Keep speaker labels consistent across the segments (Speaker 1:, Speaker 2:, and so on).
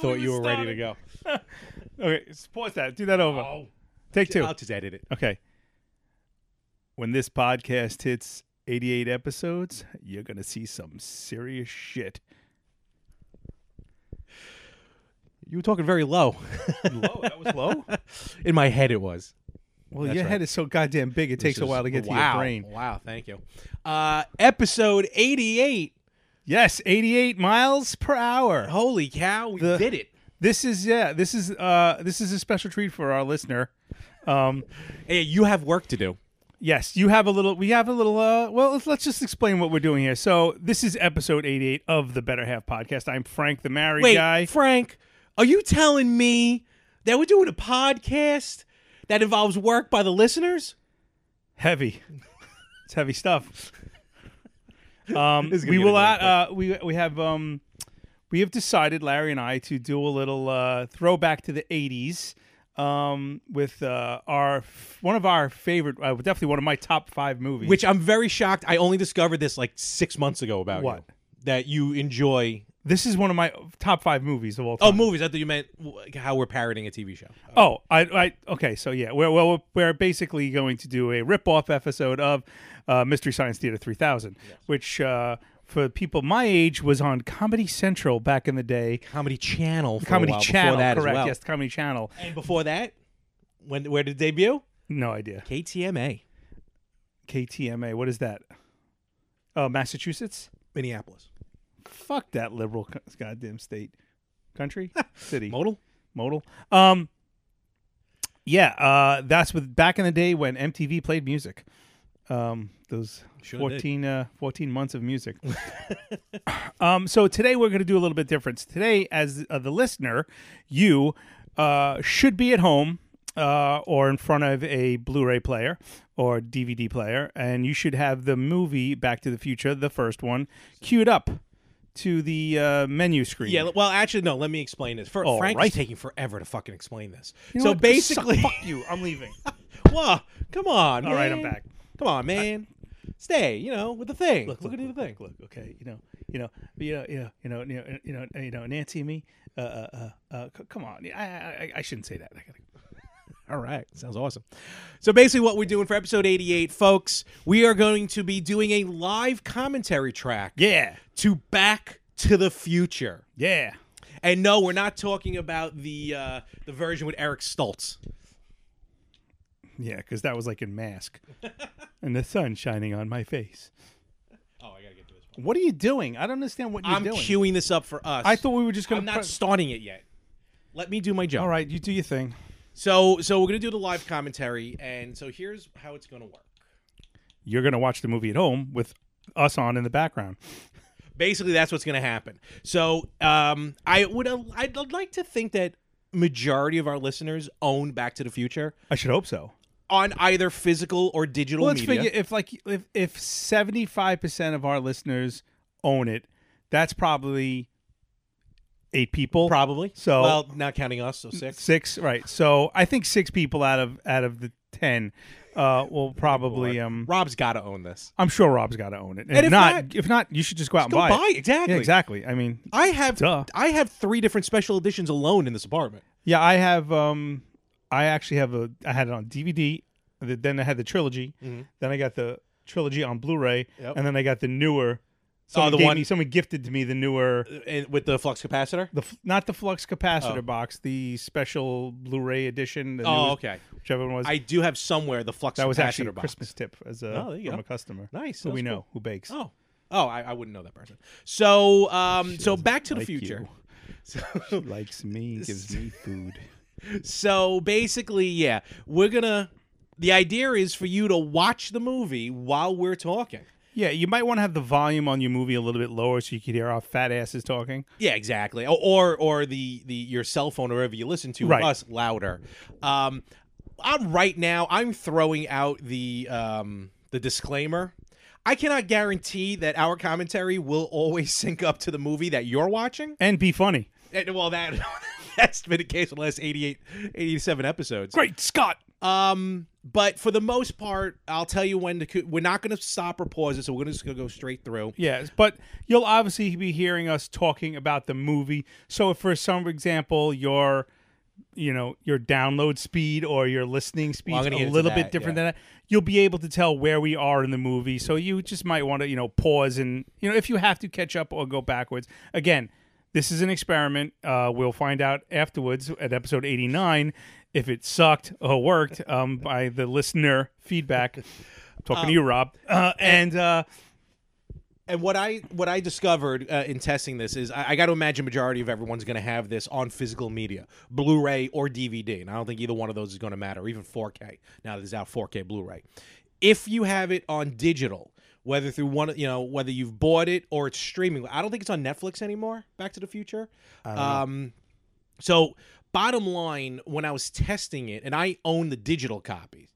Speaker 1: thought you were ready to go.
Speaker 2: Okay, s- pause that. Do that over. Take two.
Speaker 1: Oh. I'll just edit it.
Speaker 2: Okay. When this podcast hits 88 episodes, you're going to see some serious shit.
Speaker 1: You were talking very low.
Speaker 2: Low? That was low?
Speaker 1: In my head, it was.
Speaker 2: Well,
Speaker 1: That's
Speaker 2: your
Speaker 1: right.
Speaker 2: head is so goddamn big, it takes a
Speaker 1: Which is-
Speaker 2: while to get to
Speaker 1: wow,
Speaker 2: your brain.
Speaker 1: Wow, thank you. Uh, episode 88.
Speaker 2: Yes, 88 miles per hour.
Speaker 1: Holy cow, we
Speaker 2: The-
Speaker 1: did it.
Speaker 2: This is yeah. This is uh. This is a special treat for our listener. Um.
Speaker 1: Hey, you have work to do.
Speaker 2: Yes, you have a little. We have a little. Uh. Well, let's, let's just explain what we're doing here. So this is episode eighty-eight of the Better Half podcast. I'm Frank, the married
Speaker 1: Wait,
Speaker 2: guy.
Speaker 1: Frank, are you telling me that we're doing a podcast that involves work by the listeners?
Speaker 2: Heavy. it's heavy stuff. Um.
Speaker 1: is gonna
Speaker 2: We
Speaker 1: get annoying
Speaker 2: will. At, uh. We we have um. We have decided, Larry and I, to do a little uh, throwback to the '80s um with uh our f- one of our favorite uh, definitely one of my top five movies
Speaker 1: Which I'm very shocked. I only discovered this like six months ago about
Speaker 2: What?
Speaker 1: you. That you enjoy.
Speaker 2: This is one of my top five movies of all
Speaker 1: Oh,
Speaker 2: time.
Speaker 1: movies. I thought you meant w- how we're parroting a TV show.
Speaker 2: Oh, I, I okay. So yeah, we're well, we're basically going to do a rip-off episode of uh, Mystery Science Theater 3000, which uh, for people my age was on Comedy Central back in the day.
Speaker 1: Comedy Channel. For
Speaker 2: Comedy
Speaker 1: a while,
Speaker 2: Channel,
Speaker 1: Oh, Before that as
Speaker 2: correct?
Speaker 1: well.
Speaker 2: Yes, Comedy Channel.
Speaker 1: And before that, when where did it debut?
Speaker 2: No idea.
Speaker 1: KTMA,
Speaker 2: KTMA. What is that? Oh, Massachusetts.
Speaker 1: Minneapolis.
Speaker 2: Fuck that liberal co- goddamn state, country, city.
Speaker 1: Modal.
Speaker 2: modal. Um, yeah, uh, that's with back in the day when MTV played music. Um, those
Speaker 1: Sure did.
Speaker 2: 14, uh, 14 months of music. um, so today we're going to do a little bit different. Today, as uh, the listener, you uh, should be at home uh, or in front of a Blu-ray player or DVD player, and you should have the movie Back to the Future, the first one, queued up to the uh, menu screen.
Speaker 1: Yeah. Well, actually, no. Let me explain this. For,
Speaker 2: All
Speaker 1: Frank
Speaker 2: right.
Speaker 1: is taking forever to fucking explain this.
Speaker 2: You know
Speaker 1: so
Speaker 2: what?
Speaker 1: basically,
Speaker 2: Suck- fuck you. I'm leaving.
Speaker 1: Whoa, come on.
Speaker 2: All right, I'm
Speaker 1: man.
Speaker 2: back.
Speaker 1: Come on, man. Stay. You know, with the thing. Look,
Speaker 2: look,
Speaker 1: at the
Speaker 2: look,
Speaker 1: thing.
Speaker 2: look, okay, you know, you know, you know, you know, you know, you know, you know, you know Nancy and me. Uh, uh, uh, uh c- come on, I, I, I- I shouldn't say that. I gotta go.
Speaker 1: All right. Sounds awesome. So basically what we're doing for episode 88, folks, we are going to be doing a live commentary track
Speaker 2: Yeah,
Speaker 1: to Back to the Future.
Speaker 2: yeah.
Speaker 1: And no, we're not talking about the uh, the version with Eric Stoltz.
Speaker 2: Yeah, because that was like in mask, and the sun shining on my face.
Speaker 1: Oh, I gotta get to this.
Speaker 2: What are you doing? I don't understand what you're
Speaker 1: I'm
Speaker 2: doing.
Speaker 1: queuing this up for us.
Speaker 2: I thought we were just gonna.
Speaker 1: I'm not
Speaker 2: pre-
Speaker 1: starting it yet. Let me do my job.
Speaker 2: All right, you do your thing.
Speaker 1: So so we're gonna do the live commentary, and so here's how it's gonna work.
Speaker 2: You're gonna watch the movie at home with us on in the background.
Speaker 1: basically that's what's going to happen so um i would i'd like to think that majority of our listeners own back to the future
Speaker 2: I should hope so.
Speaker 1: on either physical or digital
Speaker 2: Well, let's
Speaker 1: media
Speaker 2: figure if like if if seventy five percent of our listeners own it, that's probably eight people.
Speaker 1: probably
Speaker 2: So-
Speaker 1: well not counting us so six
Speaker 2: six, right? So I think six people out of out of the ten uh, will probably. Um,
Speaker 1: rob's got to own this
Speaker 2: I'm sure Rob's got to own it, and,
Speaker 1: And if
Speaker 2: not, if not, you should just go out
Speaker 1: go
Speaker 2: and buy,
Speaker 1: buy
Speaker 2: it.
Speaker 1: it, exactly.
Speaker 2: Yeah, exactly. I mean,
Speaker 1: i have
Speaker 2: Duh.
Speaker 1: i have three different special editions alone in this apartment
Speaker 2: yeah, I have. Um, I actually have a. I had it on DVD. th- Then I had the trilogy. Then I got the trilogy on Blu-ray,
Speaker 1: Mm-hmm. Yep.
Speaker 2: and then I got the newer. Someone
Speaker 1: the
Speaker 2: gave
Speaker 1: one-
Speaker 2: me- someone gifted to me the newer.
Speaker 1: and uh, with the flux capacitor
Speaker 2: the f- not the flux capacitor
Speaker 1: Oh.
Speaker 2: box, the special Blu-ray edition. The
Speaker 1: Oh,
Speaker 2: newest-
Speaker 1: okay.
Speaker 2: Whichever one was.
Speaker 1: i do have somewhere the flux
Speaker 2: that was
Speaker 1: capacitor
Speaker 2: actually a
Speaker 1: box.
Speaker 2: Christmas tip as a
Speaker 1: Oh, there you
Speaker 2: from
Speaker 1: go.
Speaker 2: a customer.
Speaker 1: Nice,
Speaker 2: Who
Speaker 1: that's
Speaker 2: we know
Speaker 1: cool.
Speaker 2: who bakes.
Speaker 1: Oh, oh, I, I wouldn't know that person. So, um, so back to the
Speaker 2: like you.
Speaker 1: future. So,
Speaker 2: Likes me, gives me food.
Speaker 1: so basically, yeah, we're gonna. The idea is for you to watch the movie while we're talking.
Speaker 2: Yeah, you might want to have the volume on your movie a little bit lower so you could hear our fat asses talking.
Speaker 1: Yeah, exactly. Or or, or the the your cell phone or wherever you listen to
Speaker 2: Right.
Speaker 1: us louder. Um, I'm right now. I'm throwing out the um the disclaimer. I cannot guarantee that our commentary will always sync up to the movie that you're watching.
Speaker 2: And be funny.
Speaker 1: And, well, that that's been the case for the last 88, 87 episodes.
Speaker 2: Great Scott.
Speaker 1: Um, but for the most part, I'll tell you when to. co- We're not going to stop or pause it, so we're gonna just going to go straight through.
Speaker 2: Yes, but you'll obviously be hearing us talking about the movie. So, if for some example, your you know your download speed or your listening speed
Speaker 1: I'm
Speaker 2: is
Speaker 1: gonna get
Speaker 2: a
Speaker 1: into
Speaker 2: little
Speaker 1: that,
Speaker 2: bit different
Speaker 1: yeah.
Speaker 2: than that, you'll be able to tell where we are in the movie. So you just might want to you know pause and you know if you have to catch up or go backwards. Again, this is an experiment. Uh, we'll find out afterwards at episode eighty nine if it sucked or worked um, by the listener feedback. Talking
Speaker 1: Um,
Speaker 2: to you, Rob, uh, and. Uh,
Speaker 1: And what I what I discovered uh, in testing this is I, I got to imagine majority of everyone's going to have this on physical media, Blu-ray or DVD, and I don't think either one of those is going to matter, even 4K. Now there's out 4K Blu-ray. If you have it on digital, whether through one, of- you know, whether you've bought it or it's streaming, I don't think it's on Netflix anymore. Back to the Future. Um, so bottom line, when I was testing it, and I own the digital copies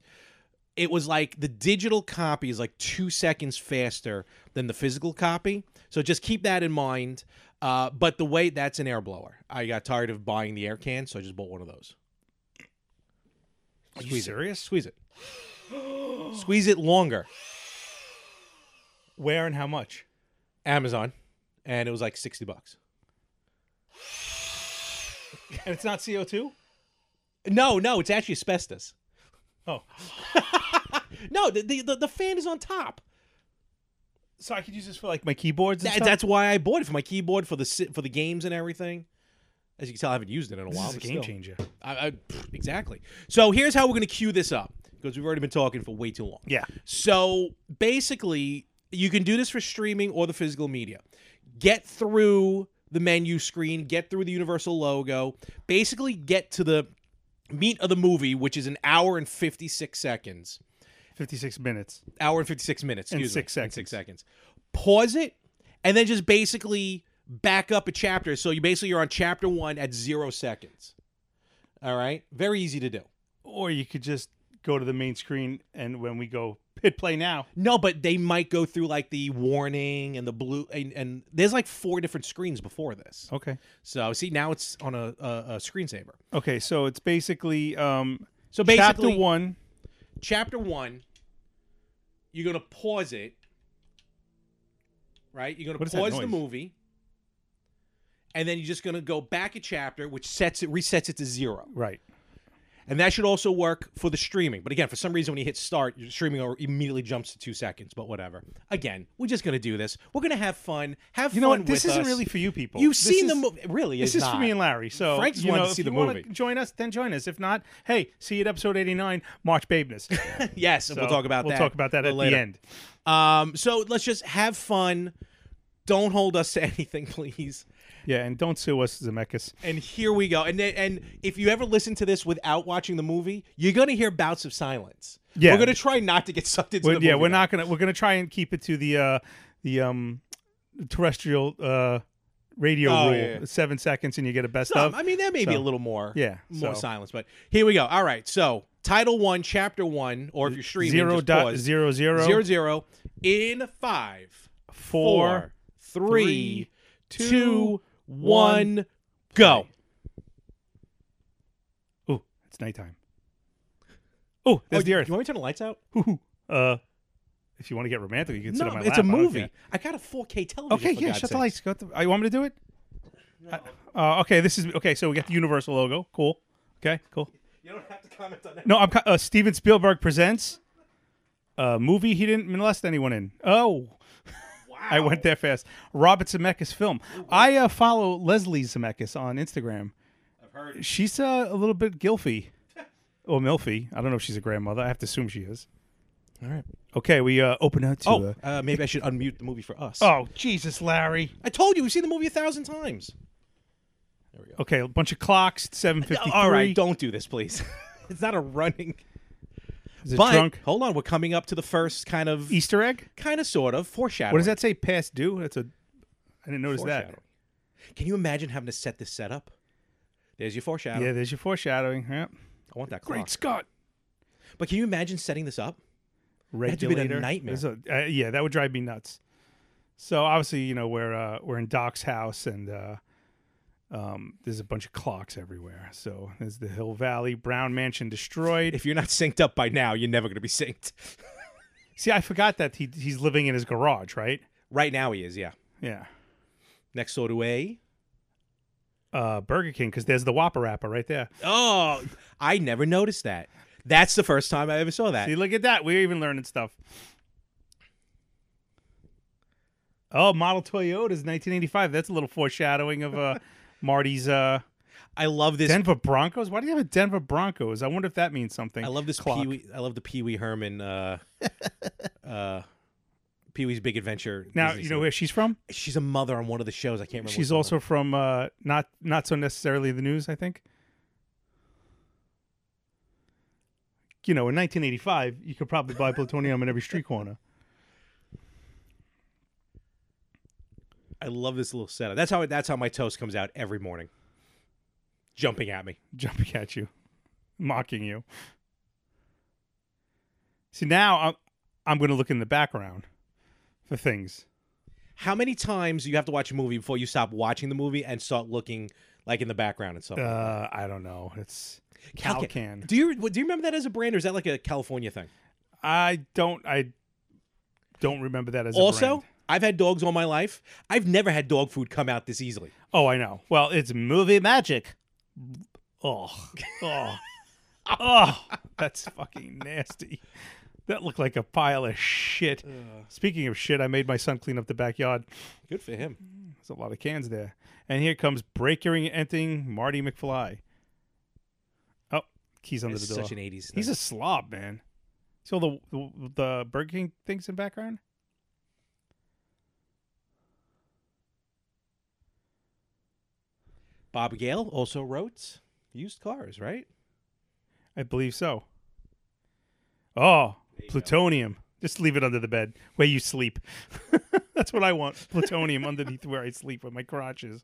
Speaker 1: it was like the digital copy is like two seconds faster than the physical copy. So just keep that in mind. Uh, but the way that's an air blower. I got tired of buying the air can, so I just bought one of those.
Speaker 2: Are you
Speaker 1: Squeeze
Speaker 2: serious?
Speaker 1: It. Squeeze it. Squeeze it longer.
Speaker 2: Where and how much?
Speaker 1: Amazon, and it was like sixty bucks.
Speaker 2: And it's not CO2?
Speaker 1: No, no, it's actually asbestos.
Speaker 2: Oh.
Speaker 1: No, the the, the, the fan is on top.
Speaker 2: So I could use this for like my keyboards and
Speaker 1: That-
Speaker 2: stuff?
Speaker 1: that's why I bought it for my keyboard for the si- for the games and everything. As you can tell, I haven't used it in a
Speaker 2: This
Speaker 1: while.
Speaker 2: is a
Speaker 1: but
Speaker 2: game
Speaker 1: still.
Speaker 2: changer.
Speaker 1: I, I, pfft, exactly. So here's how we're going to cue this up because we've already been talking for way too long.
Speaker 2: Yeah.
Speaker 1: So basically, you can do this for streaming or the physical media. Get through the menu screen, get through the Universal logo, basically get to the meat of the movie, which is an hour and 56 seconds.
Speaker 2: 56 minutes.
Speaker 1: Hour and 56 minutes,
Speaker 2: And
Speaker 1: excuse
Speaker 2: six
Speaker 1: me. And six seconds. Pause it and then just basically back up a chapter. So you basically you're on chapter 1 at 0 seconds. All right? Very easy to do.
Speaker 2: Or you could just go to the main screen and when we go hit play now.
Speaker 1: No, but they might go through like the warning and the blue, and, and there's like four different screens before this.
Speaker 2: Okay.
Speaker 1: So see, now it's on a, a, a screensaver.
Speaker 2: Okay, so it's basically um
Speaker 1: So basically,
Speaker 2: chapter 1
Speaker 1: chapter one, you're gonna pause it, right? You're gonna
Speaker 2: What is that
Speaker 1: pause the
Speaker 2: noise?
Speaker 1: movie, and then you're just gonna go back a chapter, which sets it resets it to zero,
Speaker 2: right.
Speaker 1: and that should also work for the streaming. But again, for some reason, when you hit start, your streaming or- immediately jumps to two seconds. But whatever. Again, we're just gonna do this. We're gonna have fun. Have
Speaker 2: You
Speaker 1: fun
Speaker 2: know what? This
Speaker 1: with
Speaker 2: isn't
Speaker 1: us.
Speaker 2: really for you people.
Speaker 1: You've
Speaker 2: This
Speaker 1: seen the
Speaker 2: is-
Speaker 1: movie. It really
Speaker 2: This
Speaker 1: is,
Speaker 2: is for
Speaker 1: not.
Speaker 2: me and Larry. So
Speaker 1: Frank just
Speaker 2: you
Speaker 1: wanted
Speaker 2: know,
Speaker 1: to
Speaker 2: if
Speaker 1: see the
Speaker 2: you wanna
Speaker 1: movie.
Speaker 2: join us, then join us. If not, hey, see you at episode 89, March Babeness.
Speaker 1: Yes, and we'll
Speaker 2: So
Speaker 1: talk about
Speaker 2: we'll
Speaker 1: that.
Speaker 2: talk about that
Speaker 1: a
Speaker 2: at
Speaker 1: little later.
Speaker 2: the end.
Speaker 1: Um, so let's just have fun. Don't hold us to anything, please.
Speaker 2: Yeah, and don't sue us, Zemeckis.
Speaker 1: And here we go. And then- and if you ever listen to this without watching the movie, you're gonna hear bouts of silence.
Speaker 2: Yeah.
Speaker 1: we're gonna try not to get sucked into
Speaker 2: But
Speaker 1: the
Speaker 2: yeah,
Speaker 1: movie,
Speaker 2: we're
Speaker 1: though.
Speaker 2: not gonna we're gonna try and keep it to the uh the um terrestrial uh radio
Speaker 1: Oh,
Speaker 2: rule.
Speaker 1: yeah, yeah.
Speaker 2: Seven seconds and you get a best
Speaker 1: Some.
Speaker 2: of.
Speaker 1: I mean, there may be a
Speaker 2: So,
Speaker 1: little more.
Speaker 2: yeah,
Speaker 1: more
Speaker 2: so.
Speaker 1: silence. But here we go. All right. So title one, chapter one, or if you're streaming,
Speaker 2: Zero
Speaker 1: just
Speaker 2: dot
Speaker 1: pause.
Speaker 2: zero zero
Speaker 1: zero zero. In five,
Speaker 2: four.
Speaker 1: three,
Speaker 2: three,
Speaker 1: two,
Speaker 2: two,
Speaker 1: one, go.
Speaker 2: Ooh, it's nighttime. Ooh, there's
Speaker 1: oh,
Speaker 2: the
Speaker 1: you-
Speaker 2: earth.
Speaker 1: You want me to turn the lights out?
Speaker 2: Ooh, uh if you want to get romantic, you can sit
Speaker 1: No,
Speaker 2: on my
Speaker 1: it's
Speaker 2: lap.
Speaker 1: a
Speaker 2: I don't
Speaker 1: movie.
Speaker 2: care.
Speaker 1: I got a 4K television.
Speaker 2: Okay,
Speaker 1: for
Speaker 2: yeah,
Speaker 1: God's
Speaker 2: shut the
Speaker 1: sake.
Speaker 2: lights. Go up the, uh, you want me to do it? Uh, okay, this is okay. So we got the Universal logo. Cool. Okay, cool.
Speaker 1: You don't have to comment on that.
Speaker 2: No, I'm co- uh, Steven Spielberg presents a movie he didn't molest anyone in. Oh,
Speaker 1: Wow.
Speaker 2: I went there fast. Robert Zemeckis film. I uh, follow Leslie Zemeckis on Instagram.
Speaker 1: I've heard.
Speaker 2: She's uh, a little bit gilfy or milfy. I don't know if she's a grandmother. I have to assume she is.
Speaker 1: All right.
Speaker 2: Okay, we uh, open up to.
Speaker 1: Oh,
Speaker 2: Oh.
Speaker 1: uh, maybe I should unmute the movie for us.
Speaker 2: oh, Jesus, Larry.
Speaker 1: I told you we've seen the movie a thousand times. There we go.
Speaker 2: Okay, a bunch of clocks. Seven fifty-three.
Speaker 1: All right, don't do this, please. it's not a running.
Speaker 2: Is it
Speaker 1: But
Speaker 2: drunk?
Speaker 1: hold on, we're coming up to the first kind of,
Speaker 2: Easter egg.
Speaker 1: kind of, sort of foreshadowing.
Speaker 2: What does that say? Past due. That's a. I didn't notice that.
Speaker 1: Foreshadowing. Can you imagine having to set this set up? There's your foreshadow.
Speaker 2: Yeah, there's your foreshadowing. Yep.
Speaker 1: I want that clock.
Speaker 2: Scott.
Speaker 1: But can you imagine setting this up? had to
Speaker 2: regulator.
Speaker 1: have been a nightmare.
Speaker 2: There's a- uh, yeah, that would drive me nuts. So obviously, you know, we're uh, we're in Doc's house, and uh, Um, there's a bunch of clocks everywhere. So there's the Hill Valley Brown Mansion destroyed.
Speaker 1: If you're not synced up by now, you're never going to be synced.
Speaker 2: See, I forgot that he, he's living in his garage, right?
Speaker 1: Right now, he is. Yeah,
Speaker 2: Yeah.
Speaker 1: next door to A.
Speaker 2: Uh, Burger King, because there's the Whopper wrapper right there.
Speaker 1: Oh, I never noticed that. That's the first time I ever saw that.
Speaker 2: See, look at that. We're even learning stuff. Oh, model Toyotas, 1985. That's a little foreshadowing of uh, Marty's uh,
Speaker 1: I love this.
Speaker 2: Denver Broncos. Why do you have a Denver Broncos? I wonder if that means something.
Speaker 1: I love this
Speaker 2: Clock.
Speaker 1: Pee Wee. I love the Pee Wee Herman. Uh, uh, Pee Wee's Big Adventure.
Speaker 2: Now
Speaker 1: Disney
Speaker 2: you know
Speaker 1: series.
Speaker 2: where she's from.
Speaker 1: she's a mother on one of the shows. I can't remember.
Speaker 2: She's
Speaker 1: which one.
Speaker 2: also from uh, not not so necessarily the news. I think. You know, in 1985, you could probably buy plutonium in every street corner.
Speaker 1: I love this little setup. That's how that's how my toast comes out every morning. Jumping at me.
Speaker 2: jumping at you, mocking you. See now I'm I'm going to look in the background for things.
Speaker 1: How many times do you have to watch a movie before you stop watching the movie and start looking like in the background and stuff?
Speaker 2: Uh, I don't know. It's
Speaker 1: Calca-
Speaker 2: Calcan.
Speaker 1: Do you do you remember that as a brand or is that like a California thing?
Speaker 2: I don't I don't remember that as a
Speaker 1: also,
Speaker 2: brand.
Speaker 1: I've had dogs all my life. I've never had dog food come out this easily.
Speaker 2: Oh, I know. Well, it's movie magic. Oh, oh, oh! That's fucking nasty. That looked like a pile of shit. Speaking of shit, I made my son clean up the backyard.
Speaker 1: Good for him.
Speaker 2: There's a lot of cans there. And here comes breaking and entering Marty McFly. Oh, keys under
Speaker 1: It's
Speaker 2: the door.
Speaker 1: such an 80s thing.
Speaker 2: He's a slob, man. So the, the the Burger King things in background.
Speaker 1: Bob Gale also wrote used cars, right?
Speaker 2: I believe so. Oh, plutonium. Just leave it under the bed where you sleep. That's what I want. Plutonium underneath where I sleep with my crotches.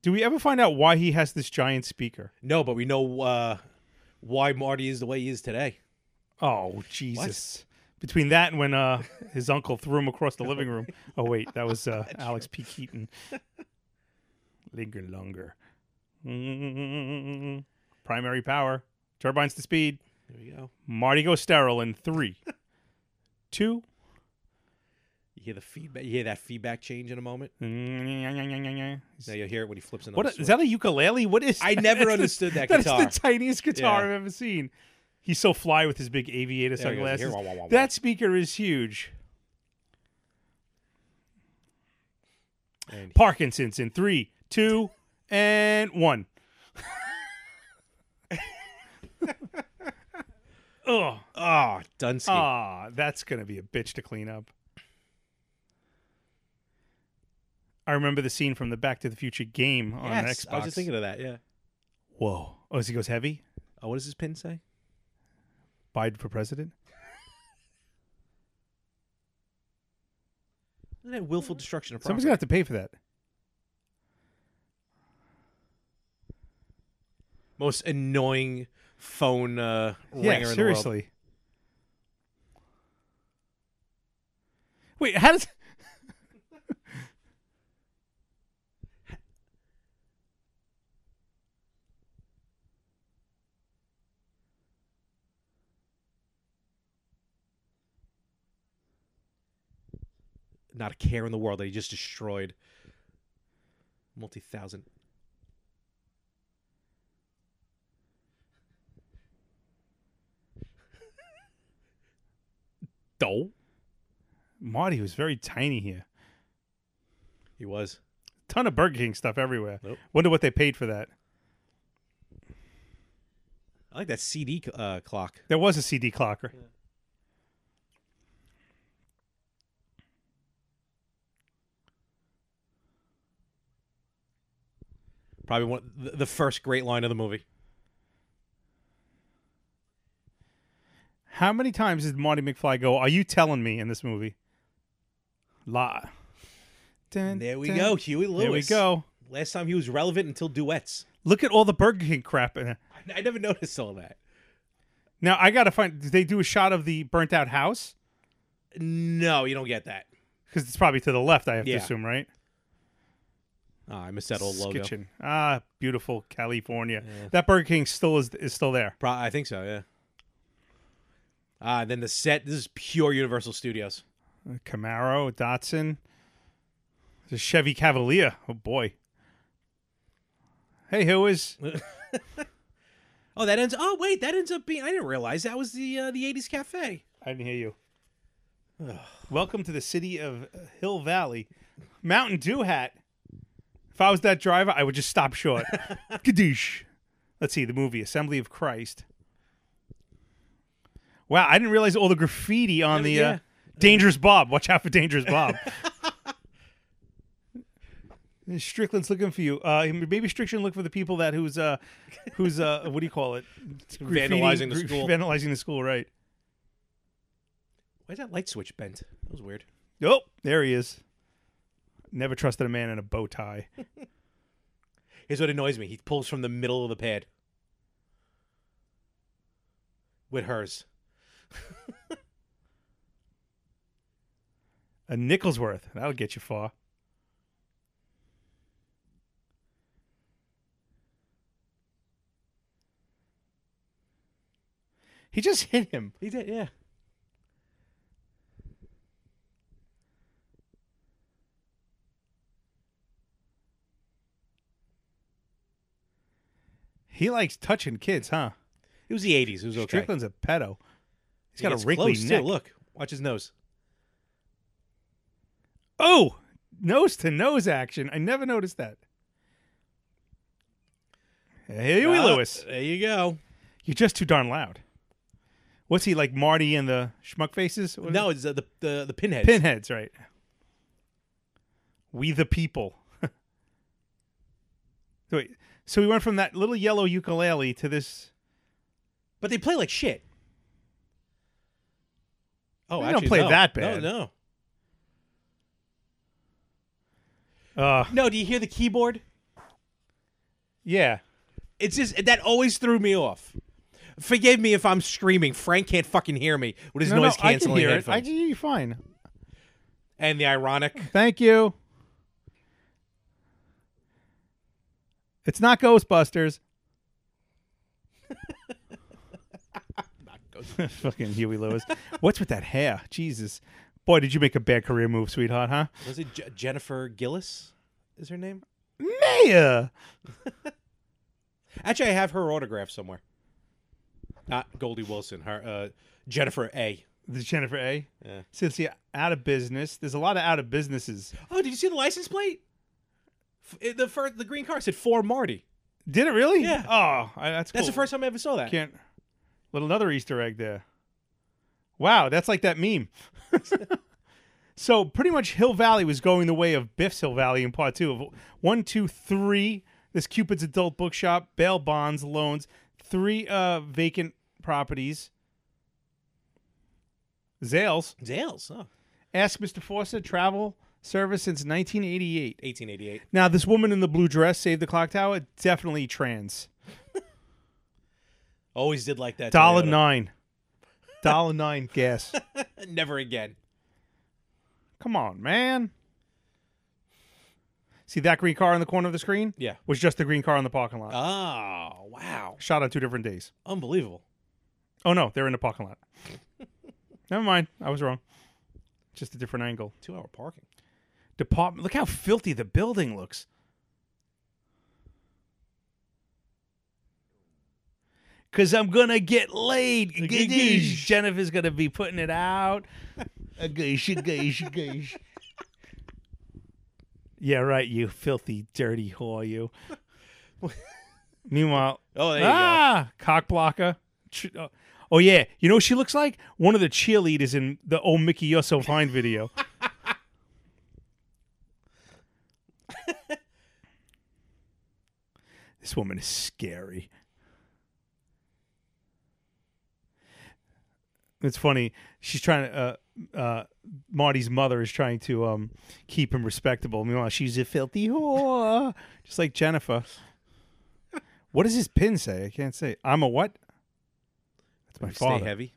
Speaker 2: Do we ever find out why he has this giant speaker?
Speaker 1: No, but we know uh, why Marty is the way he is today.
Speaker 2: Oh Jesus! Between that and when uh, his uncle threw him across the living room. Oh wait, that was uh, Alex P. Keaton. Linger longer. Mm. Primary power, turbines to speed.
Speaker 1: There we go.
Speaker 2: Marty goes sterile in three, two.
Speaker 1: You hear the feedback. You hear that feedback change in a moment. Now
Speaker 2: What
Speaker 1: you'll hear it when he flips another.
Speaker 2: a, is that a ukulele? What is?
Speaker 1: I
Speaker 2: that?
Speaker 1: never
Speaker 2: That's the-
Speaker 1: understood that guitar.
Speaker 2: That is the tiniest guitar
Speaker 1: Yeah.
Speaker 2: I've ever seen. He's so fly with his big aviator
Speaker 1: There he goes. Here,
Speaker 2: sunglasses.
Speaker 1: wah, wah, wah, wah.
Speaker 2: That speaker is huge.
Speaker 1: And-
Speaker 2: Parkinson's in three, two, and one. oh,
Speaker 1: Ah, Dunsky.
Speaker 2: ah, that's gonna be a bitch to clean up. I remember the scene from the Back to the Future game on
Speaker 1: yes,
Speaker 2: Xbox.
Speaker 1: I was just thinking of that. Yeah.
Speaker 2: Whoa! Oh, as he goes heavy,
Speaker 1: Oh, what does his pin say?
Speaker 2: Biden for president.
Speaker 1: Isn't that
Speaker 2: Mm-hmm.
Speaker 1: willful destruction of
Speaker 2: Somebody's
Speaker 1: property?
Speaker 2: gonna have to pay for that.
Speaker 1: Most annoying phone uh, ringer in
Speaker 2: yeah,
Speaker 1: the world.
Speaker 2: seriously. Wait, how does?
Speaker 1: Not a care in the world that he just destroyed. Multi thousand. Doe.
Speaker 2: Marty was very tiny here.
Speaker 1: He was.
Speaker 2: Ton of Burger King stuff everywhere.
Speaker 1: Nope.
Speaker 2: Wonder what they paid for that.
Speaker 1: I like that CD c- uh, clock.
Speaker 2: There was a CD clocker.
Speaker 1: Probably one the, the first great line of the movie.
Speaker 2: How many times did Marty McFly go? Are you telling me in this movie? La. Dun,
Speaker 1: There we
Speaker 2: dun.
Speaker 1: go, Huey Lewis.
Speaker 2: There we go.
Speaker 1: Last time he was relevant until duets.
Speaker 2: Look at all the Burger King crap in there.
Speaker 1: I never noticed all that.
Speaker 2: Now I gotta find. Did they do a shot of the burnt out house?
Speaker 1: No, you don't get that.
Speaker 2: Because it's probably to the left. I have
Speaker 1: Yeah.
Speaker 2: to assume, right?
Speaker 1: Ah, I missed that old logo.
Speaker 2: Kitchen. Ah, beautiful California. That Burger King still is is still there.
Speaker 1: Pro- I think so. Yeah. Ah, and then the set. This is pure Universal Studios.
Speaker 2: Camaro, Datsun, the Chevy Cavalier. Oh boy. Hey, who is?
Speaker 1: Oh, that ends. Oh, wait, that ends up being. I didn't realize that was the uh, the '80s cafe.
Speaker 2: I didn't hear you. Welcome to the city of uh, Hill Valley. Mountain Dew hat. If I was that driver, I would just stop short. Kadoosh. Let's see the movie Assembly of Christ. Wow, I didn't realize all the graffiti on
Speaker 1: Yeah,
Speaker 2: the
Speaker 1: yeah.
Speaker 2: uh, Dangerous Bob. Watch out for Dangerous Bob. Strickland's looking for you. Uh, maybe Strickland look for the people that who's uh, who's uh, what do you call it? Graffiti-
Speaker 1: Vandalizing the
Speaker 2: gra-
Speaker 1: school.
Speaker 2: Vandalizing the school, right?
Speaker 1: Why is that light switch bent? That was weird.
Speaker 2: Oh, there he is. Never trusted a man in a bow tie.
Speaker 1: Here's what annoys me. He pulls from the middle of the pad with hers.
Speaker 2: A nickel's worth. That'll get you far. He just hit him.
Speaker 1: He did, yeah.
Speaker 2: He likes touching kids, huh?
Speaker 1: It was the '80s. It was okay.
Speaker 2: Strickland's a pedo. He's
Speaker 1: He
Speaker 2: got
Speaker 1: gets
Speaker 2: a wrinkly
Speaker 1: close, too.
Speaker 2: neck.
Speaker 1: Look, watch his nose.
Speaker 2: Oh, nose to nose action. I never noticed that. Hey, Huey
Speaker 1: Ah,
Speaker 2: Lewis.
Speaker 1: There you go.
Speaker 2: You're just too darn loud. What's he like, Marty and the Schmuck Faces? What is
Speaker 1: No, it's uh, the the the pinhead.
Speaker 2: it? Pinheads, right? We the people. so wait, so we went from that little yellow ukulele to this.
Speaker 1: But they play like shit. Oh,
Speaker 2: They don't
Speaker 1: actually,
Speaker 2: play
Speaker 1: no.
Speaker 2: that bad.
Speaker 1: No, no.
Speaker 2: Uh,
Speaker 1: No, do you hear the keyboard?
Speaker 2: yeah.
Speaker 1: It's just that always threw me off. Forgive me if I'm screaming. Frank can't fucking hear me with his
Speaker 2: No, no,
Speaker 1: noise canceling
Speaker 2: I can hear it.
Speaker 1: headphones
Speaker 2: I can hear you fine.
Speaker 1: and the ironic.
Speaker 2: Thank you. It's not Ghostbusters. Fucking Huey Lewis. What's with that hair? Jesus. Boy, did you make a bad career move, sweetheart, huh?
Speaker 1: Was it J- Jennifer Gillis? Is her name?
Speaker 2: Maya!
Speaker 1: Actually, I have her autograph somewhere. Not Goldie Wilson. Her uh, Jennifer A.
Speaker 2: The Jennifer A.
Speaker 1: Yeah.
Speaker 2: Since you're out of business, there's a lot of out of businesses.
Speaker 1: Oh, did you see the license plate? F- it- the first, the green car said for Marty.
Speaker 2: Did it really?
Speaker 1: Yeah.
Speaker 2: Oh, I, that's
Speaker 1: That's
Speaker 2: cool.
Speaker 1: the first time I ever saw that.
Speaker 2: Can't. Little another Easter egg there. Wow, that's like that meme. so pretty much Hill Valley was going the way of Biff's Hill Valley in part two of one, two, three. This Cupid's Adult Bookshop, bail bonds, loans, three uh, vacant properties. Zales.
Speaker 1: Zales. Oh.
Speaker 2: Ask Mr. Forster, travel service since 1988.
Speaker 1: 1888.
Speaker 2: Now, this woman in the blue dress, Save the Clock Tower, definitely trans.
Speaker 1: Always did like that.
Speaker 2: Dollar
Speaker 1: Toyota.
Speaker 2: nine. Dollar nine gas.
Speaker 1: Never again.
Speaker 2: Come on, man. See that green car in the corner of the screen?
Speaker 1: Yeah.
Speaker 2: Was just the green car in the parking lot.
Speaker 1: Oh, wow.
Speaker 2: Shot on two different days.
Speaker 1: Unbelievable.
Speaker 2: Oh no, they're in the parking lot. Never mind. I was wrong. Just a different angle.
Speaker 1: Two hour parking.
Speaker 2: Department look how filthy the building looks. Cause I'm gonna get laid.
Speaker 1: Gadish.
Speaker 2: Jennifer's gonna be putting it out. A gosh, a gosh, a gosh. Yeah, right. You filthy, dirty whore. You. Meanwhile,
Speaker 1: Oh, there you
Speaker 2: ah, cock blocker. Ch- oh- Oh yeah, you know what she looks like one of the cheerleaders in the old Mickey You're So Fine video. this woman is scary. It's funny. She's trying to. Uh, uh, Marty's mother is trying to um, keep him respectable. Meanwhile, she's a filthy whore, just like Jennifer. What does his pin say? I can't say. I'm a what? That's my
Speaker 1: go.
Speaker 2: father.
Speaker 1: Stay heavy.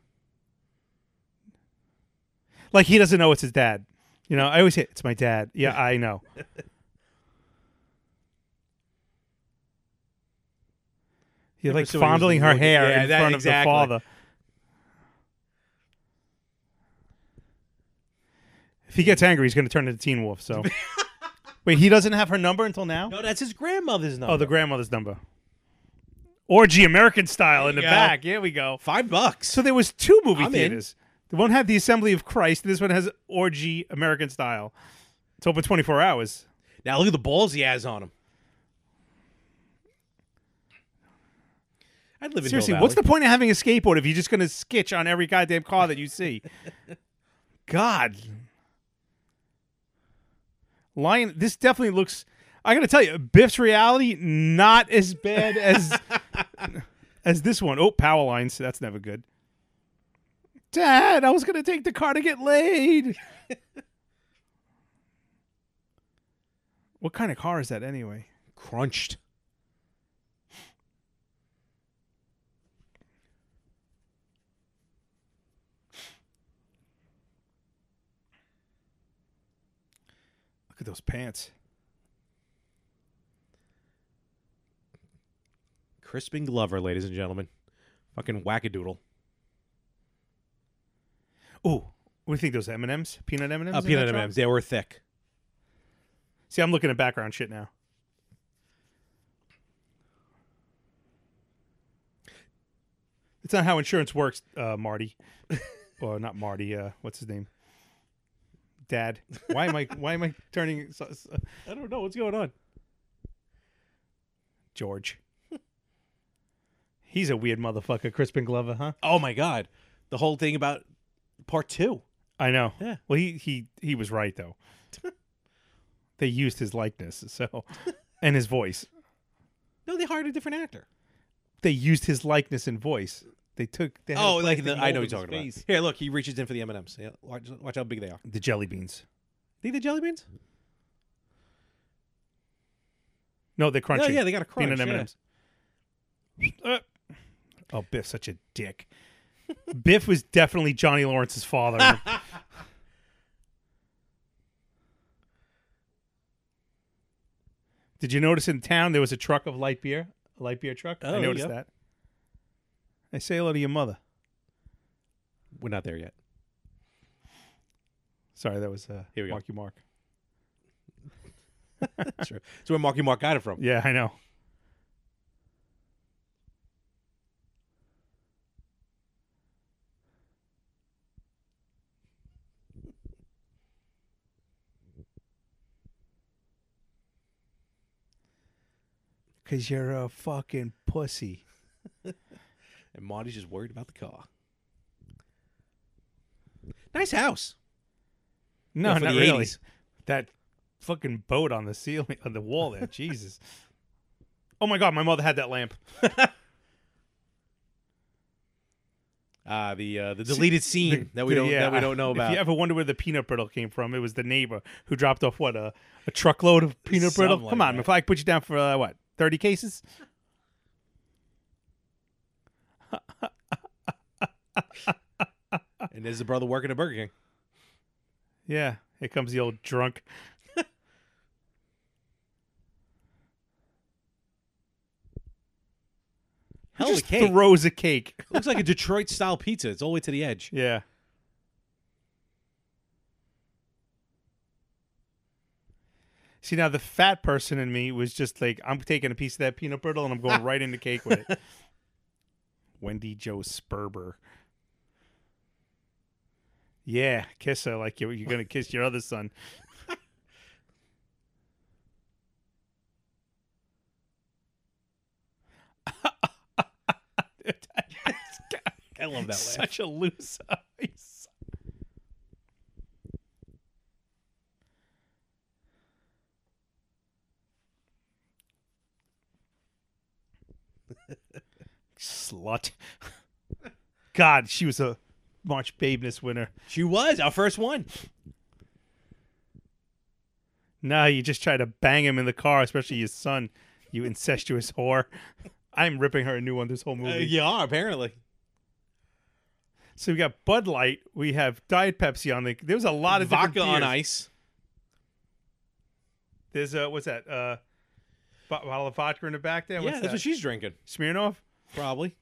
Speaker 2: Like he doesn't know it's his dad. You know, I always say it's my dad. Yeah, I know. You're like
Speaker 1: pursuing his
Speaker 2: fondling her
Speaker 1: looking-
Speaker 2: hair
Speaker 1: Yeah,
Speaker 2: in
Speaker 1: that-
Speaker 2: front
Speaker 1: exactly.
Speaker 2: of the father. If he gets angry, he's going to turn into Teen Wolf. So, wait, he doesn't have her number until now.
Speaker 1: No, that's his grandmother's number.
Speaker 2: Oh, the grandmother's number. Orgy American style in the
Speaker 1: There you go.
Speaker 2: back. Here we go.
Speaker 1: five bucks.
Speaker 2: So there was two movie
Speaker 1: I'm in.
Speaker 2: theaters. The one had the Assembly of Christ. This one has Orgy American style. It's open 24 hours.
Speaker 1: now look at the balls he has on him. I'd live in
Speaker 2: Seriously,
Speaker 1: Mill
Speaker 2: what's the
Speaker 1: Valley.
Speaker 2: point of having a skateboard if you're just going to skitch on every goddamn car that you see? God. Lion, this definitely looks. I got to tell you, Biff's reality not as bad as as this one. Oh, power lines. That's never good. Dad, I was going to take the car to get laid. what kind of car is that anyway?
Speaker 1: crunched?
Speaker 2: Look at those pants.
Speaker 1: Crispin Glover, ladies and gentlemen, fucking wackadoodle.
Speaker 2: Ooh, what do you think? Those M and M's, peanut M and M's,
Speaker 1: Uh, peanut M&Ms. They were thick.
Speaker 2: See, I'm looking at background shit now. It's not how insurance works, uh, Marty. or not Marty. Uh, what's his name? Dad. Why am I? Why am I turning? so- so-
Speaker 1: I don't know what's going on.
Speaker 2: George. He's a weird motherfucker, Crispin Glover, huh?
Speaker 1: Oh my god, the whole thing about part two.
Speaker 2: I know.
Speaker 1: Yeah.
Speaker 2: Well, he he he was right though. they used his likeness, so and his voice.
Speaker 1: No, they hired a different actor.
Speaker 2: They used his likeness and voice. They took. They had
Speaker 1: Oh,
Speaker 2: a
Speaker 1: like the,
Speaker 2: fucking
Speaker 1: I know
Speaker 2: mold
Speaker 1: what you're
Speaker 2: of
Speaker 1: talking
Speaker 2: his
Speaker 1: about. Here, look, he reaches in for the M and M's. Yeah, watch, watch how big they are.
Speaker 2: face. The jelly beans.
Speaker 1: They the jelly beans?
Speaker 2: No, they're crunchy.
Speaker 1: Yeah, yeah, they got a crunch.
Speaker 2: peanut
Speaker 1: yeah.
Speaker 2: M&Ms. Uh. Oh, Biff's such a dick. Biff was definitely Johnny Lawrence's father. Did you notice in town there was a truck of light beer? A light beer truck?
Speaker 1: Oh, there
Speaker 2: I
Speaker 1: you
Speaker 2: noticed
Speaker 1: go.
Speaker 2: that. I say hello to your mother.
Speaker 1: We're not there yet.
Speaker 2: Sorry, that was uh,
Speaker 1: Here we go.
Speaker 2: Marky Mark.
Speaker 1: Sure. So where Marky Mark got it from?
Speaker 2: Yeah, I know. Cause you're a fucking pussy.
Speaker 1: And Marty's just worried about the car. Nice house.
Speaker 2: No,
Speaker 1: Yeah, for
Speaker 2: not
Speaker 1: the
Speaker 2: really.
Speaker 1: 80s.
Speaker 2: That fucking boat on the ceiling on the wall there. Jesus. Oh my god, my mother had that lamp.
Speaker 1: Ah, the uh, the deleted scene that we
Speaker 2: The-
Speaker 1: don't
Speaker 2: yeah,
Speaker 1: that we
Speaker 2: I-
Speaker 1: don't know
Speaker 2: If
Speaker 1: about.
Speaker 2: you ever wonder where the peanut brittle came from, it was the neighbor who dropped off what a, a truckload of peanut
Speaker 1: Something
Speaker 2: brittle.
Speaker 1: like
Speaker 2: Come on,
Speaker 1: that.
Speaker 2: if I put you down for uh, what thirty cases,
Speaker 1: and there's the brother working at Burger King.
Speaker 2: yeah, here comes the old drunk.
Speaker 1: Hell of a
Speaker 2: Just
Speaker 1: cake.
Speaker 2: throws a cake.
Speaker 1: Looks like a Detroit style pizza. It's all the way to the edge.
Speaker 2: Yeah. See now, the fat person in me was just like, I'm taking a piece of that peanut brittle and I'm going right into cake with it. Wendy Joe Sperber. Yeah, kiss her like you're, you're gonna kiss your other son.
Speaker 1: I love that laugh.
Speaker 2: Such a loser. He's- Slut. God, she was a March Babeness winner.
Speaker 1: She was our first one.
Speaker 2: Nah, you just try to bang him in the car, especially your son, you incestuous whore. I'm ripping her a new one this whole movie.
Speaker 1: Uh, you are apparently.
Speaker 2: So we got Bud Light, we have Diet Pepsi on the. There was a lot of different
Speaker 1: Vodka on
Speaker 2: beers.
Speaker 1: ice.
Speaker 2: There's a what's that? Uh, bo- bottle of vodka in the back there.
Speaker 1: Yeah,
Speaker 2: What's
Speaker 1: that's
Speaker 2: that?
Speaker 1: what she's drinking.
Speaker 2: Smirnoff.
Speaker 1: Probably.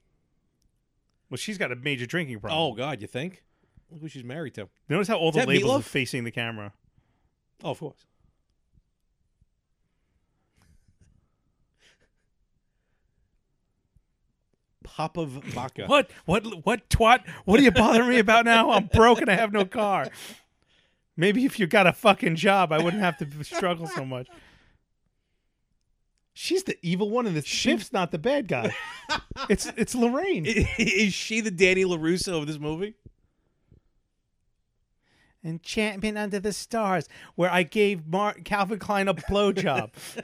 Speaker 2: Well, she's got a major drinking problem.
Speaker 1: Oh God, you think? Look who she's married to.
Speaker 2: Notice how all the
Speaker 1: that
Speaker 2: labels are
Speaker 1: Meatloaf?
Speaker 2: facing the camera.
Speaker 1: Oh, of course. Pop of vodka.
Speaker 2: What? What? What twat? What are you bothering me about now? I'm broke and I have no car. Maybe if you got a fucking job, I wouldn't have to struggle so much.
Speaker 3: She's the evil one, and the Schiff's not the bad guy.
Speaker 2: It's it's Lorraine.
Speaker 1: Is she the Danny LaRusso of this movie?
Speaker 2: Enchantment Under the Stars, where I gave Mar- Calvin Klein a blowjob.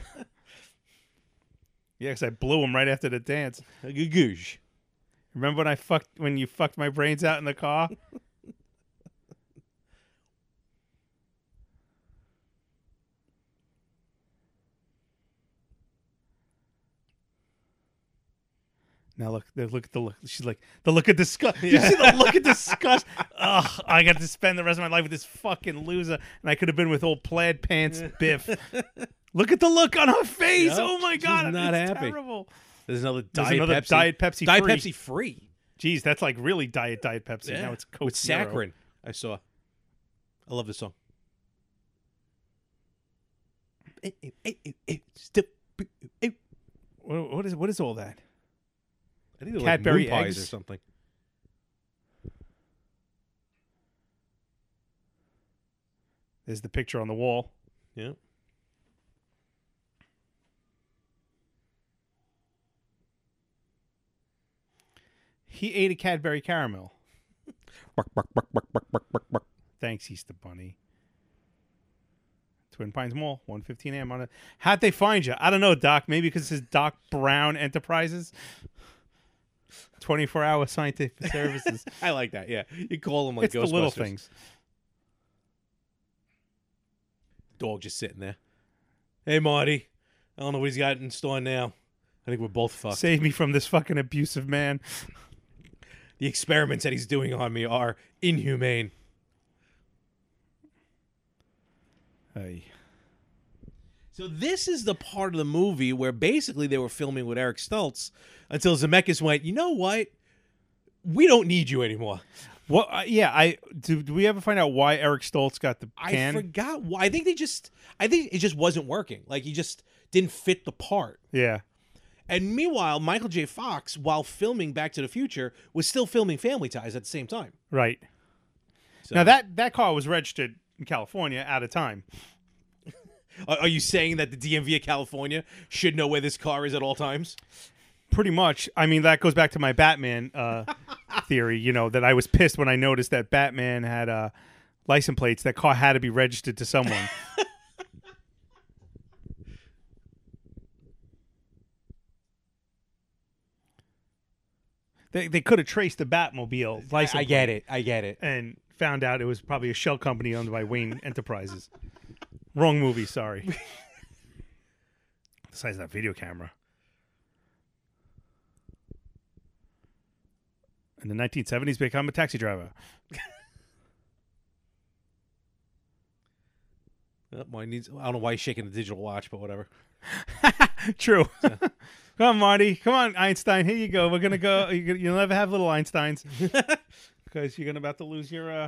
Speaker 2: yeah, because I blew him right after the dance.
Speaker 1: Gugoosh.
Speaker 2: Remember when I fucked when you fucked my brains out in the car? Now look, the- look at the look. She's like the look of disgust. You see the look of disgust. Ugh! I got to spend the rest of my life with this fucking loser, and I could have been with old plaid pants Biff. look at the look on her face.
Speaker 1: Yep,
Speaker 2: oh my
Speaker 1: she's
Speaker 2: god,
Speaker 1: not
Speaker 2: it's
Speaker 1: happy.
Speaker 2: terrible.
Speaker 1: There's another Diet
Speaker 2: There's another
Speaker 1: Pepsi.
Speaker 2: Diet Pepsi
Speaker 1: Diet
Speaker 2: free.
Speaker 1: Pepsi free.
Speaker 2: Jeez, that's like really diet diet Pepsi.
Speaker 1: Yeah.
Speaker 2: Now it's Coke
Speaker 1: With
Speaker 2: Zero.
Speaker 1: saccharin. I saw. I love this song. I
Speaker 2: What, what is what is all that?
Speaker 1: think they're
Speaker 2: Cadbury
Speaker 1: like moon pies
Speaker 2: eggs.
Speaker 1: or something.
Speaker 2: There's the picture on the wall.
Speaker 1: Yeah.
Speaker 2: He ate a Cadbury caramel. Thanks, Easter Bunny. Twin Pines Mall, 115 AM. On it. How'd they find you? I don't know, Doc. Maybe because this is Doc Brown Enterprises. 24 hour scientific services.
Speaker 1: I like that. Yeah, you call them like
Speaker 2: it's the little
Speaker 1: Ghostbusters.
Speaker 2: things.
Speaker 1: Dog just sitting there. Hey, Marty. I don't know what he's got in store now. I think we're both fucked.
Speaker 2: Save me from this fucking abusive man.
Speaker 1: the experiments that he's doing on me are inhumane.
Speaker 2: Hey.
Speaker 1: So this is the part of the movie where basically they were filming with Eric Stoltz until Zemeckis went, you know what? We don't need you anymore.
Speaker 2: Well, uh, yeah, I do. Do we ever find out why Eric Stoltz got the
Speaker 1: I
Speaker 2: can?
Speaker 1: forgot why. I think they just, I think it just wasn't working. Like he just didn't fit the part.
Speaker 2: yeah,
Speaker 1: And meanwhile, Michael J. Fox, while filming Back to the Future, was still filming Family Ties at the same time.
Speaker 2: right.
Speaker 1: So-
Speaker 2: Now that that car was registered in California at a time.
Speaker 1: Are, are you saying that the DMV of California should know where this car is at all times?
Speaker 2: Pretty much. I mean, that goes back to my Batman uh, theory. You know that I was pissed when I noticed that Batman had uh, license plates. That car had to be registered to someone. They, they could have traced the Batmobile license plate.
Speaker 1: it. I get it.
Speaker 2: and found out it was probably a shell company owned by Wayne Enterprises. Wrong movie, sorry. the size of that video camera. In the 1970s, become a taxi driver.
Speaker 1: mine needs. Oh, I don't know why he's shaking the digital watch, but whatever.
Speaker 2: True. Come on, Marty. Come on, Einstein. Here you go. We're gonna go. You're gonna, you'll never have little Einsteins because you're gonna about to lose your uh,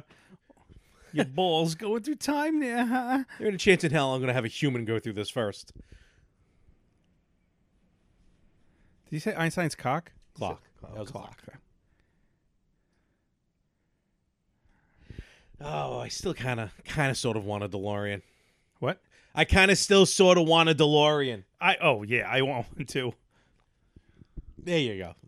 Speaker 2: your balls going through time there. Huh?
Speaker 1: There's a chance in hell I'm going to have a human go through this first.
Speaker 2: Did you say Einstein's cock?
Speaker 1: Clock. That was a clock. Oh, I still kind of, kind of, sort of want a DeLorean.
Speaker 2: What?
Speaker 1: I kind of still sort of want a DeLorean.
Speaker 2: I oh yeah, I want one too.
Speaker 1: There you go.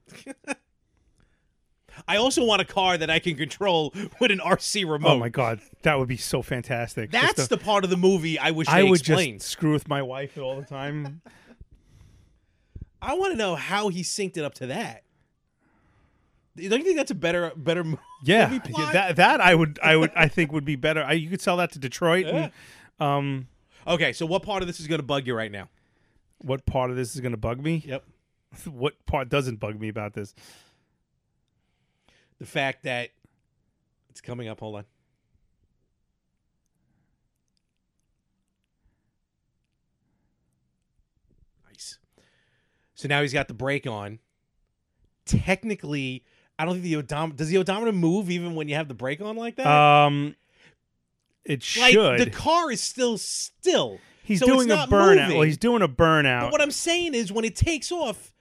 Speaker 1: I also want a car that I can control with an RC remote.
Speaker 2: Oh my god, that would be so fantastic. Just
Speaker 1: That's
Speaker 2: a-
Speaker 1: the part of the movie I wish they
Speaker 2: I would
Speaker 1: explained.
Speaker 2: just screw with my wife all the time.
Speaker 1: I want to know how he synced it up to that. Don't you think that's a better, better mo-
Speaker 2: yeah,
Speaker 1: movie plot?
Speaker 2: yeah, that that I would I would I think would be better. I, you could sell that to Detroit. And, um,
Speaker 1: okay, so what part of this is going to bug you right now?
Speaker 2: what part of this is going to bug me?
Speaker 1: Yep.
Speaker 2: What part doesn't bug me about this?
Speaker 1: The fact that it's coming up. Hold on. Nice. So now he's got the brake on, technically. I don't think the odometer does the odometer move even when you have the brake on like that.
Speaker 2: Um, it
Speaker 1: like
Speaker 2: should.
Speaker 1: the car is still still.
Speaker 2: he's
Speaker 1: so it's
Speaker 2: doing a
Speaker 1: not
Speaker 2: burnout.
Speaker 1: moving.
Speaker 2: Well, he's doing a burnout.
Speaker 1: But what I'm saying is, when it takes off,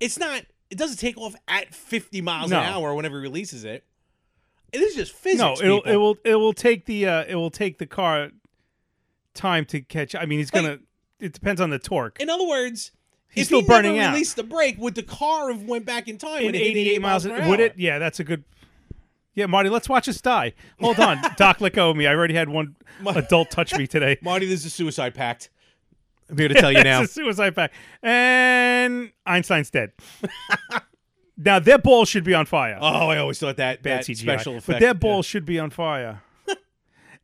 Speaker 1: it's not. It doesn't take off at 50 miles
Speaker 2: No.
Speaker 1: an hour whenever he releases it. It is just physics.
Speaker 2: no, it'll,
Speaker 1: people.
Speaker 2: it will. It will take the. Uh, it will take the car time to catch. I mean, he's
Speaker 1: Like-
Speaker 2: gonna. it depends on the torque.
Speaker 1: In other words,
Speaker 2: He's
Speaker 1: if
Speaker 2: still
Speaker 1: he
Speaker 2: burning
Speaker 1: never
Speaker 2: out.
Speaker 1: released the brake, would the car have went back in time
Speaker 2: in
Speaker 1: when it hit
Speaker 2: 88 miles
Speaker 1: an
Speaker 2: an
Speaker 1: hour?
Speaker 2: Would it? Yeah, that's a good. Yeah, Marty, let's watch us die. Hold on, Doc, let go of me. I already had one adult touch me today.
Speaker 1: Marty, this is a suicide pact. I'm here to tell you now.
Speaker 2: It's a suicide pact, and Einstein's dead. now their balls should be on fire.
Speaker 1: Oh, I always thought that
Speaker 2: Bad
Speaker 1: that
Speaker 2: CGI.
Speaker 1: special effect.
Speaker 2: but their balls should be on fire.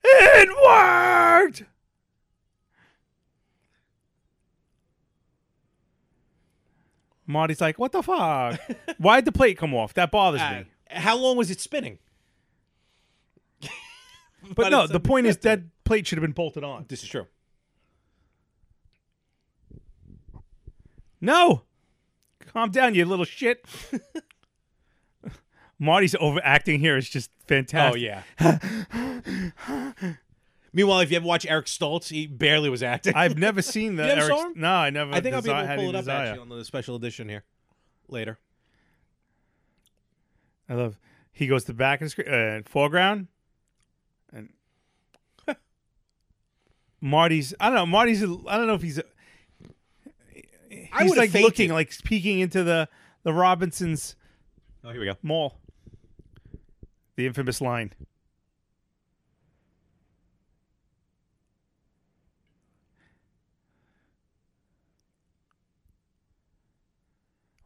Speaker 2: it worked. Marty's like, what the fuck? Why'd the plate come off? That bothers
Speaker 1: Yeah.
Speaker 2: me.
Speaker 1: Uh, how long was it spinning?
Speaker 2: But,
Speaker 1: But
Speaker 2: no,
Speaker 1: it's
Speaker 2: the point is that
Speaker 1: subjective.
Speaker 2: plate should have been bolted on.
Speaker 1: This is true.
Speaker 2: No, calm down, you little shit. Marty's overacting here is just
Speaker 1: Oh
Speaker 2: fantastic.
Speaker 1: yeah. Meanwhile, if you ever watch Eric Stoltz, he barely was acting. I,
Speaker 2: I've never seen that.
Speaker 1: You never
Speaker 2: Eric's-
Speaker 1: saw him?
Speaker 2: No, I never.
Speaker 1: think I'll be
Speaker 2: desi-
Speaker 1: able to
Speaker 2: had
Speaker 1: pull
Speaker 2: any
Speaker 1: it up
Speaker 2: desire.
Speaker 1: actually on the special edition here later.
Speaker 2: I love. He goes to back of the screen, uh, foreground, and Marty's. I don't know. Marty's. I don't know if he's. He's
Speaker 1: I would've
Speaker 2: like
Speaker 1: fainted.
Speaker 2: looking, like peeking into the the Robinsons
Speaker 1: Oh, here we go.
Speaker 2: mall. The infamous line.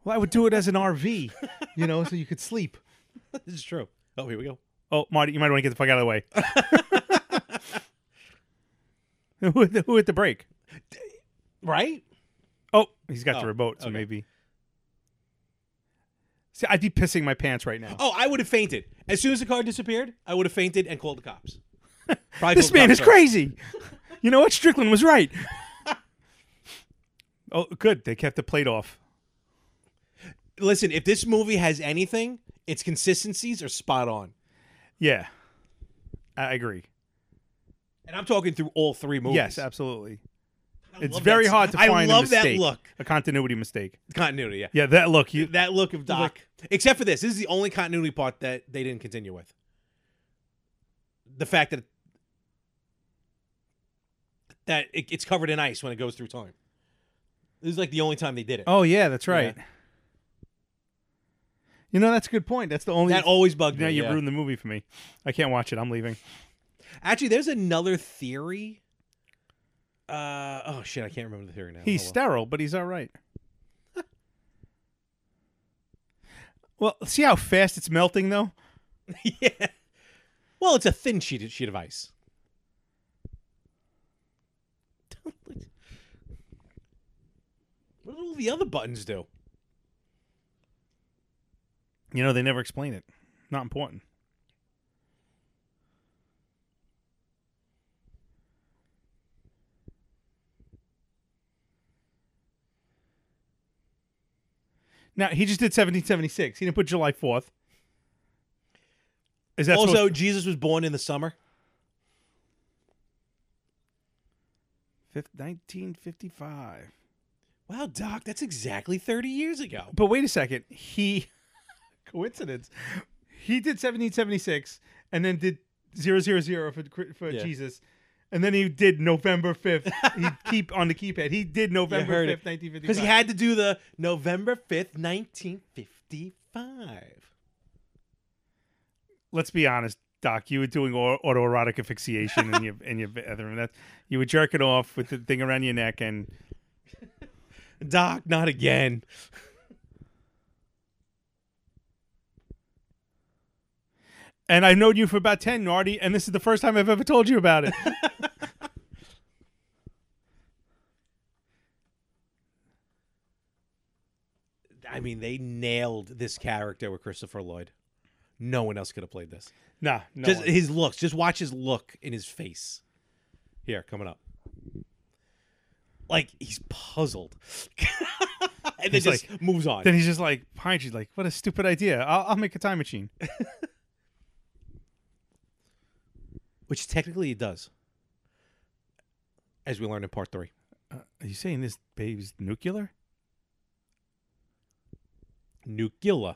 Speaker 2: Well, I would do it as an RV.
Speaker 3: you know, so you could sleep.
Speaker 1: This is true. Oh, here we go.
Speaker 2: Oh, Marty, you might want to get the fuck out of the way. who, hit the, who hit the brake?
Speaker 1: Right?
Speaker 2: Oh, he's got
Speaker 1: Oh,
Speaker 2: the remote, so
Speaker 1: okay.
Speaker 2: maybe. See, I'd be pissing my pants right now.
Speaker 1: Oh, I would have fainted as soon as the car disappeared. I would have fainted and called the cops. Probably
Speaker 2: this
Speaker 1: called the
Speaker 2: man
Speaker 1: cops
Speaker 2: is
Speaker 1: first.
Speaker 2: crazy. you know what? Strickland was right. oh, good. They kept the plate off.
Speaker 1: Listen, if this movie has anything, its consistencies are spot on,
Speaker 2: Yeah, I agree.
Speaker 1: and I'm talking through all three movies.
Speaker 2: Yes, absolutely.
Speaker 1: I
Speaker 2: It's
Speaker 1: love
Speaker 2: very
Speaker 1: that-
Speaker 2: hard to
Speaker 1: I
Speaker 2: find. a
Speaker 1: love that
Speaker 2: mistake,
Speaker 1: look.
Speaker 2: a continuity mistake.
Speaker 1: Continuity, yeah.
Speaker 2: Yeah, that look. You
Speaker 1: That look of Doc, except for this, this is the only continuity part that they didn't continue with. The fact that that it, it's covered in ice when it goes through time. This is like the only time they did it.
Speaker 2: Oh yeah, that's
Speaker 1: right.
Speaker 2: right. You know that's a good point. That's the only.
Speaker 1: that always bugged
Speaker 2: now
Speaker 1: me.
Speaker 2: you
Speaker 1: yeah. Oh,
Speaker 2: ruined the movie for me. I can't watch it. I'm leaving.
Speaker 1: Actually, there's another theory. Uh oh shit, I can't remember the theory now.
Speaker 2: He's
Speaker 1: oh, well.
Speaker 2: sterile, but he's all right. well, see how fast it's melting though.
Speaker 1: yeah. Well, it's a thin sheet sheet of ice. what do all the other buttons do?
Speaker 2: You know they never explain it. Not important. Now he just did 1776. He didn't put July 4th. Is that
Speaker 1: also,
Speaker 2: supposed-
Speaker 1: Jesus was born in the summer.
Speaker 2: Fif- 1955?
Speaker 1: Wow, Doc, that's exactly 30 years ago.
Speaker 2: But wait a second. He coincidence. He did 1776 and then did 000 for cri- for
Speaker 1: Yeah.
Speaker 2: Jesus. And then he did November 5th. he keep on the keypad. He did November
Speaker 1: heard it.
Speaker 2: 5th, 1955.
Speaker 1: Because he had to do the November 5th, 1955.
Speaker 2: Let's be honest, Doc, you were doing au- autoerotic asphyxiation in your in your bathroom. That you were jerking off with the thing around your neck and
Speaker 1: Doc, not again.
Speaker 2: and I've known you for about 10, Nardi, and this is the first time I've ever told you about it.
Speaker 1: I mean, they nailed this character with Christopher Lloyd. No one else could have played this.
Speaker 2: nah, no.
Speaker 1: just
Speaker 2: one.
Speaker 1: his looks. Just watch his look in his face. Here, coming up. Like he's puzzled. and then
Speaker 2: It's
Speaker 1: just moves on.
Speaker 2: Then he's just like, Pine Tree's like, what a stupid idea. I'll, I'll make a time machine.
Speaker 1: Which technically it does, as we learned in part three.
Speaker 2: Are you saying this baby's nuclear?
Speaker 1: Nucula.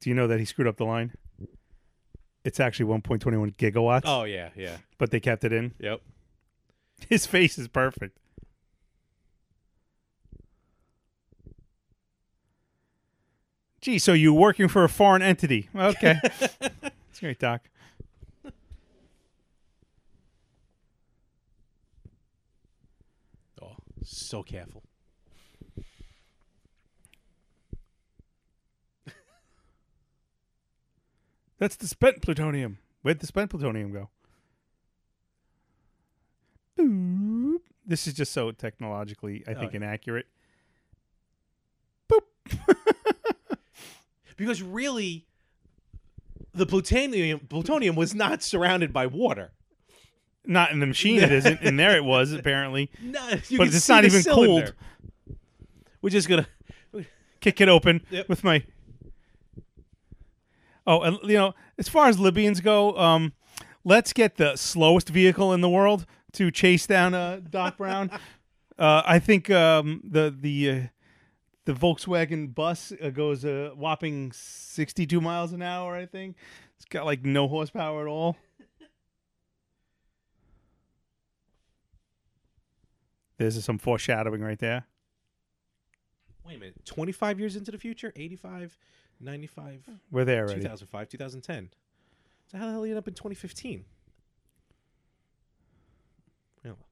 Speaker 2: Do you know that he screwed up the line? It's actually 1.21 gigawatts,
Speaker 1: Oh yeah, yeah,
Speaker 2: but they kept it in.
Speaker 1: yep.
Speaker 2: His face is perfect. Gee, so you're working for a foreign entity. Okay. That's great, Doc.
Speaker 1: Oh, so careful.
Speaker 2: That's the spent plutonium. Where'd the spent plutonium go? Boop. This is just so technologically, I
Speaker 1: Oh,
Speaker 2: think,
Speaker 1: yeah.
Speaker 2: inaccurate.
Speaker 1: Because really, the plutonium plutonium was not surrounded by water.
Speaker 2: Not in the machine, it isn't. In there, it was apparently,
Speaker 1: No, you
Speaker 2: but
Speaker 1: can
Speaker 2: it's
Speaker 1: see
Speaker 2: not
Speaker 1: the
Speaker 2: even
Speaker 1: cylinder.
Speaker 2: cooled.
Speaker 1: We're just gonna.
Speaker 2: Kick it open
Speaker 1: Yep.
Speaker 2: with my. Oh, and you know, as far as Libyans go, um, let's get the slowest vehicle in the world to chase down uh, Doc Brown. uh, I think um, the the uh, the Volkswagen bus uh, goes a whopping 62 miles an hour, I think. It's got like no horsepower at all. There's some foreshadowing right there.
Speaker 1: Wait a minute. Twenty five years into the future, 85, 95,
Speaker 2: We're there already.
Speaker 1: 2005, 2010. So how the hell you end up in twenty fifteen? Yeah.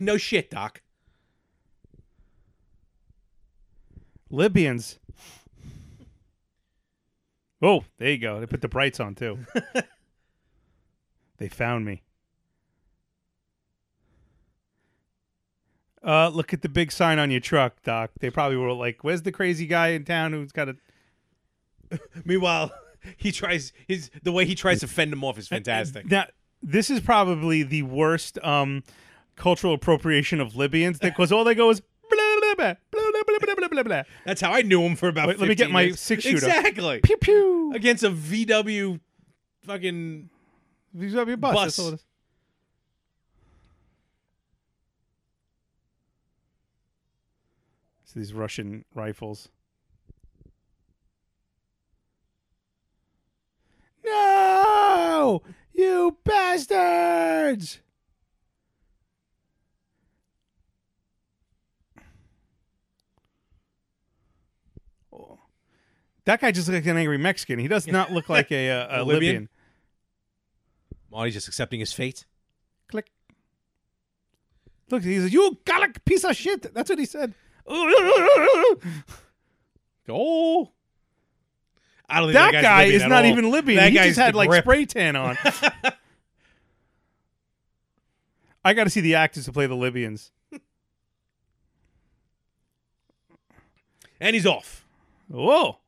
Speaker 1: no shit, Doc.
Speaker 2: Libyans. Oh, there you go. They put the brights on too. they found me. Uh, look at the big sign on your truck, Doc. They probably were like, "Where's the crazy guy in town who's got a?"
Speaker 1: Meanwhile, he tries his the way he tries to fend him off is fantastic.
Speaker 2: Now, this is probably the worst um, cultural appropriation of Libyans because all they go is blah blah blah blah blah blah blah blah blah.
Speaker 1: That's how I knew him for about.
Speaker 2: Wait, let me get
Speaker 1: 15
Speaker 2: my
Speaker 1: years.
Speaker 2: six-shooter.
Speaker 1: Exactly
Speaker 2: Pew pew.
Speaker 1: against a VW fucking
Speaker 2: These are your bus.
Speaker 1: Bus.
Speaker 2: That's all it is. So these Russian rifles. No! You bastards! Oh. That guy just looks like an angry Mexican. He does not look like a, uh, a
Speaker 1: A Libyan?
Speaker 2: Libyan.
Speaker 1: Marty's just accepting his fate.
Speaker 2: Click. Look, he says, "You Gallic piece of shit." That's what he said. that
Speaker 1: Oh, I don't think that, guy's
Speaker 2: guy
Speaker 1: Libyan
Speaker 2: is
Speaker 1: at
Speaker 2: not
Speaker 1: all.
Speaker 2: even Libyan.
Speaker 1: That
Speaker 2: he
Speaker 1: guy's
Speaker 2: just had
Speaker 1: the
Speaker 2: like
Speaker 1: grip.
Speaker 2: spray tan on. I got to see the actors who play the Libyans.
Speaker 1: and he's off. Oh.
Speaker 2: Whoa.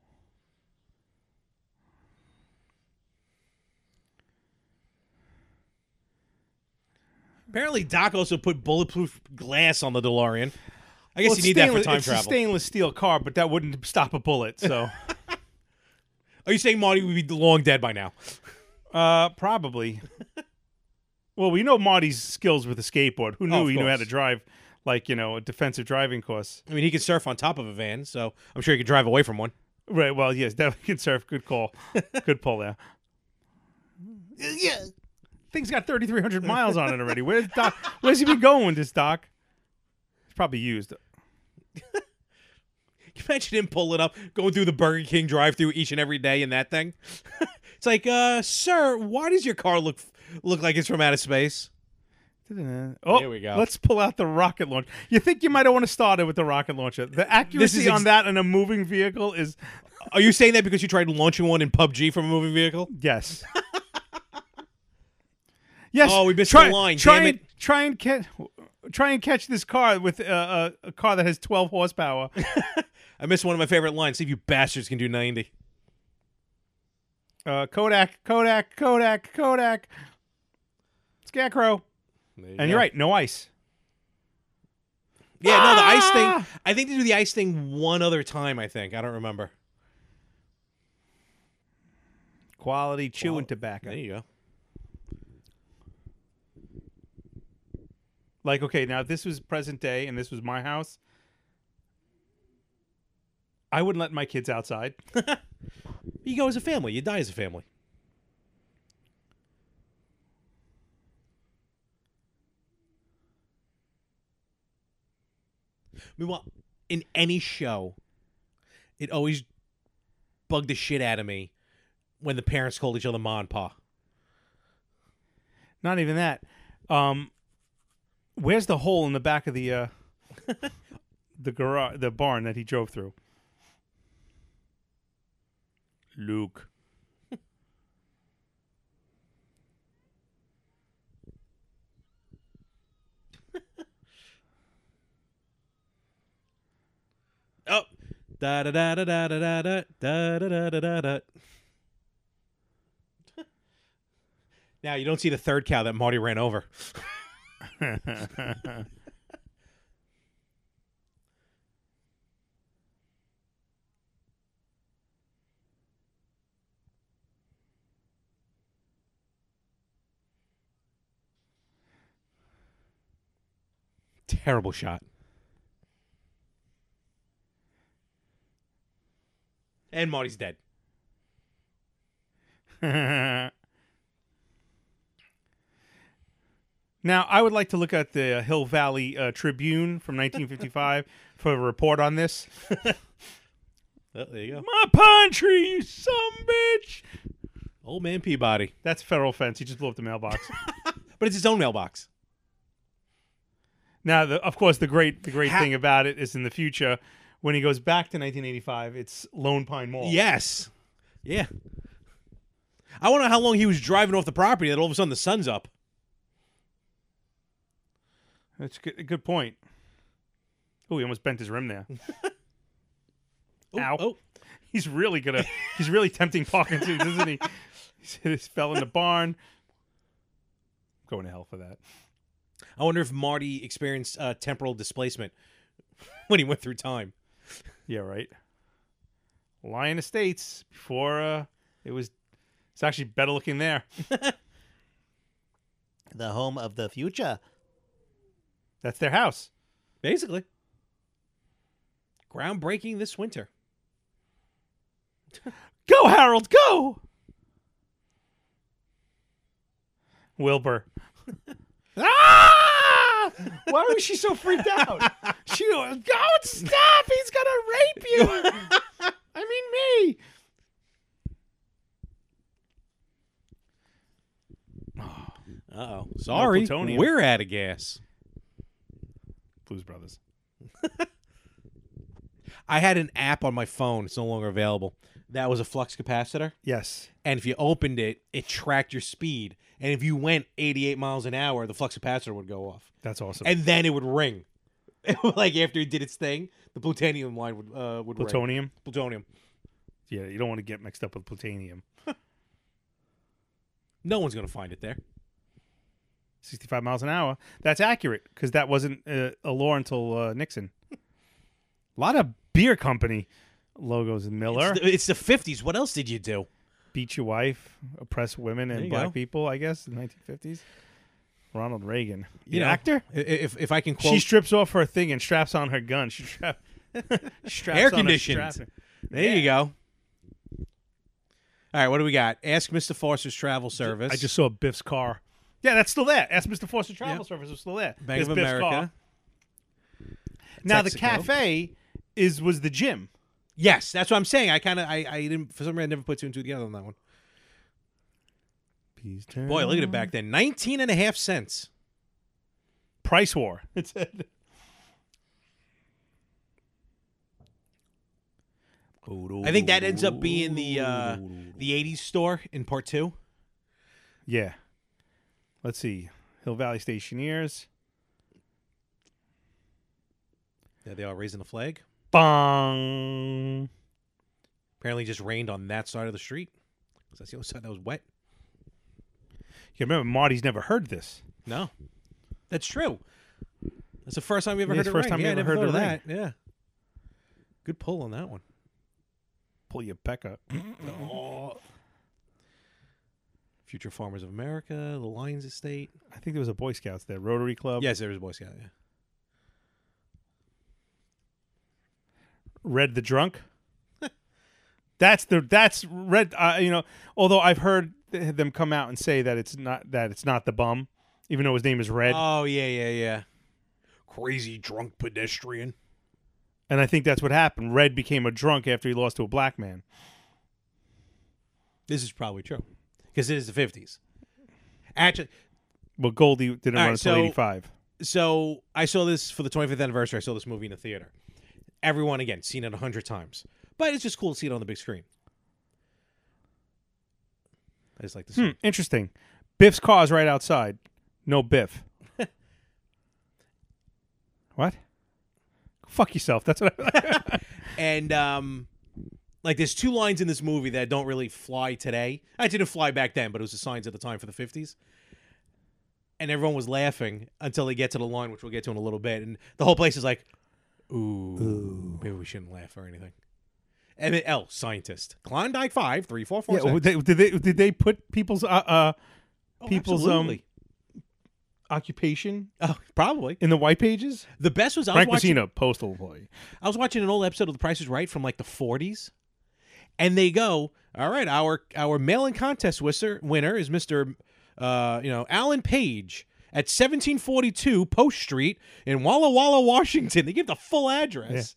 Speaker 1: Apparently, Doc also put bulletproof glass on the DeLorean. I guess
Speaker 2: Well,
Speaker 1: you
Speaker 2: it's
Speaker 1: need that for
Speaker 2: stainless-
Speaker 1: time
Speaker 2: it's
Speaker 1: travel.
Speaker 2: a stainless steel car, but that wouldn't stop a bullet. So,
Speaker 1: Are you saying Marty would be long dead by now?
Speaker 2: uh, probably. Well, we know Marty's skills with a skateboard. Who knew
Speaker 1: Oh, of
Speaker 2: he knew how
Speaker 1: course.
Speaker 2: to drive, like you know, a defensive driving course.
Speaker 1: I mean, he could surf on top of a van, so I'm sure he could drive away from one.
Speaker 2: Right. Well, yes, definitely can surf. Good call. Good pull there.
Speaker 3: Yeah.
Speaker 2: Thing's got 3,300 miles on it already. Where's Doc? Where's he been going with this Doc? It's probably used.
Speaker 1: Can you imagine him pulling up, going through the Burger King drive-through each and every day in that thing? it's like, uh, sir, why does your car look look like it's from outer space?
Speaker 2: Oh,
Speaker 1: There we go.
Speaker 2: Let's pull out the rocket launcher. You think you might want to start it with the rocket launcher? The accuracy
Speaker 1: ex-
Speaker 2: on that and a moving vehicle is
Speaker 1: Are you saying that because you tried launching one in PUBG from a moving vehicle?
Speaker 2: Yes. yes.
Speaker 1: Oh, we missed
Speaker 2: try,
Speaker 1: the line,
Speaker 2: Try
Speaker 1: damn
Speaker 2: and, Try and catch. Try and catch this car with uh, a, a car that has 12 horsepower.
Speaker 1: I missed one of my favorite lines. See if you bastards can do 90.
Speaker 2: Uh, Kodak, Kodak, Kodak, Kodak. Scarecrow.
Speaker 1: There
Speaker 2: And you're right, no ice.
Speaker 1: Yeah, no, the ice
Speaker 2: Ah!
Speaker 1: thing. I think they do the ice thing one other time, I think. I don't remember.
Speaker 2: Quality chewing
Speaker 1: Well,
Speaker 2: tobacco.
Speaker 1: There you go.
Speaker 2: Like, okay, now if this was present day and this was my house, I wouldn't let my kids outside.
Speaker 1: You go as a family. You die as a family. Meanwhile, in any show, it always bugged the shit out of me when the parents called each other ma and pa.
Speaker 2: Not even that. Um, where's the hole in the back of the uh, the garage, the barn that he drove through? Luke.
Speaker 1: Oh, da da da da da da da da da da da da da da. Now you don't see the third cow that Marty ran over. Terrible shot. And Marty's dead.
Speaker 2: now I would like to look at the Hill Valley uh, Tribune from 1955 for a report on this.
Speaker 1: Oh, there you go.
Speaker 2: My pine tree, you son of a bitch!
Speaker 1: Old man Peabody.
Speaker 2: That's federal offense. He just blew up the mailbox.
Speaker 1: But it's his own mailbox.
Speaker 2: now, the, of course, the great the great
Speaker 1: Ha-
Speaker 2: thing about it is in the future when he goes back to 1985, it's Lone Pine Mall.
Speaker 1: Yes. Yeah. I wonder how long he was driving off the property that all of a sudden the sun's up.
Speaker 2: that's a good, a good point. Oh, he almost bent his rim there.
Speaker 1: Oh,
Speaker 2: Ow.
Speaker 1: Oh.
Speaker 2: He's really gonna. He's really tempting Parkinson's, isn't he? He just fell in the barn. going to hell for that.
Speaker 1: I wonder if Marty experienced uh, temporal displacement when he went through time.
Speaker 2: Yeah, right. Lion Estates before uh, it was. It's actually better looking there.
Speaker 3: The home of the future.
Speaker 2: That's their house.
Speaker 1: Basically. Groundbreaking this winter.
Speaker 2: Go, Harold, go. Wilbur. ah! Why was she so freaked out? She was, don't stop. He's gonna rape you. I mean me.
Speaker 1: Uh oh. Sorry.
Speaker 2: plutonium.
Speaker 1: we're out of gas.
Speaker 2: Blues Brothers.
Speaker 1: I had an app on my phone. It's no longer available. That was a flux capacitor.
Speaker 2: Yes.
Speaker 1: and if you opened it, it tracked your speed. And if you went 88 miles an hour, the flux capacitor would go off,
Speaker 2: That's awesome.
Speaker 1: and then it would ring. like after it did its thing, the plutonium line would uh, would ring.
Speaker 2: plutonium.
Speaker 1: Plutonium.
Speaker 2: Yeah, you don't want to get mixed up with plutonium.
Speaker 1: No one's gonna find it there.
Speaker 2: 65 miles an hour. That's accurate because that wasn't uh, a law until uh, Nixon. A lot of beer company logos in Miller.
Speaker 1: It's the, it's the 50s. What else did you do?
Speaker 2: Beat your wife, oppress women
Speaker 1: There
Speaker 2: and
Speaker 1: you
Speaker 2: black
Speaker 1: go.
Speaker 2: people, I guess, in the 1950s. Ronald Reagan. The
Speaker 1: You know,
Speaker 2: actor?
Speaker 1: i- If if I can quote,
Speaker 2: she strips off her thing and straps on her gun. She strap, straps
Speaker 1: Air
Speaker 2: on her
Speaker 1: conditioned.
Speaker 2: strap.
Speaker 1: there you go. All right, what do we got? Ask Mr. Forster's travel service.
Speaker 2: I just saw Biff's car. Yeah, that's still there. Ask Mr. Forster Travel
Speaker 1: Yep.
Speaker 2: Service. It's still there.
Speaker 1: Bank
Speaker 2: There's
Speaker 1: of
Speaker 2: Biff's car.
Speaker 1: America.
Speaker 2: Now
Speaker 1: Texaco.
Speaker 2: the cafe is was the gym.
Speaker 1: Yes, that's what I'm saying. I kind of I, I didn't for some reason I never put two and two together on that one. Boy, look at it back then. 19 and a half cents.
Speaker 2: Price war. It said.
Speaker 1: I think that ends up being the uh, the '80s store in part two.
Speaker 2: Yeah. Let's see. Hill Valley Stationers.
Speaker 1: There they are raising the flag.
Speaker 2: Bong.
Speaker 1: Apparently, just rained on that side of the street. 'Cause That's the only side that was wet.
Speaker 2: You remember Marty's never heard this.
Speaker 1: No, that's true. That's the first time we ever
Speaker 2: Yeah,
Speaker 1: heard
Speaker 2: it's
Speaker 1: it.
Speaker 2: the first
Speaker 1: ring.
Speaker 2: time we
Speaker 1: yeah,
Speaker 2: ever
Speaker 1: I never
Speaker 2: heard it
Speaker 1: thought of that. Yeah, good pull on that one.
Speaker 2: Pull your back up.
Speaker 1: Future Farmers of America, the Lions Estate.
Speaker 2: I think there was a Boy Scouts there, Rotary Club,
Speaker 1: Yes, there was a Boy Scout. Yeah.
Speaker 2: Red the Drunk. that's the that's Red. Uh, you know, although I've heard th- them come out and say that it's not that it's not the bum, even though his name is Red,
Speaker 1: Oh yeah, yeah, yeah. Crazy drunk pedestrian.
Speaker 2: and I think that's what happened. Red became a drunk after he lost to a black man.
Speaker 1: This is probably true because it is the fifties. Actually,
Speaker 2: But Goldie didn't
Speaker 1: All
Speaker 2: run
Speaker 1: right,
Speaker 2: until
Speaker 1: so-
Speaker 2: eighty five.
Speaker 1: so I saw this for the 25th anniversary. I saw this movie in the theater. Everyone again seen it a hundred times, but it's just cool to see it on the big screen. I just like this.
Speaker 2: Hmm, interesting. Biff's car is right outside. No Biff. what? Fuck yourself. That's what I
Speaker 1: And um, like, there's two lines in this movie that don't really fly today. I didn't fly back then, but it was the signs at the time for the 50s. And everyone was laughing until they get to the line, which we'll get to in a little bit. And the whole place is like, ooh, maybe we shouldn't laugh or anything. Emmett L, scientist. Klondike 5, 3446.
Speaker 2: Yeah, they, did they did they put people's uh, uh
Speaker 1: Oh,
Speaker 2: people's
Speaker 1: absolutely.
Speaker 2: occupation
Speaker 1: Oh, probably.
Speaker 2: in the white pages?
Speaker 1: The best was I was
Speaker 2: Frank
Speaker 1: watching
Speaker 2: Messina, postal employee.
Speaker 1: I was watching an old episode of The Price is Right from like the 40s, and they go, "All right, our our mail-in contest whistler, winner is Mister, uh, you know, Alan Page at 1742 Post Street in Walla Walla, Washington." They give the full address.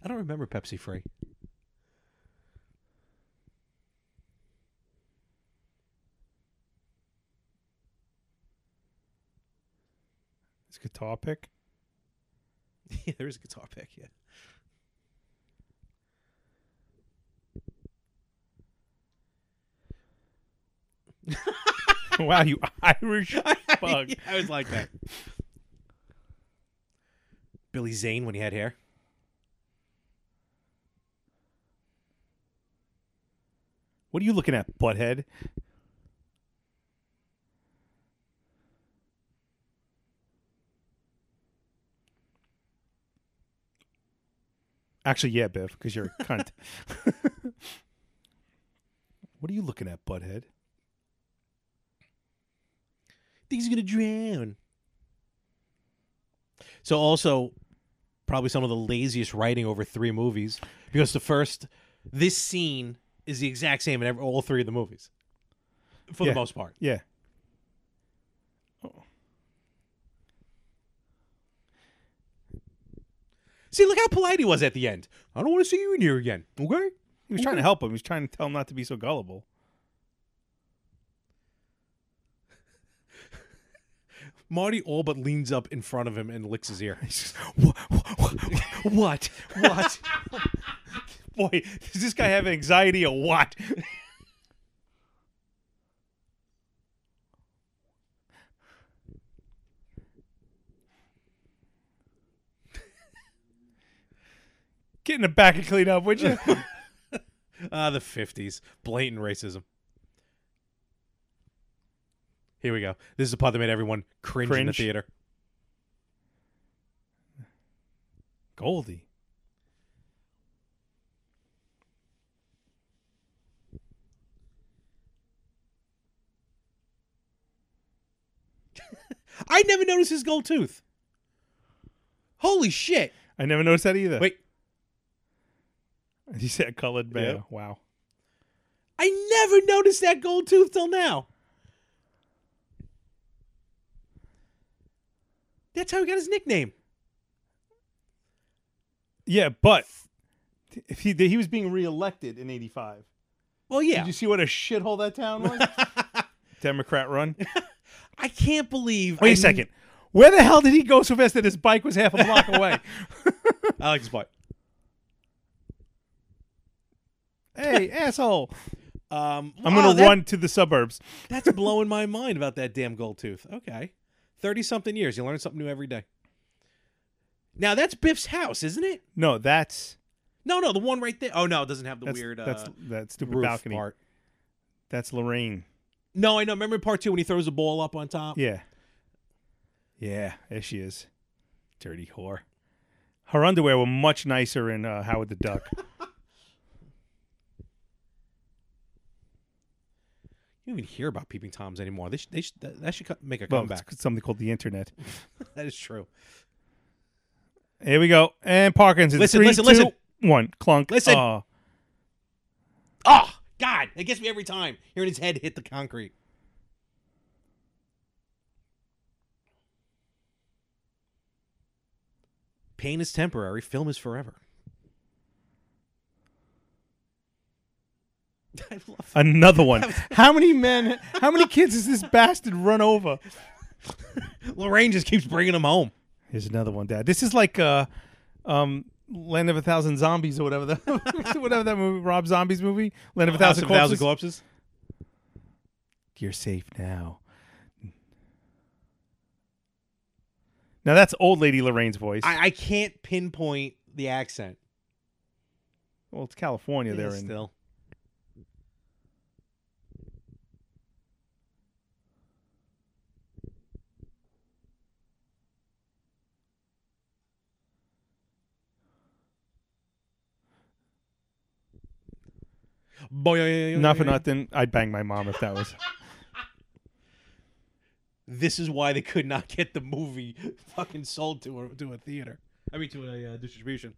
Speaker 1: I don't remember Pepsi Free.
Speaker 2: His guitar pick.
Speaker 1: yeah, there is a guitar pick. Yeah.
Speaker 2: wow, you Irish fuck.
Speaker 1: I was like that. Billy Zane when he had hair.
Speaker 2: What are you looking at, butthead? Actually, yeah, Biff, because you're a cunt. what are you looking at, butthead?
Speaker 1: think he's gonna drown. So also, probably some of the laziest writing over three movies because the first, this scene is the exact same in every, all three of the movies, for
Speaker 2: Yeah.
Speaker 1: the most part.
Speaker 2: Yeah.
Speaker 1: See, look how polite he was at the end. I don't want to see you in here again. Okay.
Speaker 2: He was trying to help him. He was trying to tell him not to be so gullible.
Speaker 1: Marty all but leans up in front of him and licks his ear. what? What? What?
Speaker 2: Boy, does this guy have anxiety or what? Get in the back and clean up, would you?
Speaker 1: Ah, the fifties, blatant racism. Here we go. This is the part that made everyone cringe, in the
Speaker 2: Cringe.
Speaker 1: theater.
Speaker 2: Goldie.
Speaker 1: I never noticed his gold tooth. Holy shit!
Speaker 2: I never noticed that either.
Speaker 1: Wait,
Speaker 2: He said colored man.
Speaker 1: Yeah.
Speaker 2: Wow.
Speaker 1: I never noticed that gold tooth till now. That's how he got his nickname.
Speaker 2: Yeah, but if he he was being reelected in 85.
Speaker 1: Well, yeah.
Speaker 2: Did you see what a shithole that town was? Democrat run.
Speaker 1: I can't believe.
Speaker 2: Wait
Speaker 1: I
Speaker 2: a second. Where the hell did he go so fast that his bike was half a block away?
Speaker 1: I like this part.
Speaker 2: hey, asshole.
Speaker 1: Um,
Speaker 2: I'm
Speaker 1: wow,
Speaker 2: going to
Speaker 1: that-
Speaker 2: run to the suburbs.
Speaker 1: That's blowing my mind about that damn gold tooth. Okay. 30 something years. You learn something new every day. Now that's Biff's house, isn't it?
Speaker 2: No, that's
Speaker 1: No, no, the one right there. Oh no, it doesn't have the
Speaker 2: that's
Speaker 1: weird uh,
Speaker 2: that's that stupid
Speaker 1: roof
Speaker 2: balcony.
Speaker 1: part.
Speaker 2: That's Lorraine.
Speaker 1: No, I know. Remember in part two when he throws a ball up on top?
Speaker 2: Yeah. Yeah, there she is. Dirty whore. Her underwear were much nicer in uh, Howard the Duck.
Speaker 1: You don't even hear about peeping toms anymore. They should, they should, that, that should cut- make a
Speaker 2: well,
Speaker 1: comeback.
Speaker 2: it's something called the internet.
Speaker 1: that is true.
Speaker 2: Here we go. And Parkinson's.
Speaker 1: Listen,
Speaker 2: Three,
Speaker 1: listen,
Speaker 2: two,
Speaker 1: listen.
Speaker 2: One. Clunk. Ah,
Speaker 1: Listen.
Speaker 2: Aw.
Speaker 1: Oh God, it gets me every time hearing his head hit the concrete. Pain is temporary. Film is forever. I love
Speaker 2: Another one. how many men, how many kids has this bastard run over?
Speaker 1: Lorraine just keeps bringing him home.
Speaker 2: Here's another one, Dad. This is like uh, um, Land of a Thousand Zombies or whatever that, whatever that movie, Rob Zombie's movie, Land of a Thousand,
Speaker 1: House of
Speaker 2: Corpses.
Speaker 1: corpses.
Speaker 2: You're safe now. Now that's old lady Lorraine's voice.
Speaker 1: I, I can't pinpoint the accent.
Speaker 2: well, it's California. They're
Speaker 1: Yeah,
Speaker 2: in.
Speaker 1: still. Boy,
Speaker 2: Not for nothing. I'd bang my mom if that was.
Speaker 1: This is why they could not get the movie fucking sold to a, to a theater. I mean, to a uh, distribution.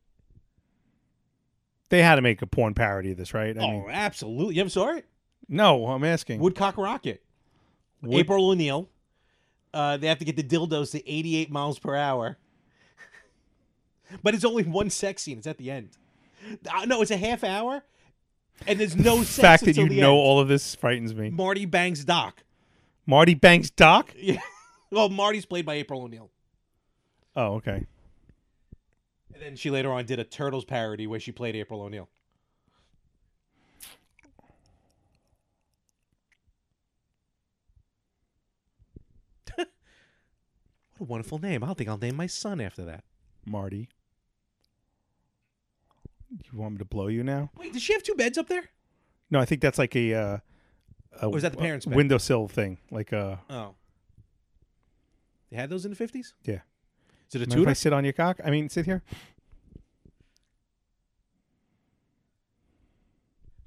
Speaker 2: They had to make a porn parody of this, right? I mean,
Speaker 1: oh, absolutely. You ever saw it?
Speaker 2: no, I'm asking.
Speaker 1: Woodcock Rocket.
Speaker 2: Wood-
Speaker 1: April O'Neil. Uh, they have to get the dildos to 88 miles per hour. but it's only one sex scene. It's at the end. Uh, no, it's a half hour, and there's no
Speaker 2: the
Speaker 1: sex
Speaker 2: fact that
Speaker 1: until
Speaker 2: you
Speaker 1: the
Speaker 2: know
Speaker 1: end.
Speaker 2: all of this frightens me.
Speaker 1: Marty bangs Doc.
Speaker 2: Marty Banks Doc?
Speaker 1: Yeah. well, Marty's played by April O'Neil.
Speaker 2: Oh, okay.
Speaker 1: And then she later on did a Turtles parody where she played April O'Neil. what a wonderful name. I don't think I'll name my son after that.
Speaker 2: Marty. You want me to blow you now?
Speaker 1: Wait, does she have two beds up there?
Speaker 2: No, I think that's like a. Uh, a
Speaker 1: Or is that the parents'
Speaker 2: a
Speaker 1: bed?
Speaker 2: windowsill thing? Like, uh,
Speaker 1: Oh. They had those in the 50s?
Speaker 2: yeah.
Speaker 1: Is it a
Speaker 2: Mind if I
Speaker 1: Tudor?
Speaker 2: sit on your cock? I mean, sit here.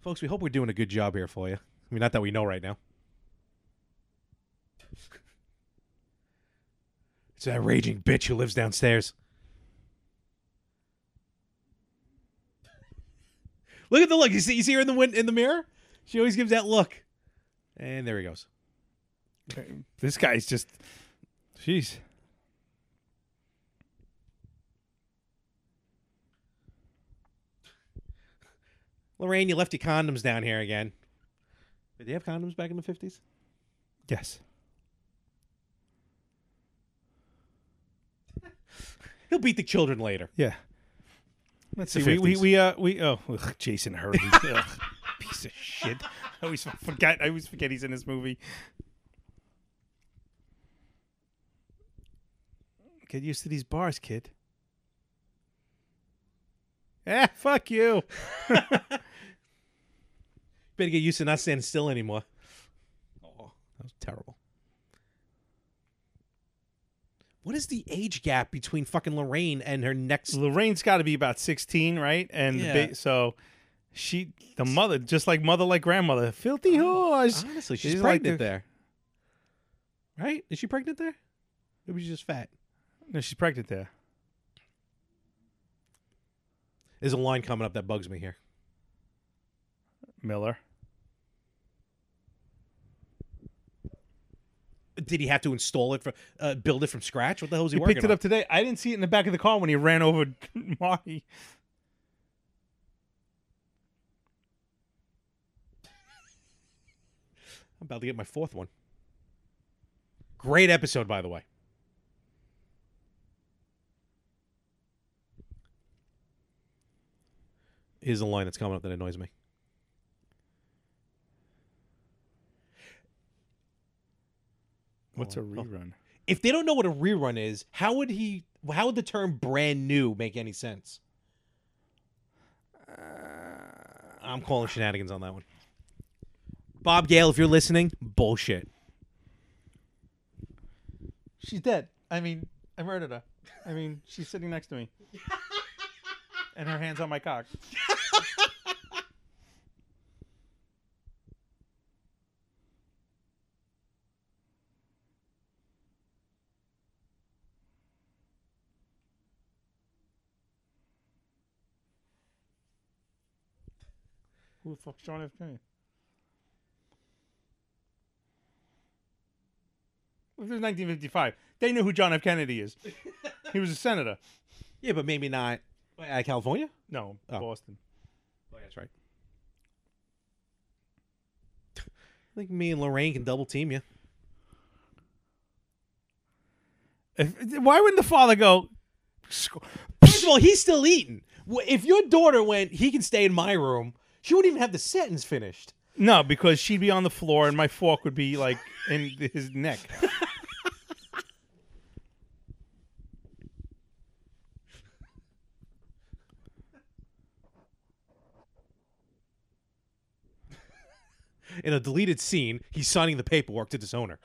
Speaker 1: Folks, we hope we're doing a good job here for you. I mean, not that we know right now. It's that raging bitch who lives downstairs. Look at the look. You see, you see her in the win- in the mirror. She always gives that look. And there he goes.
Speaker 2: This guy's just, jeez.
Speaker 1: Lorraine, you left your condoms down here again. Did they have condoms back in the fifties?
Speaker 2: Yes.
Speaker 1: He'll beat the children later.
Speaker 2: Yeah. Let's
Speaker 1: The
Speaker 2: see. We, we
Speaker 1: 50s.
Speaker 2: we uh we oh ugh, Jason Hurley, Ugh, piece of shit. I always forget. I always forget he's in this movie. Get used to these bars, kid. Eh, fuck you.
Speaker 1: Better get used to not standing still anymore. Oh, that was terrible. What is the age gap between fucking Lorraine and her next?
Speaker 2: Lorraine's got to be about sixteen, right? And the
Speaker 1: Yeah.
Speaker 2: ba- so she, the mother, just like mother, like grandmother, filthy
Speaker 1: Oh,
Speaker 2: horse.
Speaker 1: Honestly, she's,
Speaker 2: She's like
Speaker 1: pregnant
Speaker 2: the-
Speaker 1: there, right? Is she pregnant there? Maybe she's just fat.
Speaker 2: No, she's pregnant there.
Speaker 1: There's a line coming up that bugs me here.
Speaker 2: Miller.
Speaker 1: Did he have to install it for uh, build it from scratch? What the hell was he,
Speaker 2: He
Speaker 1: working
Speaker 2: picked it
Speaker 1: on?
Speaker 2: up today. I didn't see it in the back of the car when he ran over Marty.
Speaker 1: I'm about to get my fourth one. Great episode, by the way. Here's a line that's coming up that annoys me.
Speaker 2: What's a rerun?
Speaker 1: If they don't know what a rerun is, how would he? How would the term "brand new" make any sense? Uh, I'm calling shenanigans on that one. Bob Gale, if you're listening, bullshit.
Speaker 2: She's dead. I mean, I murdered her. I mean, she's sitting next to me. and her hand's on my cock. Who the fuck's John F. Kennedy? This is 1955. They knew who John F. Kennedy is. he was a senator.
Speaker 1: Yeah, but maybe not Wait, out of California.
Speaker 2: No,
Speaker 1: Oh.
Speaker 2: Boston.
Speaker 1: Oh, yeah, that's right. I think me and Lorraine can double team you.
Speaker 2: If, why wouldn't the father go? "Sc-
Speaker 1: First of all, he's still eating. Wh- If your daughter went, he can stay in my room. She wouldn't even have the sentence finished.
Speaker 2: No, because she'd be on the floor and my fork would be like in his neck.
Speaker 1: In a deleted scene, he's signing the paperwork to disown her.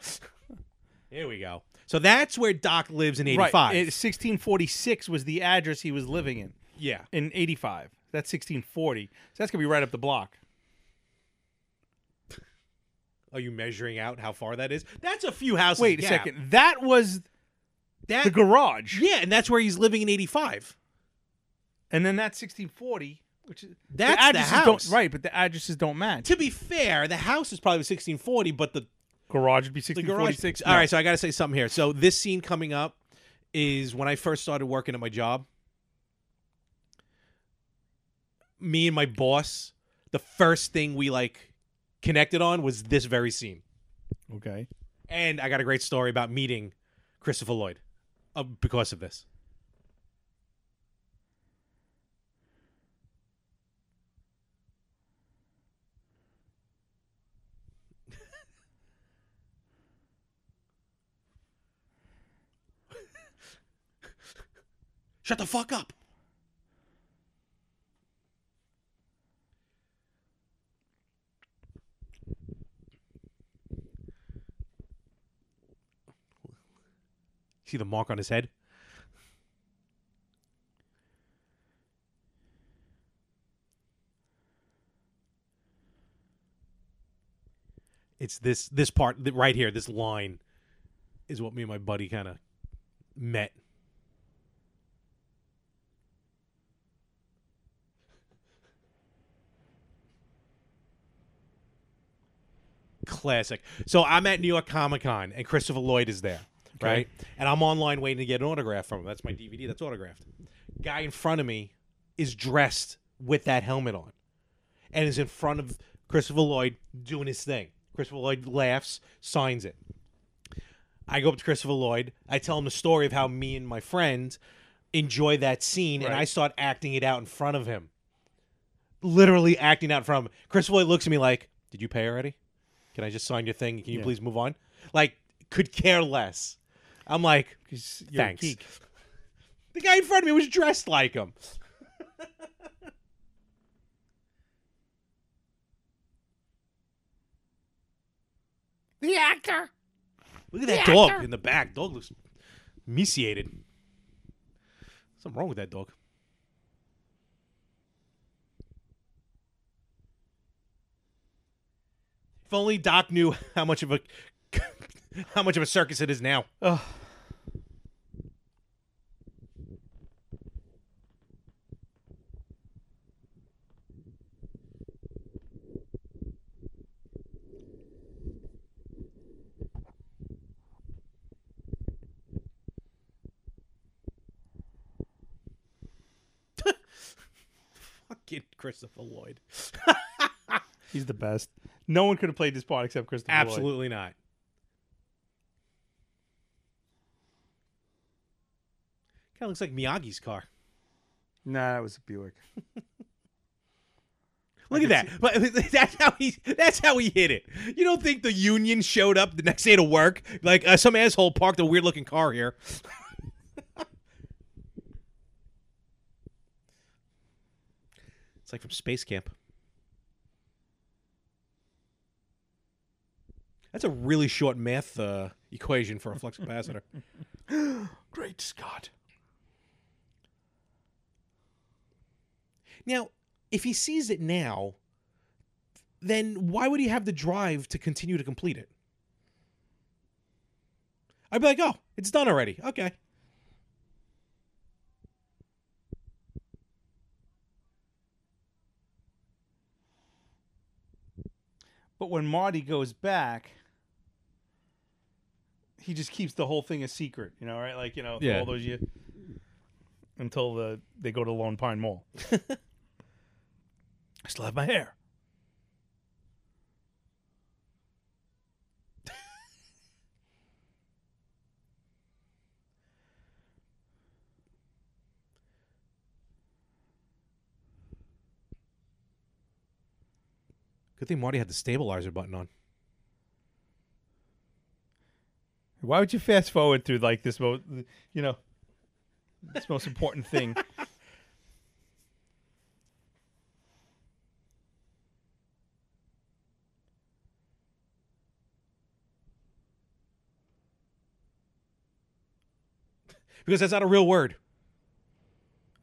Speaker 1: Here we go. So that's where Doc lives in '85.
Speaker 2: It- 1646 was the address he was living in.
Speaker 1: yeah.
Speaker 2: In 85. That's 1640. So that's going to be right up the block.
Speaker 1: Are you measuring out how far that is? That's a few houses.
Speaker 2: Wait a
Speaker 1: gap.
Speaker 2: second. That was
Speaker 1: That,
Speaker 2: the garage.
Speaker 1: yeah, and that's where he's living in '85.
Speaker 2: And then that's 1640, which is
Speaker 1: That's the
Speaker 2: addresses
Speaker 1: house.
Speaker 2: Don't, right, but the addresses don't match.
Speaker 1: To be fair, the house is probably 1640, but the
Speaker 2: Garage would be
Speaker 1: the garage.
Speaker 2: 1646.
Speaker 1: All right, so I got to say something here. So this scene coming up is when I first started working at my job. Me and my boss, the first thing we like connected on was this very scene,
Speaker 2: No. Okay.
Speaker 1: and I got a great story about meeting Christopher Lloyd uh, because of this. Shut the fuck up. See the mark on his head? It's this this part th- right here, this line is what me and my buddy kind of met. Classic. So I'm at New York Comic Con and Christopher Lloyd is there, right? And I'm online waiting to get an autograph from him. That's my DVD, that's autographed. Guy in front of me is dressed with that helmet on and is in front of Christopher Lloyd doing his thing. Christopher Lloyd laughs, signs it. I go up to Christopher Lloyd. I tell him the story of how me and my friend enjoy that scene, and
Speaker 2: Right.
Speaker 1: I start acting it out in front of him. Literally acting out in front of him. Christopher Lloyd looks at me like, "Did you pay already? Can I just sign your thing? Can you
Speaker 2: Yeah.
Speaker 1: please move on?" Like, could care less. I'm like,
Speaker 2: Because you're a
Speaker 1: "Thanks."
Speaker 2: geek.
Speaker 1: The guy in front of me was dressed like him.
Speaker 2: The actor.
Speaker 1: Look at that dog in the back. Dog looks emaciated. Something wrong with that dog. If only Doc knew how much of a how much of a circus it is now.
Speaker 2: Ugh.
Speaker 1: Fucking Christopher Lloyd.
Speaker 2: He's the best. No one could have played this part except Christopher Lloyd.
Speaker 1: Absolutely not. Kind of looks like Miyagi's car.
Speaker 2: Nah, that was a Buick.
Speaker 1: Look at that. But that's how he that's how he hit it. You don't think the union showed up the next day to work like uh, some asshole parked a weird looking car here. it's like from Space Camp. That's a really short math uh, equation for a flux capacitor.
Speaker 2: Great Scott.
Speaker 1: Now, if he sees it now, then why would he have the drive to continue to complete it? I'd be like, oh, it's done already. Okay.
Speaker 2: But when Marty goes back, he just keeps the whole thing a secret, you know, right? Like, you know,
Speaker 1: Yeah.
Speaker 2: all those years until the, they go to Lone Pine Mall. I still have my hair.
Speaker 1: Good thing Marty had the stabilizer button on.
Speaker 2: Why would you fast forward through like this most, you know, this most important thing?
Speaker 1: Because that's not a real word.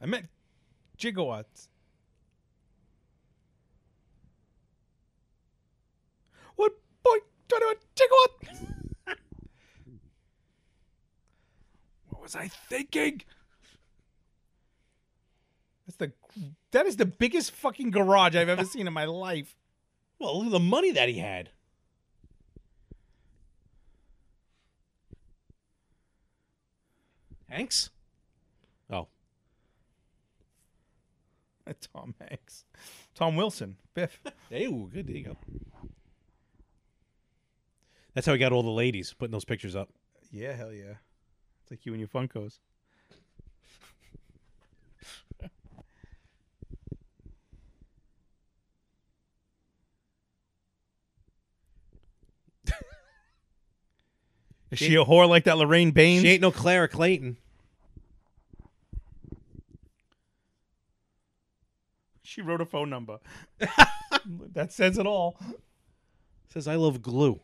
Speaker 2: I meant gigawatts. What point gigawatt? what was I thinking? That's the that is the biggest fucking garage I've ever seen in my life.
Speaker 1: Well, look at the money that he had. Hanks? Oh.
Speaker 2: Tom Hanks, Tom Wilson, Biff.
Speaker 1: Ew, good. There you go. That's how he got all the ladies putting those pictures up.
Speaker 2: yeah, hell yeah. It's like you and your Funkos. Is she a whore like that Lorraine Baines?
Speaker 1: She ain't no Clara Clayton.
Speaker 2: She wrote a phone number. that says it all.
Speaker 1: Says I love glue.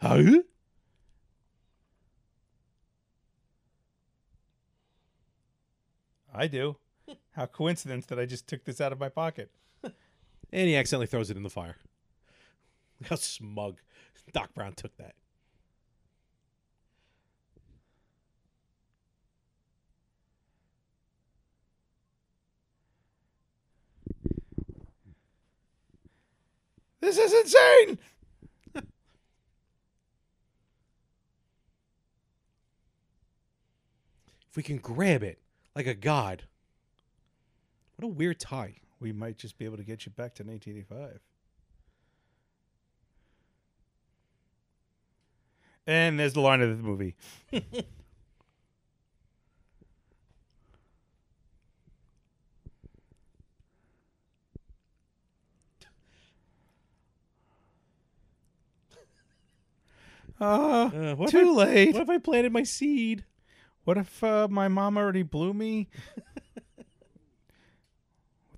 Speaker 1: Huh?
Speaker 2: I do. How coincidence that I just took this out of my pocket.
Speaker 1: And he accidentally throws it in the fire. Look how smug Doc Brown took that.
Speaker 2: This is insane.
Speaker 1: If we can grab it like a god. What a weird tie.
Speaker 2: We might just be able to get you back to 1985. And there's the line of the movie. Uh,
Speaker 1: Uh, what, if I,
Speaker 2: too late.
Speaker 1: what if I planted my seed?
Speaker 2: What if uh, my mom already blew me? what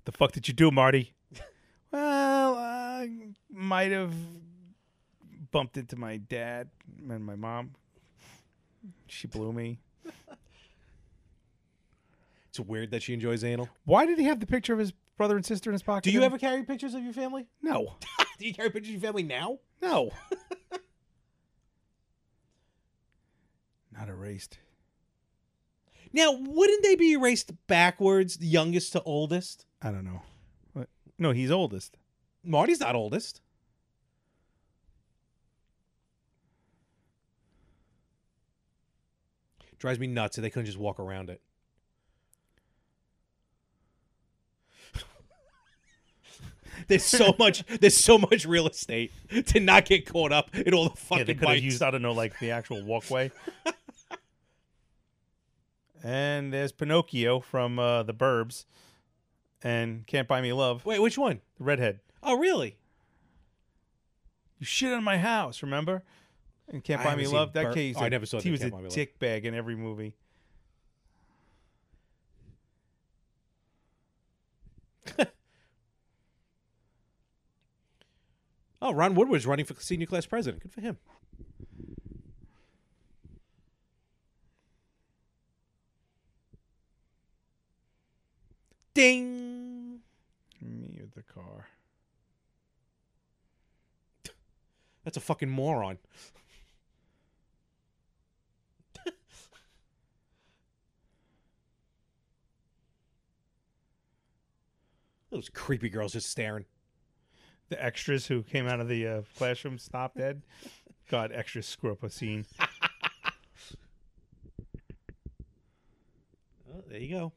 Speaker 2: the fuck did you do, Marty? well, I might have bumped into my dad and my mom. She blew me.
Speaker 1: It's weird that she enjoys anal.
Speaker 2: Why did he have the picture of his brother and sister in his pocket?
Speaker 1: Do you
Speaker 2: then?
Speaker 1: ever carry pictures of your family?
Speaker 2: No.
Speaker 1: Do you carry pictures of your family now?
Speaker 2: No. Not erased.
Speaker 1: Now, wouldn't they be erased backwards, youngest to oldest?
Speaker 2: I don't know. What? No, he's oldest.
Speaker 1: Marty's not oldest. Drives me nuts that they couldn't just walk around it. There's so much. There's so much real estate to not get caught up in all the
Speaker 2: Yeah, they
Speaker 1: fucking
Speaker 2: could have
Speaker 1: bites.
Speaker 2: used, I don't know, like the actual walkway. and there's Pinocchio from uh, The Burbs and Can't Buy Me Love,
Speaker 1: Wait, which one?
Speaker 2: the redhead.
Speaker 1: Oh, really?
Speaker 2: You shit on my house, remember? And Can't
Speaker 1: I
Speaker 2: Buy
Speaker 1: haven't
Speaker 2: Me
Speaker 1: seen
Speaker 2: Love. That
Speaker 1: Bur-
Speaker 2: case,
Speaker 1: oh, I never saw
Speaker 2: He
Speaker 1: the
Speaker 2: was
Speaker 1: Can't
Speaker 2: a
Speaker 1: Buy Me Love.
Speaker 2: dickbag in every movie.
Speaker 1: Oh, Ron Woodward's running for senior class president. Good for him. Ding.
Speaker 2: Me with the car.
Speaker 1: That's a fucking moron. Those creepy girls just staring.
Speaker 2: The extras who came out of the uh, classroom stop dead. God, extras screw up a scene.
Speaker 1: Oh, there you go.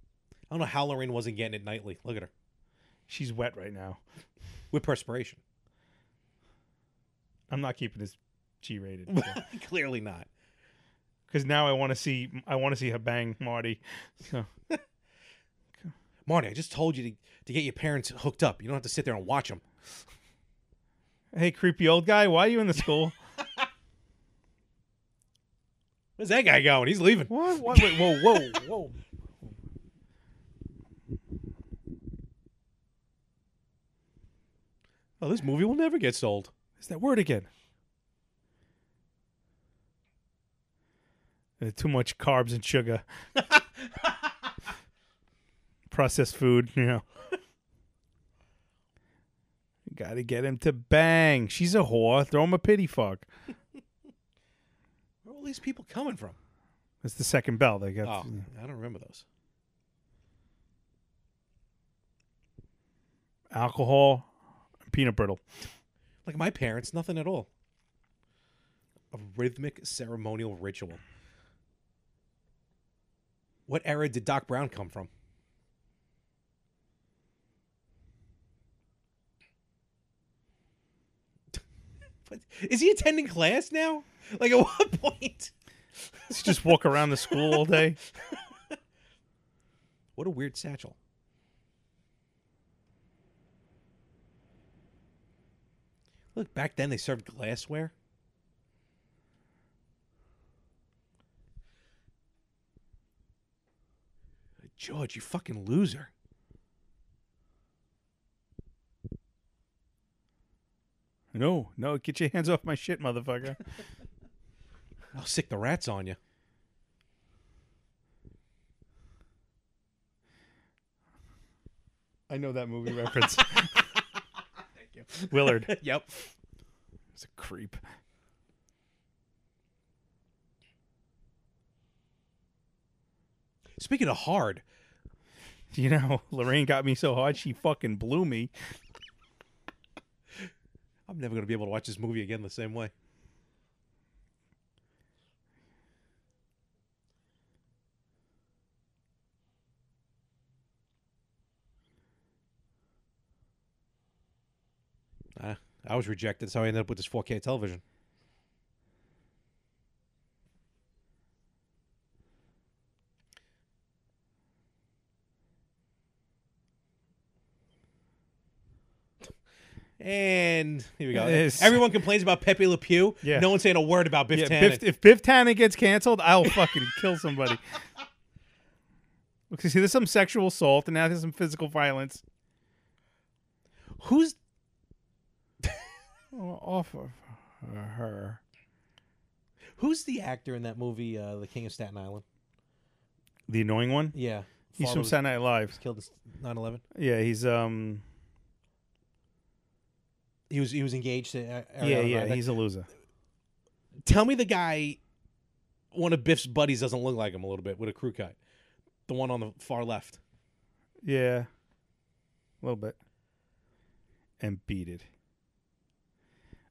Speaker 1: I don't know how Lorraine wasn't getting it nightly. Look at her
Speaker 2: She's wet right now.
Speaker 1: with perspiration.
Speaker 2: I'm not keeping this G rated.
Speaker 1: Clearly not.
Speaker 2: because now I want to see I want to see her bang Marty. So
Speaker 1: Marty, I just told you to, to get your parents hooked up. You don't have to sit there and watch them.
Speaker 2: hey, creepy old guy, why are you in the school?
Speaker 1: Where's that guy going? He's leaving.
Speaker 2: what? what? Wait, whoa, whoa, whoa!
Speaker 1: Oh, this movie will never get sold.
Speaker 2: It's that word again. Uh, too much carbs and sugar. Processed food, you know. Got to get him to bang. She's a whore. Throw him a pity fuck.
Speaker 1: Where are all these people coming from?
Speaker 2: That's the second bell. They got.
Speaker 1: Oh, I don't remember those.
Speaker 2: alcohol, peanut brittle.
Speaker 1: Like my parents, nothing at all. A rhythmic ceremonial ritual. What era did Doc Brown come from? But Is he attending class now? Like at what point?
Speaker 2: Let's just walk around the school all day.
Speaker 1: What a weird satchel. Look, back then they served glassware. George, you fucking loser.
Speaker 2: No, no, get your hands off my shit, motherfucker.
Speaker 1: I'll sick the rats on you.
Speaker 2: I know that movie reference. Willard.
Speaker 1: yep.
Speaker 2: It's a creep.
Speaker 1: Speaking of hard,
Speaker 2: You know, Lorraine got me so hard she fucking blew me.
Speaker 1: I'm never going to be able to watch this movie again the same way. Ah, I was rejected, so I ended up with this 4K television. And here we go.
Speaker 2: Yes.
Speaker 1: Everyone complains about Pepe Le Pew.
Speaker 2: Yeah.
Speaker 1: No one's saying a word about Biff
Speaker 2: yeah,
Speaker 1: Tannen.
Speaker 2: Biff, if Biff Tannen gets canceled, I'll fucking kill somebody. Look, see, there's some sexual assault, and now there's some physical violence.
Speaker 1: Who's
Speaker 2: Oh, Off of her.
Speaker 1: who's the actor in that movie, uh, The King of Staten Island?
Speaker 2: The annoying one?
Speaker 1: Yeah.
Speaker 2: He's
Speaker 1: Father
Speaker 2: from
Speaker 1: was
Speaker 2: Saturday Night Live.
Speaker 1: killed in 9/11.
Speaker 2: Yeah, he's um.
Speaker 1: He was he was engaged to A- Ariana
Speaker 2: Yeah, yeah,
Speaker 1: Grande.
Speaker 2: he's a loser.
Speaker 1: Tell me the guy one of Biff's buddies doesn't look like him a little bit with a crew cut. The one on the far left.
Speaker 2: Yeah. A little bit. And beat it.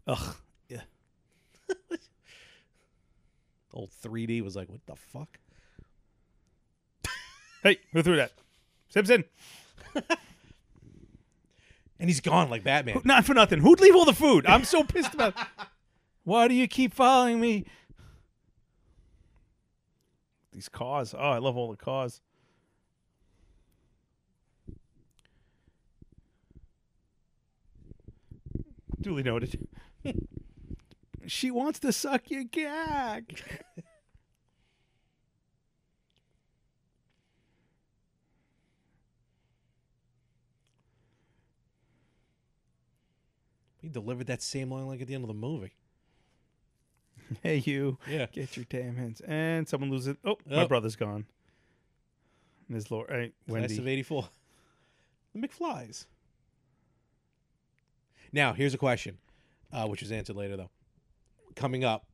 Speaker 2: Ugh.
Speaker 1: Old 3D was like, what the fuck?
Speaker 2: Hey, who threw that? Simpson.
Speaker 1: And he's gone like Batman.
Speaker 2: Not for nothing. Who'd leave all the food? I'm so pissed about. Why do you keep following me? These cars. Oh, I love all the cars. Duly noted. she wants to suck your gag.
Speaker 1: He delivered that same line like at the end of the movie.
Speaker 2: Hey, you.
Speaker 1: Yeah.
Speaker 2: Get your damn hands. And someone loses. Oh, my
Speaker 1: Oh.
Speaker 2: brother's gone. Ms. Laura. Hey,
Speaker 1: Class of
Speaker 2: Wendy.
Speaker 1: 84. The McFlies. Now, here's a question, uh, which was answered later though. Coming up,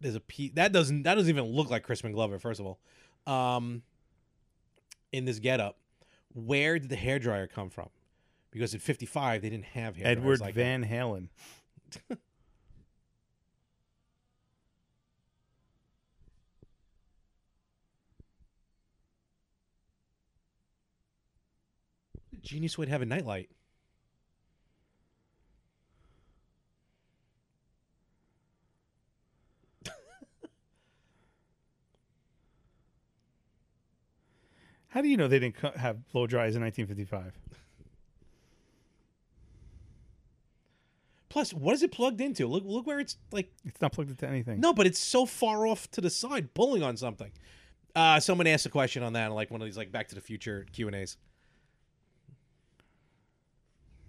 Speaker 1: there's a pe- that doesn't that doesn't even look like Crispin Glover. First of all, um, in this getup, where did the hairdryer come from? Because in '55 they didn't have hair.
Speaker 2: Edward
Speaker 1: like
Speaker 2: Van Halen.
Speaker 1: that. genius would have a nightlight.
Speaker 2: How do you know they didn't co- have blow dries in 1955?
Speaker 1: Plus, what is it plugged into? Look, look where it's like
Speaker 2: It's not plugged into anything.
Speaker 1: No, but it's so far off to the side, pulling on something. Uh, someone asked a question on that, like one of these like Back to the Future Q and A's.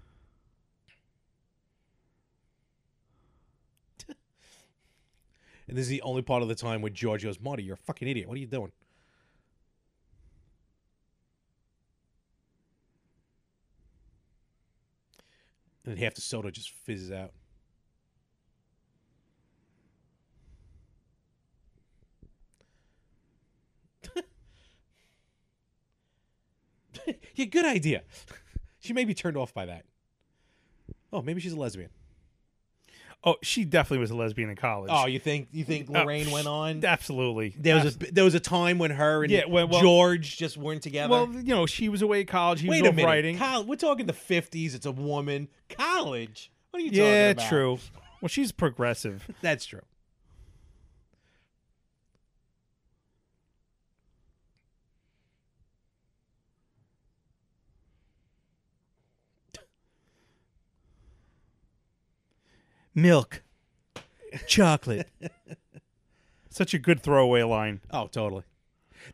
Speaker 1: And this is the only part of the time where George goes, Marty, you're a fucking idiot. What are you doing? And then half the soda just fizzes out. yeah, good idea. she may be turned off by that. Oh, maybe she's a lesbian.
Speaker 2: Oh, she definitely was a lesbian in college.
Speaker 1: Oh, you think you think
Speaker 2: Uh,
Speaker 1: Lorraine went on?
Speaker 2: Absolutely.
Speaker 1: There was a there was a time when her and
Speaker 2: Yeah, well- well-
Speaker 1: George just weren't together.
Speaker 2: Well, you know, she was away at college. He
Speaker 1: Wait
Speaker 2: was
Speaker 1: a
Speaker 2: off
Speaker 1: minute,
Speaker 2: writing.
Speaker 1: Col- we're talking the fifties. It's a woman college. What are you
Speaker 2: yeah,
Speaker 1: talking about?
Speaker 2: true. Well, she's progressive.
Speaker 1: That's true.
Speaker 3: Milk. Chocolate.
Speaker 2: Such a good throwaway line.
Speaker 1: Oh, totally.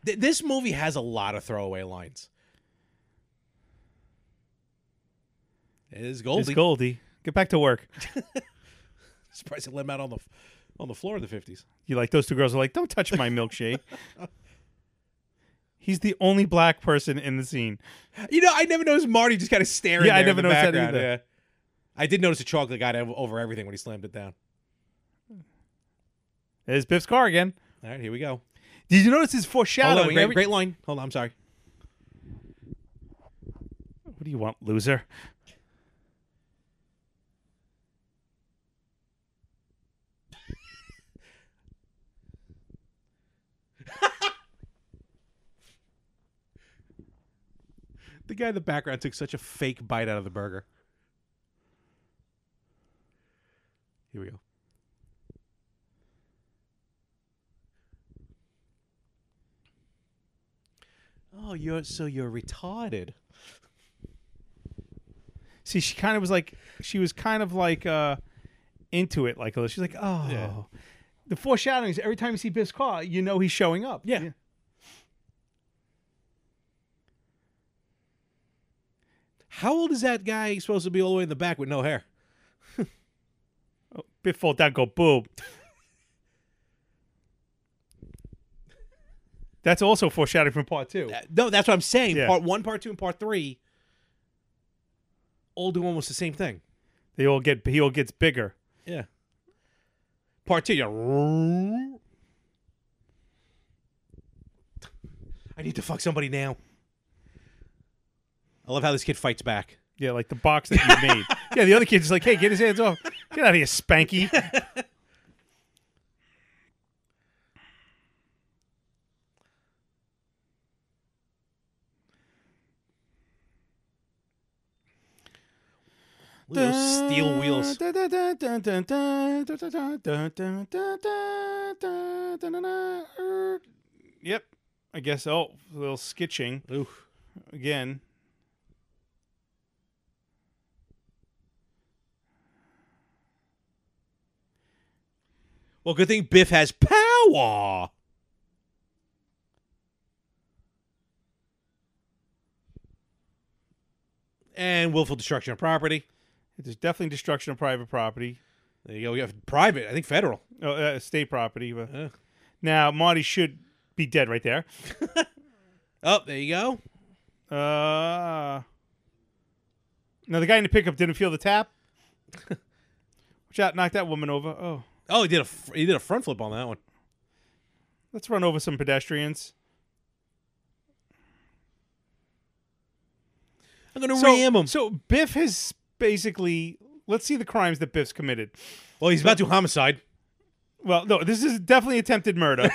Speaker 1: Th- this movie has a lot of throwaway lines. It is
Speaker 2: It's
Speaker 1: Goldie.
Speaker 2: Goldie. Get back to work.
Speaker 1: Surprised they let him out on the f- on the floor in the fifties.
Speaker 2: You like those two girls are like, don't touch my milkshake. He's the only black person in the scene.
Speaker 1: You know, I never noticed Marty just kind of staring.
Speaker 2: Yeah, I
Speaker 1: there in
Speaker 2: never
Speaker 1: the
Speaker 2: noticed that
Speaker 1: background,
Speaker 2: either.
Speaker 1: yeah. I did notice a chocolate guy over everything when he slammed it down.
Speaker 2: There's Biff's car again.
Speaker 1: All right, here we go.
Speaker 2: Did you notice his
Speaker 1: Hold
Speaker 2: foreshadowing?
Speaker 1: on, great,
Speaker 2: Every-
Speaker 1: great line. Hold on, I'm sorry.
Speaker 2: What do you want, loser?
Speaker 1: The guy in the background took such a fake bite out of the burger. Here we go. Oh, you're so you're retarded.
Speaker 2: See, she kind of was like, she was kind of like uh into it, like a little. She's like, oh,
Speaker 1: Yeah.
Speaker 2: the foreshadowings. Every time you see Biff's car, you know he's showing up.
Speaker 1: Yeah. How old is that guy supposed to be all the way in the back with no hair?
Speaker 2: Oh, Biff fall down, go boom. That's also foreshadowing from part two.
Speaker 1: Uh, No, that's what I'm saying.
Speaker 2: Yeah.
Speaker 1: Part one, part two, and part three all do almost the same thing.
Speaker 2: They all get he all gets bigger.
Speaker 1: Yeah. Part two, you I need to fuck somebody now. I love how this kid fights back.
Speaker 2: Yeah, like the box that you made. Yeah, the other kid's just like, hey, get his hands off. Get out of here, Spanky.
Speaker 1: Look at those steel wheels.
Speaker 2: Yep. I guess. Oh, a little skitching
Speaker 1: Ooh.
Speaker 2: again.
Speaker 1: Well, good thing Biff has power. And willful destruction of property.
Speaker 2: There's definitely destruction of private property,
Speaker 1: There you go. We have private. I think federal.
Speaker 2: oh, uh, state property. But
Speaker 1: Ugh.
Speaker 2: now Marty should be dead right there.
Speaker 1: Oh, there you go.
Speaker 2: Uh, now the guy in the pickup didn't feel the tap. Watch out! Knock that woman over. Oh,
Speaker 1: Oh, he did a fr- he did a front flip on that one.
Speaker 2: let's run over some pedestrians.
Speaker 1: I'm gonna
Speaker 2: So,
Speaker 1: ram him.
Speaker 2: so Biff has basically. Let's see the crimes that Biff's committed.
Speaker 1: well, he's about to homicide.
Speaker 2: Well, no, this is definitely attempted murder.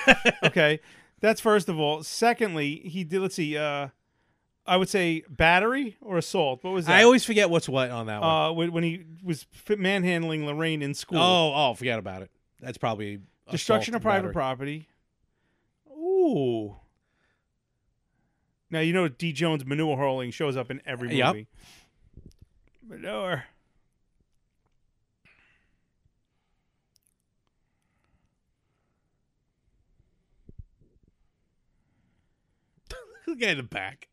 Speaker 2: okay, that's first of all. Secondly, he did. Let's see. Uh, I would say battery or assault. What was that?
Speaker 1: I always forget what's what on that one.
Speaker 2: uh, when, when he was f- manhandling Lorraine in school.
Speaker 1: Oh, oh, forget about it. That's probably assault
Speaker 2: Destruction of
Speaker 1: and
Speaker 2: private
Speaker 1: battery.
Speaker 2: property. Ooh. Now you know D. Jones manure hurling shows up in every movie.
Speaker 1: Yep.
Speaker 2: Manure.
Speaker 1: Look at the back.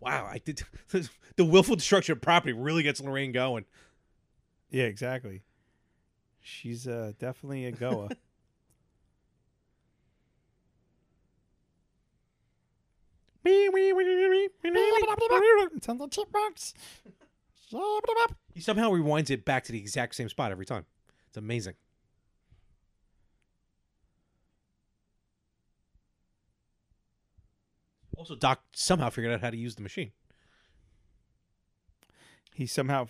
Speaker 1: wow, I did. The willful destruction of property really gets Lorraine going.
Speaker 2: Yeah, exactly. She's uh, definitely a goa. it sounds like chipmunks.
Speaker 1: He somehow rewinds it back to the exact same spot every time. It's amazing. Also, Doc somehow figured out how to use the machine.
Speaker 2: He somehow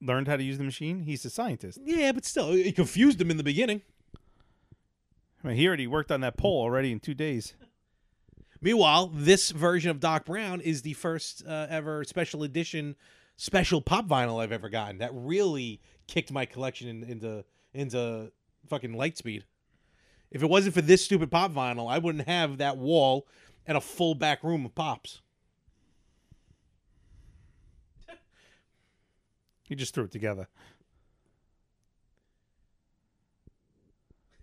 Speaker 2: learned how to use the machine. He's a scientist.
Speaker 1: Yeah, but still, it confused him in the beginning.
Speaker 2: I mean, he already worked on that pole already in two days.
Speaker 1: Meanwhile, this version of Doc Brown is the first uh, ever special edition special pop vinyl I've ever gotten. That really kicked my collection in, into into fucking light speed. If it wasn't for this stupid pop vinyl, I wouldn't have that wall and a full back room of pops.
Speaker 2: He just threw it together.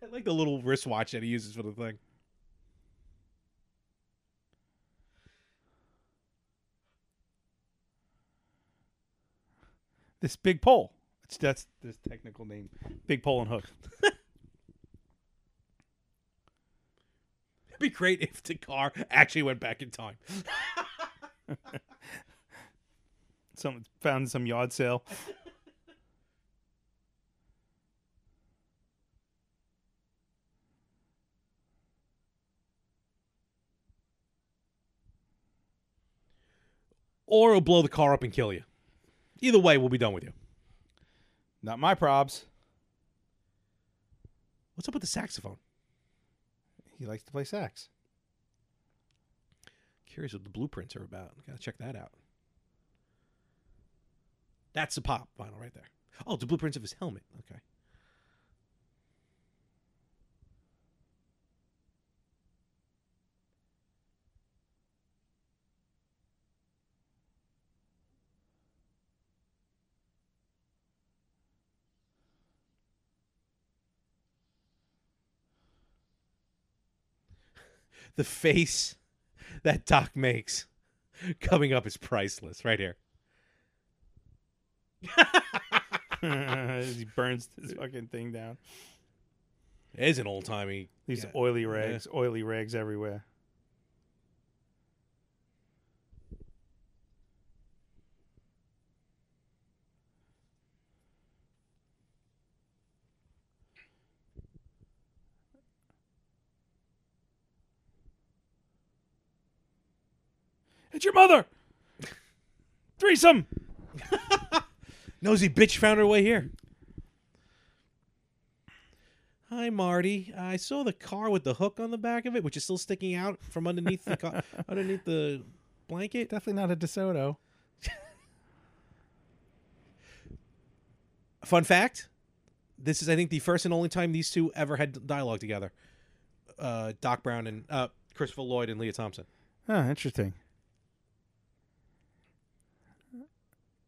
Speaker 1: I like the little wristwatch that he uses for the thing.
Speaker 2: This big pole. It's, that's this technical name. Big pole and hook.
Speaker 1: It'd be great if the car actually went back in time.
Speaker 2: Some found in some yard sale.
Speaker 1: Or it'll blow the car up and kill you. Either way, we'll be done with you.
Speaker 2: Not my probs.
Speaker 1: What's up with the saxophone?
Speaker 2: He likes to play sax.
Speaker 1: Curious what the blueprints are about. Gotta check that out. That's the pop vinyl right there. Oh, the blueprints of his helmet. Okay. The face that Doc makes coming up is priceless right here.
Speaker 2: As he burns this fucking thing down.
Speaker 1: It is an old timey.
Speaker 2: These
Speaker 1: Yeah.
Speaker 2: oily rags, oily rags everywhere. It's your mother. Threesome.
Speaker 1: Nosy bitch found her way here. "Hi, Marty. I saw the car with the hook on the back of it, which is still sticking out from underneath the car, underneath the blanket."
Speaker 2: Definitely not a DeSoto.
Speaker 1: Fun fact: This is, I think, the first and only time these two ever had dialogue together. Uh, Doc Brown and uh, Christopher Lloyd and Leah Thompson,
Speaker 2: Oh, interesting.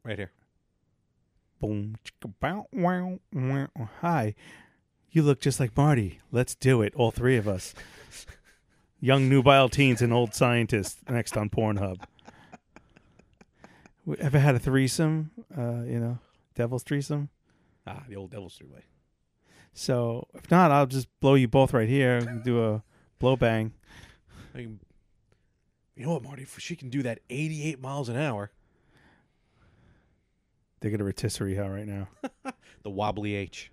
Speaker 1: right here.
Speaker 2: Boom, chicka, bow, wow, wow. Hi.
Speaker 3: You look just like Marty. Let's do it, all three of us.
Speaker 2: Young nubile teens and old scientists next on Pornhub.
Speaker 3: We ever had a threesome? Uh, you know, devil's threesome.
Speaker 1: Ah, the old Devil's Three Way.
Speaker 3: So if not, I'll just blow you both right here. and Do a blow bang.
Speaker 1: I mean, you know what, Marty? If she can do that 88 miles an hour,
Speaker 2: They get a rotisserie hell right now.
Speaker 1: the wobbly H.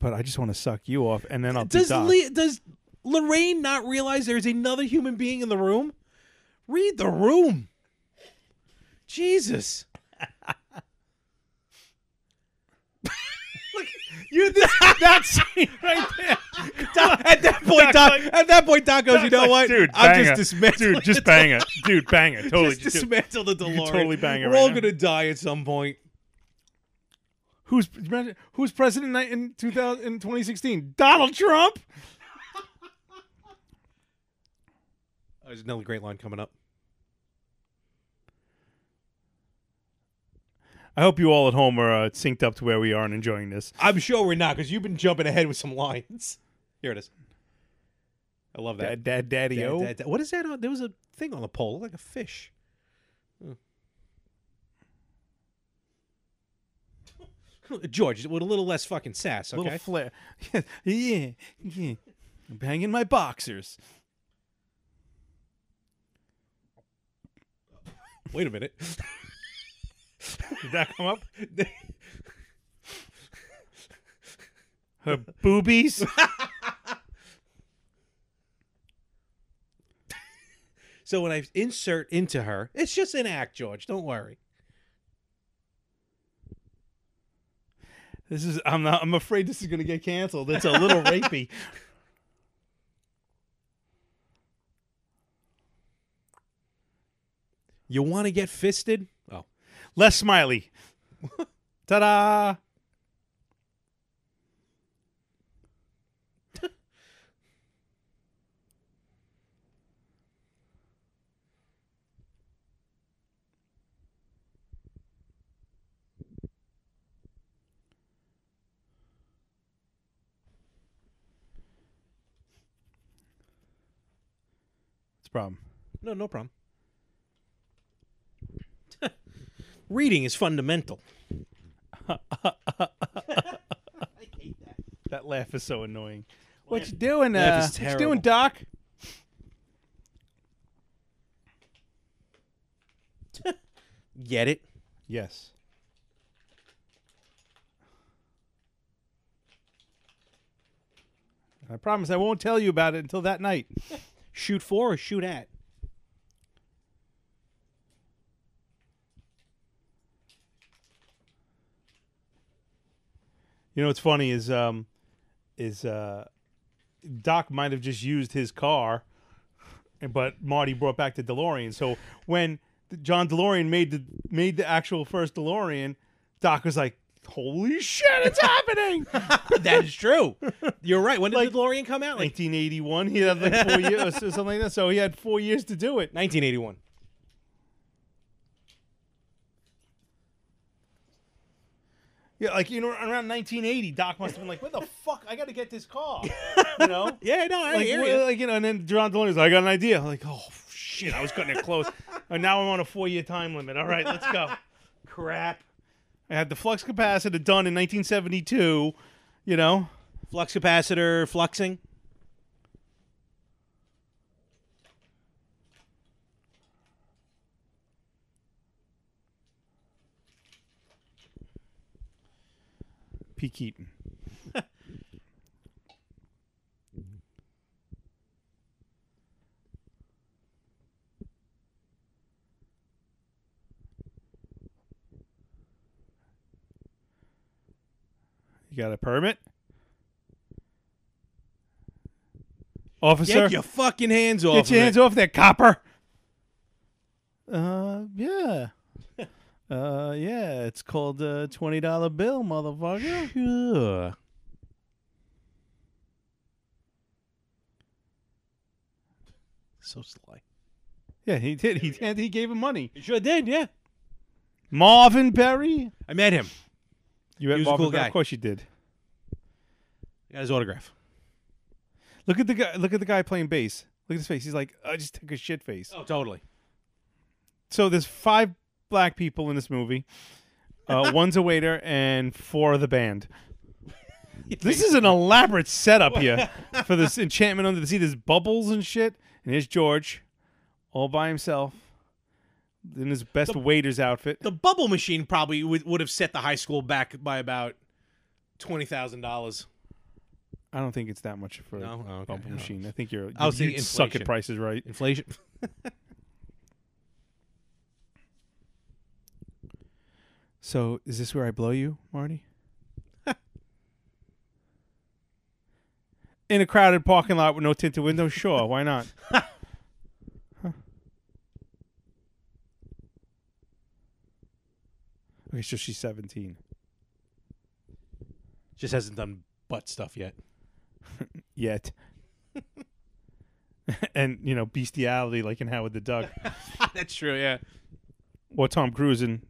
Speaker 2: But I just want to suck you off, and then I'll
Speaker 1: Does
Speaker 2: be Doc.
Speaker 1: Le- does Lorraine not realize there's another human being in the room? Read the room. Jesus. Look, you this, that's
Speaker 2: right there.
Speaker 1: Doc, at that point, Doc. at that point, Doc goes. You know what,
Speaker 2: dude?
Speaker 1: I'm
Speaker 2: bang
Speaker 1: just
Speaker 2: it.
Speaker 1: dismantling.
Speaker 2: Dude, just
Speaker 1: the-
Speaker 2: bang it. Dude, bang it. Totally.
Speaker 1: Just
Speaker 2: just do-
Speaker 1: dismantle the DeLorean.
Speaker 2: totally bang it
Speaker 1: We're
Speaker 2: right
Speaker 1: all
Speaker 2: now.
Speaker 1: gonna die at some point.
Speaker 2: Who's imagine- who's president ni- in 2000 in 2016? Donald Trump.
Speaker 1: Oh, There's another great line coming up.
Speaker 2: I hope you all at home are uh, synced up to where we are and enjoying this.
Speaker 1: I'm sure we're not because you've been jumping ahead with some lines. Here it is. I love that.
Speaker 2: Dad, dad, daddy,
Speaker 1: Dad,
Speaker 2: o.
Speaker 1: dad, dad. What is that? On? There was a thing on the pole, like a fish. Hmm. George, with a little less fucking sass, okay?
Speaker 3: Little flare. yeah, yeah. Banging my boxers.
Speaker 1: Wait a minute.
Speaker 2: Did that come up? Her boobies.
Speaker 1: so when I insert into her, it's just an act, George. Don't worry.
Speaker 2: This is. I'm not. I'm afraid this is going to get canceled. It's a little rapey.
Speaker 1: You want to get fisted? Oh,
Speaker 2: Less smiley. Ta-da! It's a problem.
Speaker 1: no, no problem. Reading is fundamental.
Speaker 2: That laugh is so annoying. What you doing? Uh,
Speaker 1: Laugh is
Speaker 2: what you doing,
Speaker 1: terrible.
Speaker 2: Doc?
Speaker 1: Get it?
Speaker 2: Yes. I promise I won't tell you about it until that night.
Speaker 1: Shoot for or shoot at?
Speaker 2: You know what's funny is um is uh Doc might have just used his car and- but Marty brought back the DeLorean. So when the- John DeLorean made the made the actual first DeLorean, Doc was like, "Holy shit, it's happening!"
Speaker 1: that is true. You're right. When did the DeLorean come out? Like
Speaker 2: 1981. He had like four years or something like that. So he had four years to do it.
Speaker 1: 1981.
Speaker 2: Yeah, like you know, around 1980, Doc must have been like, "What the fuck? I got to get this car," you know.
Speaker 1: Yeah, no, I
Speaker 2: Like,
Speaker 1: hear
Speaker 2: wh-
Speaker 1: you.
Speaker 2: like, you know, and then John DeLorean's like, I got an idea. I'm like, oh shit, I was cutting it close. and now I'm on a four year time limit. All right, let's go. Crap. I had the flux capacitor done in 1972. You know,
Speaker 1: Flux capacitor, fluxing.
Speaker 2: P. Keaton. You got a permit? Officer,
Speaker 1: Get your fucking hands off.
Speaker 2: Get your
Speaker 1: of
Speaker 2: hands
Speaker 1: it.
Speaker 2: off there, copper.
Speaker 3: Uh, yeah. uh, yeah. It's called a twenty dollar bill, motherfucker.
Speaker 1: Sure. So sly.
Speaker 2: Yeah, he did. He did. He gave him money.
Speaker 1: You sure did, yeah.
Speaker 3: Marvin Perry.
Speaker 1: I met him.
Speaker 2: You met
Speaker 1: He was a
Speaker 2: Marvin
Speaker 1: cool
Speaker 2: Perry?
Speaker 1: guy.
Speaker 2: Of course you did.
Speaker 1: I got his autograph.
Speaker 2: Look at the guy. Look at the guy playing bass. Look at his face. He's like, I just took a shit face.
Speaker 1: Oh, totally.
Speaker 2: So there's five black people in this movie. Uh, one's a waiter, and four of the band. This is an elaborate setup here for this enchantment under the sea. There's bubbles and shit, and here's George, all by himself, in his best waiter's outfit.
Speaker 1: the bubble machine probably would, would have set the high school back by about twenty thousand dollars.
Speaker 2: I don't think it's that much for a
Speaker 1: No? Oh, okay.
Speaker 2: bubble
Speaker 1: No.
Speaker 2: machine. I think you're
Speaker 1: I was
Speaker 2: you
Speaker 1: thinking
Speaker 2: suck at
Speaker 1: inflation.
Speaker 2: prices, right?
Speaker 1: Inflation.
Speaker 2: So is this where I blow you, Marty? In a crowded parking lot with no tinted windows, sure, why not? Huh. Okay, so she's seventeen.
Speaker 1: Just hasn't done butt stuff yet.
Speaker 2: Yet. and, you know, bestiality like in Howard the Duck.
Speaker 1: That's true. Yeah.
Speaker 2: or Tom Cruise in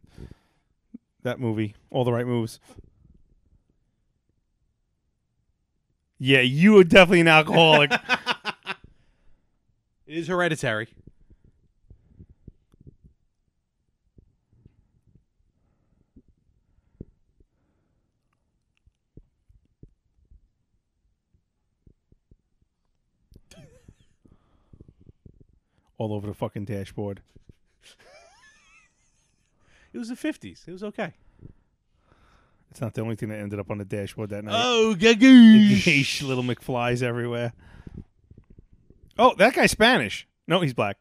Speaker 2: that movie, All the Right Moves. Yeah, you are definitely an alcoholic.
Speaker 1: It is hereditary.
Speaker 2: All over the fucking dashboard.
Speaker 1: It was the fifties. It was okay.
Speaker 2: It's not the only thing that ended up on the dashboard that night.
Speaker 1: Oh, gagoosh.
Speaker 2: Yeesh, little McFlies everywhere. Oh, that guy's Spanish. No, he's black.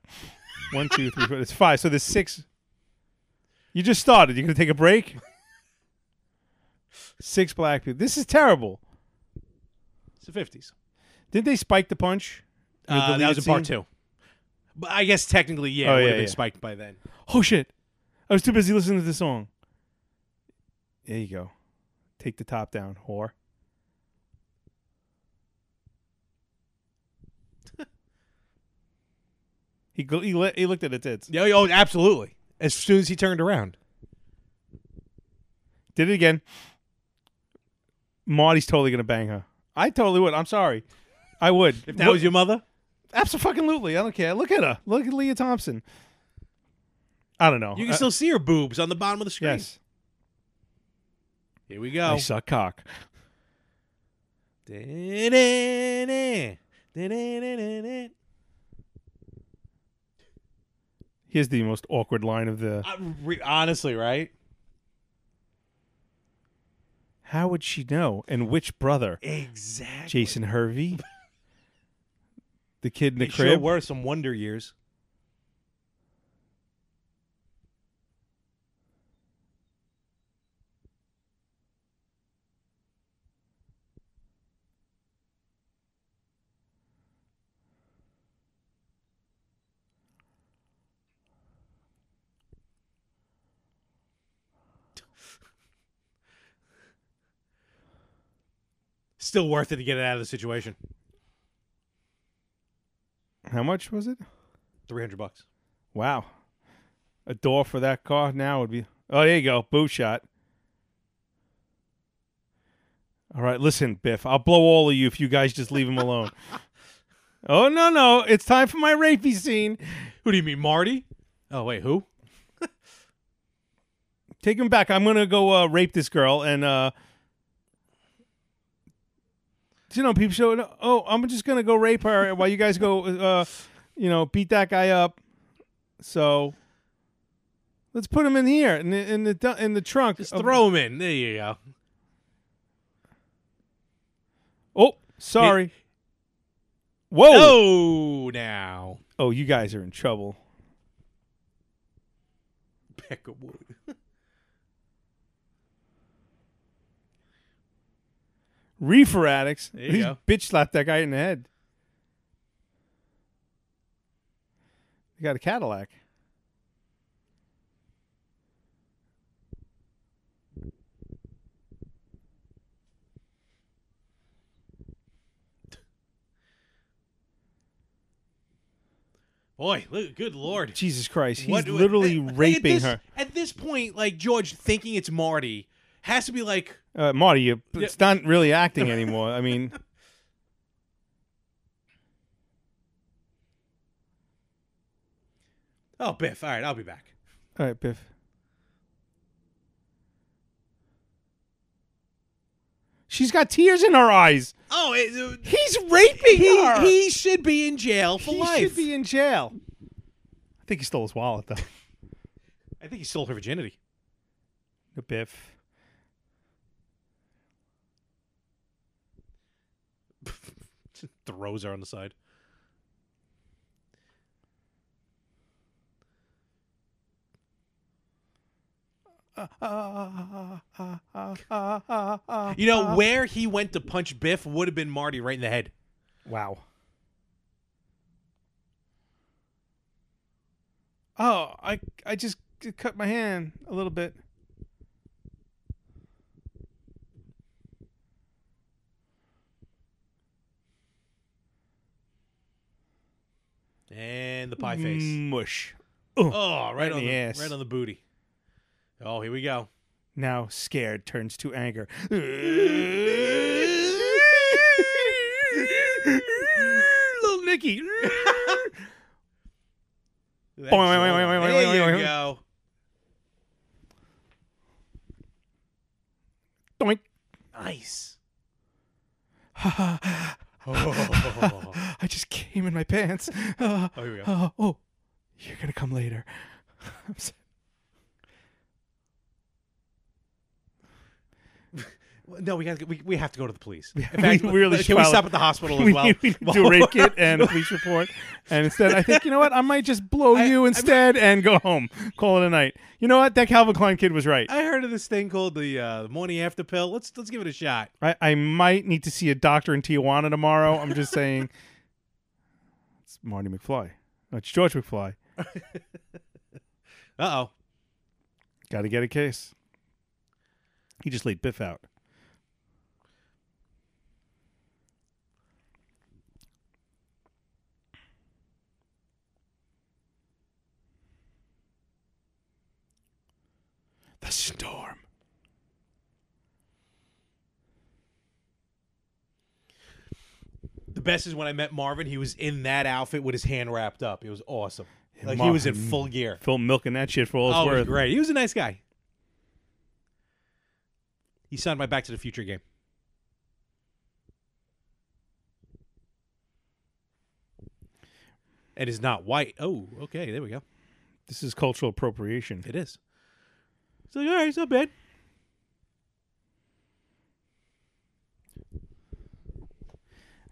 Speaker 2: One, two, three, four. It's five. So there's six. You just started. You're going to take a break? Six black people. This is terrible.
Speaker 1: It's the fifties.
Speaker 2: Didn't they spike the punch? In the
Speaker 1: Uh, that was
Speaker 2: deleted
Speaker 1: in part
Speaker 2: scene?
Speaker 1: two. But I guess technically, yeah, it
Speaker 2: Oh,
Speaker 1: would
Speaker 2: yeah,
Speaker 1: have been
Speaker 2: yeah.
Speaker 1: spiked by then.
Speaker 2: Oh shit. I was too busy listening to the song. There you go. Take the top down, whore. he go- he, le- he looked at the tits.
Speaker 1: Yeah, oh, absolutely. As soon as he turned around,
Speaker 2: Did it again. Marty's totally gonna bang her. I totally would. I'm sorry. I would.
Speaker 1: if that was your mother,
Speaker 2: absolutely. I don't care. Look at her. Look at Leah Thompson. I don't know.
Speaker 1: you can
Speaker 2: I-
Speaker 1: still see her boobs on the bottom of the screen.
Speaker 2: yes.
Speaker 1: Here we
Speaker 2: I
Speaker 1: go.
Speaker 2: suck cock.
Speaker 1: Da-da-da-da. Da-da-da-da-da.
Speaker 2: Here's the most awkward line of the.
Speaker 1: I Uh, re- honestly, right?
Speaker 2: How would she know? And which brother?
Speaker 1: Exactly.
Speaker 2: Jason Hervey? the kid in the
Speaker 1: It sure
Speaker 2: crib?
Speaker 1: were some wonder years. Still worth it to get it out of the situation.
Speaker 2: How much was it?
Speaker 1: Three hundred bucks.
Speaker 2: Wow. A door for that car now would be. Oh, there you go. Boo shot. All right, listen, Biff. I'll blow all of you if you guys just leave him alone. oh, no, no. It's time for my rapey scene.
Speaker 1: Who do you mean, Marty? Oh wait, who?
Speaker 2: Take him back. I'm gonna go uh, rape this girl and uh you know people show oh I'm just gonna go rape her while you guys go uh you know beat that guy up. So let's put him in here in the in the du- in the trunk.
Speaker 1: Just
Speaker 2: of-
Speaker 1: throw him in. There you go.
Speaker 2: Oh, sorry. Whoa.
Speaker 1: Oh, now
Speaker 2: Oh, you guys are in trouble.
Speaker 1: peck of wood.
Speaker 2: Reefer addicts.
Speaker 1: There you
Speaker 2: He
Speaker 1: go.
Speaker 2: bitch slapped that guy in the head. He got a Cadillac.
Speaker 1: Boy, look, good lord.
Speaker 2: Jesus Christ, he's
Speaker 1: What-
Speaker 2: literally
Speaker 1: like,
Speaker 2: raping
Speaker 1: at this,
Speaker 2: her.
Speaker 1: At this point, like George thinking it's Marty has to be like,
Speaker 2: Uh, Marty, you,
Speaker 1: Yeah.
Speaker 2: it's not really acting anymore. I mean,
Speaker 1: "Oh, Biff, all right, I'll be back."
Speaker 2: all right, Biff. She's got tears in her eyes.
Speaker 1: Oh, it,
Speaker 2: He's raping
Speaker 1: he,
Speaker 2: her.
Speaker 1: he should be in jail for
Speaker 2: He
Speaker 1: life.
Speaker 2: should be in jail. I think he stole his wallet though.
Speaker 1: I think he stole her virginity.
Speaker 2: The Biff.
Speaker 1: Throws her on the side. You know where he went to punch Biff would have been Marty right in the head.
Speaker 2: Wow. Oh, I I just cut my hand a little bit.
Speaker 1: And the pie face.
Speaker 2: Mush.
Speaker 1: Oh, right,
Speaker 2: in
Speaker 1: on
Speaker 2: the
Speaker 1: the
Speaker 2: ass.
Speaker 1: right on the booty. Oh, here we go.
Speaker 2: Now scared turns to anger. Little Nicky.
Speaker 1: That's
Speaker 2: Boing, boing,
Speaker 1: all.
Speaker 2: boing, boing, boing,
Speaker 1: There
Speaker 2: boing.
Speaker 1: you go.
Speaker 2: Doink.
Speaker 1: Nice.
Speaker 2: I just came in my pants. Uh,
Speaker 1: Oh, here we go.
Speaker 2: uh, oh, you're gonna come later. I'm so-
Speaker 1: Well, No, we have to, we, we have to go to the police. In
Speaker 2: we
Speaker 1: fact,
Speaker 2: really should
Speaker 1: can we
Speaker 2: file-
Speaker 1: stop at the hospital as
Speaker 2: we,
Speaker 1: well?
Speaker 2: need- we need to do a rape kit and a police report. And instead, I think you know what? I might just blow
Speaker 1: I-
Speaker 2: you
Speaker 1: I-
Speaker 2: instead and go home. Call it a night. You know what? That Calvin Klein kid was right.
Speaker 1: I heard of this thing called the uh, morning after pill. Let's let's give it a shot.
Speaker 2: I, I might need to see a doctor in Tijuana tomorrow. I'm just saying. It's Marty McFly. No, It's George McFly.
Speaker 1: Uh oh.
Speaker 2: Got to get a case. He just laid Biff out. The storm.
Speaker 1: The best is when I met Marvin. He was in that outfit with his hand wrapped up. It was awesome. Like he was in
Speaker 2: Marvin.
Speaker 1: full gear.
Speaker 2: Phil milking that shit for all it's
Speaker 1: Oh, it was
Speaker 2: worth.
Speaker 1: great. He was a nice guy. He signed my Back to the Future game. And is not white. Oh, okay. There we go.
Speaker 2: This is cultural appropriation.
Speaker 1: It is. It's like, all right, it's not bad.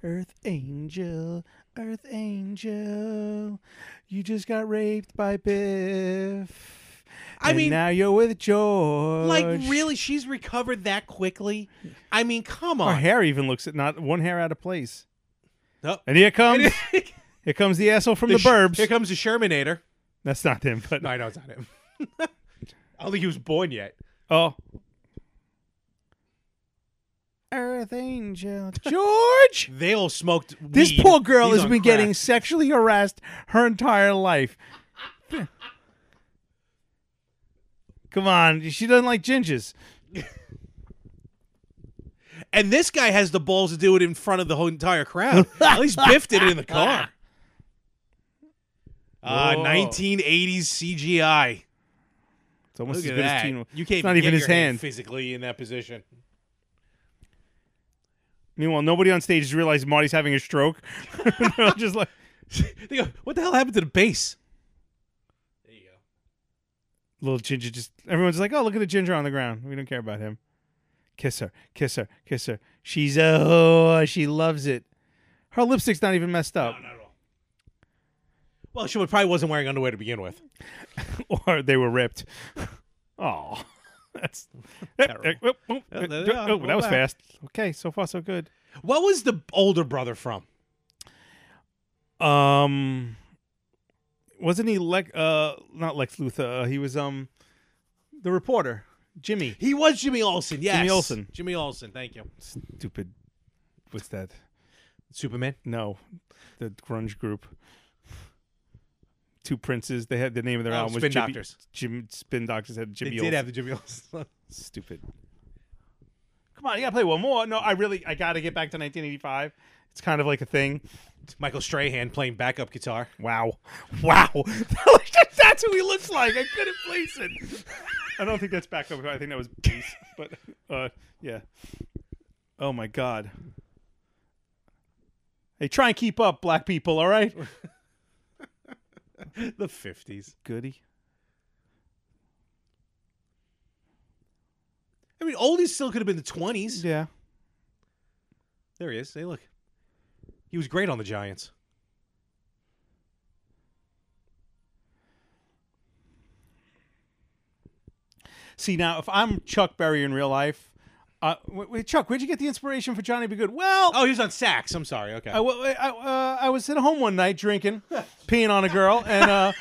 Speaker 2: Earth Angel, Earth Angel, you just got raped by Biff.
Speaker 1: I
Speaker 2: And
Speaker 1: mean-
Speaker 2: now you're with George.
Speaker 1: Like, really? She's recovered that quickly? I mean, come
Speaker 2: Her
Speaker 1: on.
Speaker 2: hair even looks at not one hair out of place.
Speaker 1: Oh.
Speaker 2: And here comes here comes the asshole from the,
Speaker 1: sh-
Speaker 2: burbs.
Speaker 1: Here comes the Shermanator.
Speaker 2: That's not him, but
Speaker 1: No, I know it's not him. I don't think he was born yet.
Speaker 2: oh. Earth Angel, George.
Speaker 1: They all smoked.
Speaker 2: This
Speaker 1: weed.
Speaker 2: poor girl
Speaker 1: He's
Speaker 2: has
Speaker 1: on
Speaker 2: been
Speaker 1: crack.
Speaker 2: getting sexually harassed her entire life. Come on, she doesn't like gingers.
Speaker 1: And this guy has the balls to do it in front of the whole entire crowd. At least Biff did it in the car. Uh,
Speaker 2: Whoa.
Speaker 1: 1980s CGI.
Speaker 2: It's almost
Speaker 1: Look
Speaker 2: as
Speaker 1: at
Speaker 2: good as
Speaker 1: that.
Speaker 2: Teen.
Speaker 1: You
Speaker 2: it's
Speaker 1: can't
Speaker 2: not
Speaker 1: even,
Speaker 2: even
Speaker 1: get
Speaker 2: his
Speaker 1: your hand
Speaker 2: hand.
Speaker 1: physically in that position.
Speaker 2: Meanwhile, nobody on stage has realized Marty's having a stroke. They're all just like,
Speaker 1: They go, what the hell happened to the bass? There you go.
Speaker 2: little ginger just everyone's like, oh, look at the ginger on the ground. We don't care about him. Kiss her, kiss her, kiss her. She's a whore. She loves it. Her lipstick's not even messed up.
Speaker 1: Not at all. Well, she probably wasn't wearing underwear to begin with.
Speaker 2: or they were ripped. Oh, That's
Speaker 1: Terrible.
Speaker 2: Oh, oh, oh,
Speaker 3: there they are.
Speaker 2: oh,
Speaker 3: We're
Speaker 2: that was
Speaker 3: back.
Speaker 2: fast. Okay, so far so good.
Speaker 1: What was the older brother from?
Speaker 2: Um, wasn't he Lex? Uh, not Lex Luthor. Uh, he was um, the reporter Jimmy.
Speaker 1: He was Jimmy Olsen. Yes,
Speaker 2: Jimmy Olsen.
Speaker 1: Jimmy Olsen. Thank you.
Speaker 2: Stupid. What's that?
Speaker 1: Superman.
Speaker 2: No, the grunge group. Two princes. They had the name of their
Speaker 1: Oh,
Speaker 2: album was
Speaker 1: Spin
Speaker 2: Jimmy-
Speaker 1: Doctors.
Speaker 2: Jim Spin Doctors had Jimmy.
Speaker 1: They
Speaker 2: Olsen.
Speaker 1: did have the Jimmy Olsen.
Speaker 2: Stupid. Come on, you gotta play one more. No, I really, I gotta get back to 1985. It's kind of like a thing.
Speaker 1: Michael Strahan playing backup guitar.
Speaker 2: Wow, wow, that's who he looks like. I couldn't place it. I don't think that's backup. I think that was bass. But uh, yeah. Oh my god. Hey, try and keep up, black people. All right.
Speaker 1: The fifties.
Speaker 3: Goody.
Speaker 1: I mean, oldies still could have been the twenties.
Speaker 2: Yeah.
Speaker 1: There he is. Hey, look. He was great on the Giants.
Speaker 2: See now, if I'm Chuck Berry in real life, uh, wait, wait, Chuck, where'd you get the inspiration for Johnny Be Good? Well, uh,
Speaker 1: Oh, he was on sax. I'm sorry. Okay.
Speaker 2: I, w- I- uh, I was at home one night drinking, peeing on a girl, and uh,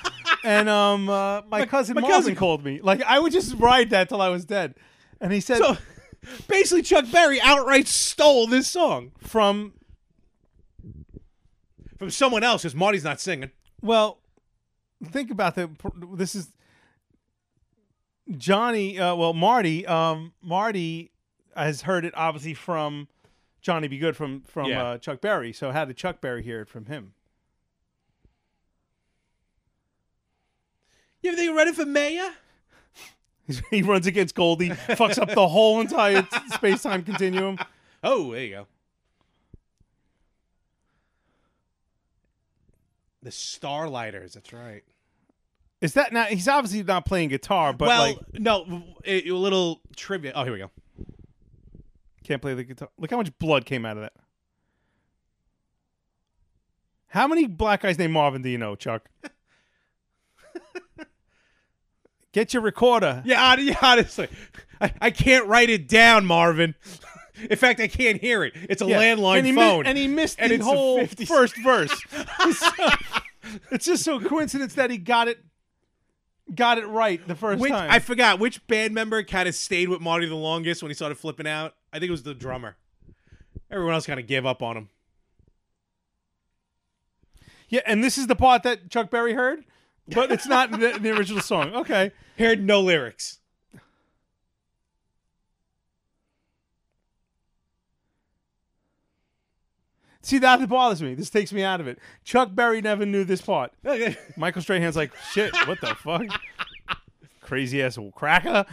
Speaker 2: and um, uh, my, cousin
Speaker 1: my
Speaker 2: Marvin
Speaker 1: cousin-
Speaker 2: called me. Like I would just ride that till I was dead. And he said
Speaker 1: So basically, Chuck Berry outright stole this song
Speaker 2: from
Speaker 1: from someone else because Marty's not singing.
Speaker 2: well, think about the this is Johnny. Uh, well, Marty. Um, Marty has heard it obviously from Johnny Be Good from from
Speaker 1: Yeah.
Speaker 2: uh, Chuck Berry. So how did Chuck Berry hear it from him?
Speaker 1: You ever think you ready for mayor?
Speaker 2: he runs against Goldie, fucks up the whole entire space time continuum.
Speaker 1: Oh, there you go. The Starlighters. That's right.
Speaker 2: Is that now? He's obviously not playing guitar, but
Speaker 1: well,
Speaker 2: like
Speaker 1: no, a, a little trivia. Oh, here we go.
Speaker 2: can't play the guitar. Look how much blood came out of that. How many black guys named Marvin do you know, Chuck? Get your recorder.
Speaker 1: Yeah, hon- yeah, honestly, I, I can't write it down, Marvin. In fact, I can't hear it. It's a landline
Speaker 2: and he mi-
Speaker 1: phone.
Speaker 2: and he missed
Speaker 1: And
Speaker 2: the
Speaker 1: it's the
Speaker 2: whole
Speaker 1: 50s.
Speaker 2: first verse. it's just so coincidence that he got it, got it right the first
Speaker 1: which,
Speaker 2: time.
Speaker 1: I forgot which band member kind of stayed with Marty the longest when he started flipping out. I think it was the drummer. Everyone else kind of gave up on him.
Speaker 2: yeah, and this is the part that Chuck Berry heard, but it's not in the, in the original song. Okay.
Speaker 1: Heard no lyrics.
Speaker 2: See, that bothers me. This takes me out of it. Chuck Berry never knew this part.
Speaker 1: Okay.
Speaker 2: Michael Strahan's like, shit, what the fuck? Crazy ass cracker.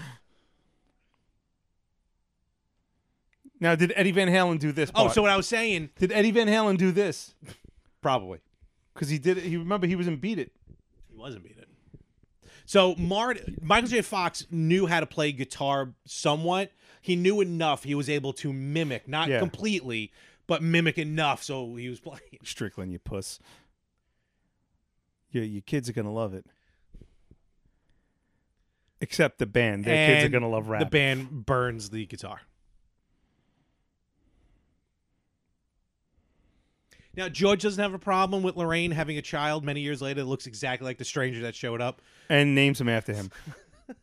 Speaker 2: Now, did Eddie Van Halen do this?
Speaker 1: Oh,
Speaker 2: part?
Speaker 1: so what I was saying,
Speaker 2: did Eddie Van Halen do this?
Speaker 1: probably
Speaker 2: Because he did. He remember he was in Beat It.
Speaker 1: he wasn't beat it. So Marty, Michael J. Fox knew how to play guitar somewhat. He knew enough. He was able to mimic, not
Speaker 2: Yeah.
Speaker 1: completely, but mimic enough. So he was playing.
Speaker 2: Strickland, you puss. Your your kids are gonna love it. Except the band, their kids are
Speaker 1: And
Speaker 2: gonna love rap.
Speaker 1: The band burns the guitar. Now George doesn't have a problem with Lorraine having a child many years later that looks exactly like the stranger that showed up.
Speaker 2: and names him after him.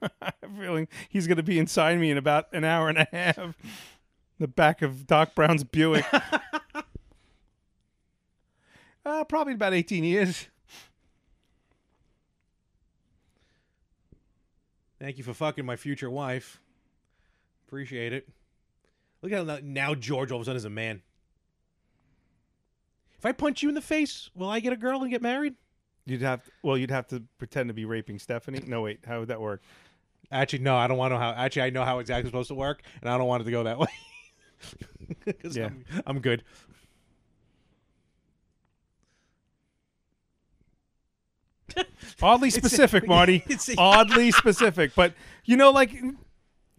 Speaker 2: I have a feeling he's going to be inside me in about an hour and a half. The back of Doc Brown's Buick. uh, probably about 18 years.
Speaker 1: Thank you for fucking my future wife. Appreciate it. Look at how now- now George all of a sudden is a man. If I punch you in the face, will I get a girl and get married?
Speaker 2: You'd have well, you'd have to pretend to be raping Stephanie. No, wait, how would that work?
Speaker 1: Actually, no, I don't want to know how. Actually, I know how exactly it's supposed to work, and I don't want it to go that way. 'Cause
Speaker 2: Yeah.
Speaker 1: I'm, I'm good.
Speaker 2: Oddly specific, Marty.
Speaker 1: it's a-
Speaker 2: Oddly specific. But you know, like you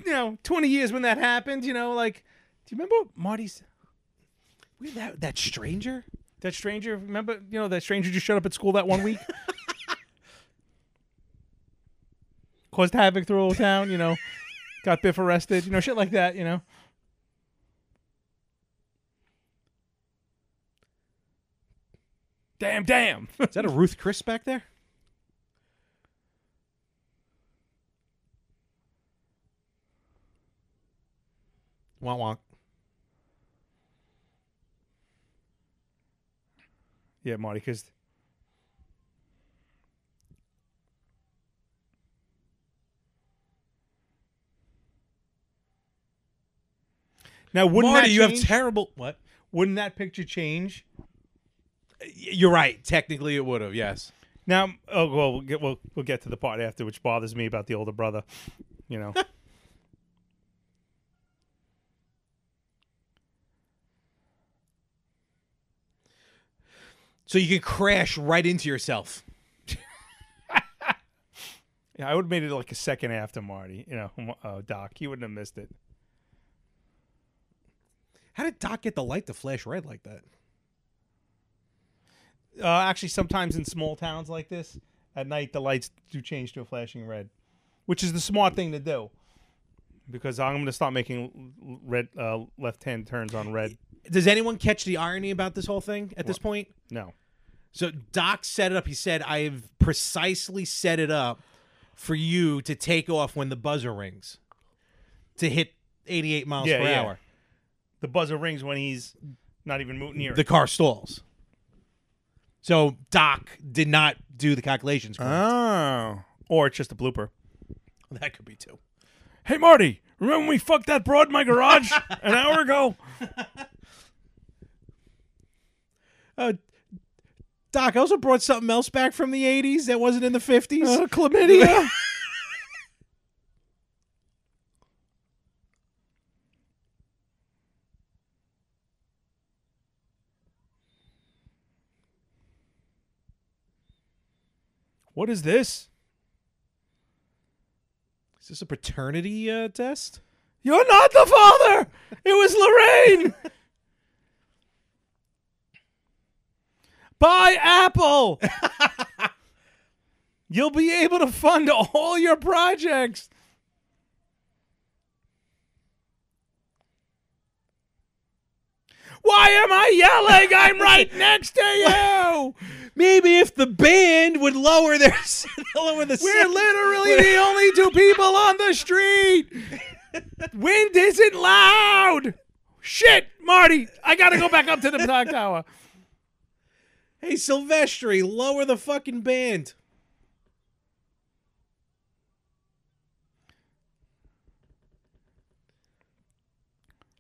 Speaker 2: know, twenty years when that happened, you know, like do you remember Marty's
Speaker 1: Wait, that that stranger?
Speaker 2: That stranger, remember, you know, that stranger just showed up at school that one week, caused havoc through old town. You know, got Biff arrested. You know, shit like that. You know. Damn, damn.
Speaker 1: Is that a Ruth Chris back there? Wonk wonk.
Speaker 2: yeah, Marty, because now wouldn't
Speaker 1: Marty,
Speaker 2: that
Speaker 1: you have
Speaker 2: change-
Speaker 1: terrible. What?
Speaker 2: wouldn't that picture change?
Speaker 1: You're right. Technically, it would have. Yes.
Speaker 2: Now, oh well, we'll get we'll, we'll get to the part after, which bothers me about the older brother. You know,
Speaker 1: So you can crash right into yourself.
Speaker 2: yeah, I would have made it like a second after Marty. You know, oh, Doc, he wouldn't have missed it.
Speaker 1: How did Doc get the light to flash red like that?
Speaker 2: Uh, actually, sometimes in small towns like this, at night the lights do change to a flashing red, which is the smart thing to do. Because I'm going to start making l- l- red uh, left-hand turns on red.
Speaker 1: Does anyone catch the irony about this whole thing at this point?
Speaker 2: No,
Speaker 1: So Doc set it up. He said, "I have precisely set it up for you to take off when the buzzer rings, to hit 88 miles
Speaker 2: Yeah,
Speaker 1: per
Speaker 2: yeah.
Speaker 1: hour.
Speaker 2: the buzzer rings when he's not even mo- near.
Speaker 1: The
Speaker 2: it.
Speaker 1: car stalls." So Doc did not do the calculations. correct.
Speaker 2: Oh, or it's just a blooper.
Speaker 1: that could be too.
Speaker 2: Hey Marty, remember when we fucked that broad in my garage an hour ago?
Speaker 1: Uh, Doc, I also brought something else back from the 80s that wasn't in the 50s.
Speaker 2: Uh, chlamydia. what is this?
Speaker 1: Is this a paternity uh, test?
Speaker 2: You're not the father. It was Lorraine. Buy Apple. You'll be able to fund all your projects. Why am I yelling? I'm right next to you.
Speaker 1: Maybe if the band would lower their lower the
Speaker 2: We're literally the only two people on the street. Wind isn't loud. Shit, Marty, I gotta go back up to the clock tower.
Speaker 1: Hey Silvestri, lower the fucking band.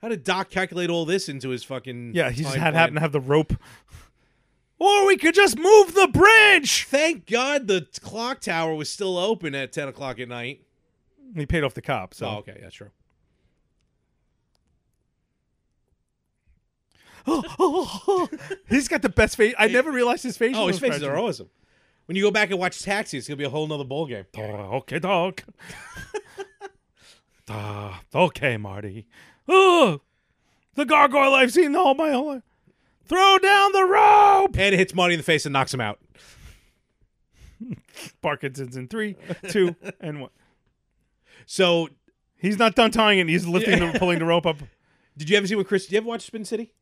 Speaker 1: How did Doc calculate all this into his fucking? time plan?
Speaker 2: have the rope. Or we could just move the bridge.
Speaker 1: Thank God the t- clock tower was still open at ten o'clock at night.
Speaker 2: He paid off the cop, so
Speaker 1: Oh, okay, that's true.
Speaker 2: he's got the best face. I never realized his face.
Speaker 1: Oh, his faces are awesome. When you go back and watch Taxi, it's gonna be a whole nother ball game.
Speaker 2: Oh, Okay, dog. Ah, okay, Marty. Ugh, the gargoyle I've seen all my whole life. Throw down the rope.
Speaker 1: And it hits Marty in the face and knocks him out.
Speaker 2: Parkinson's in three, two, and one.
Speaker 1: So,
Speaker 2: He's not done tying it. He's lifting, the, pulling the rope up.
Speaker 1: did you ever see when Chris? Did you ever watch Spin City?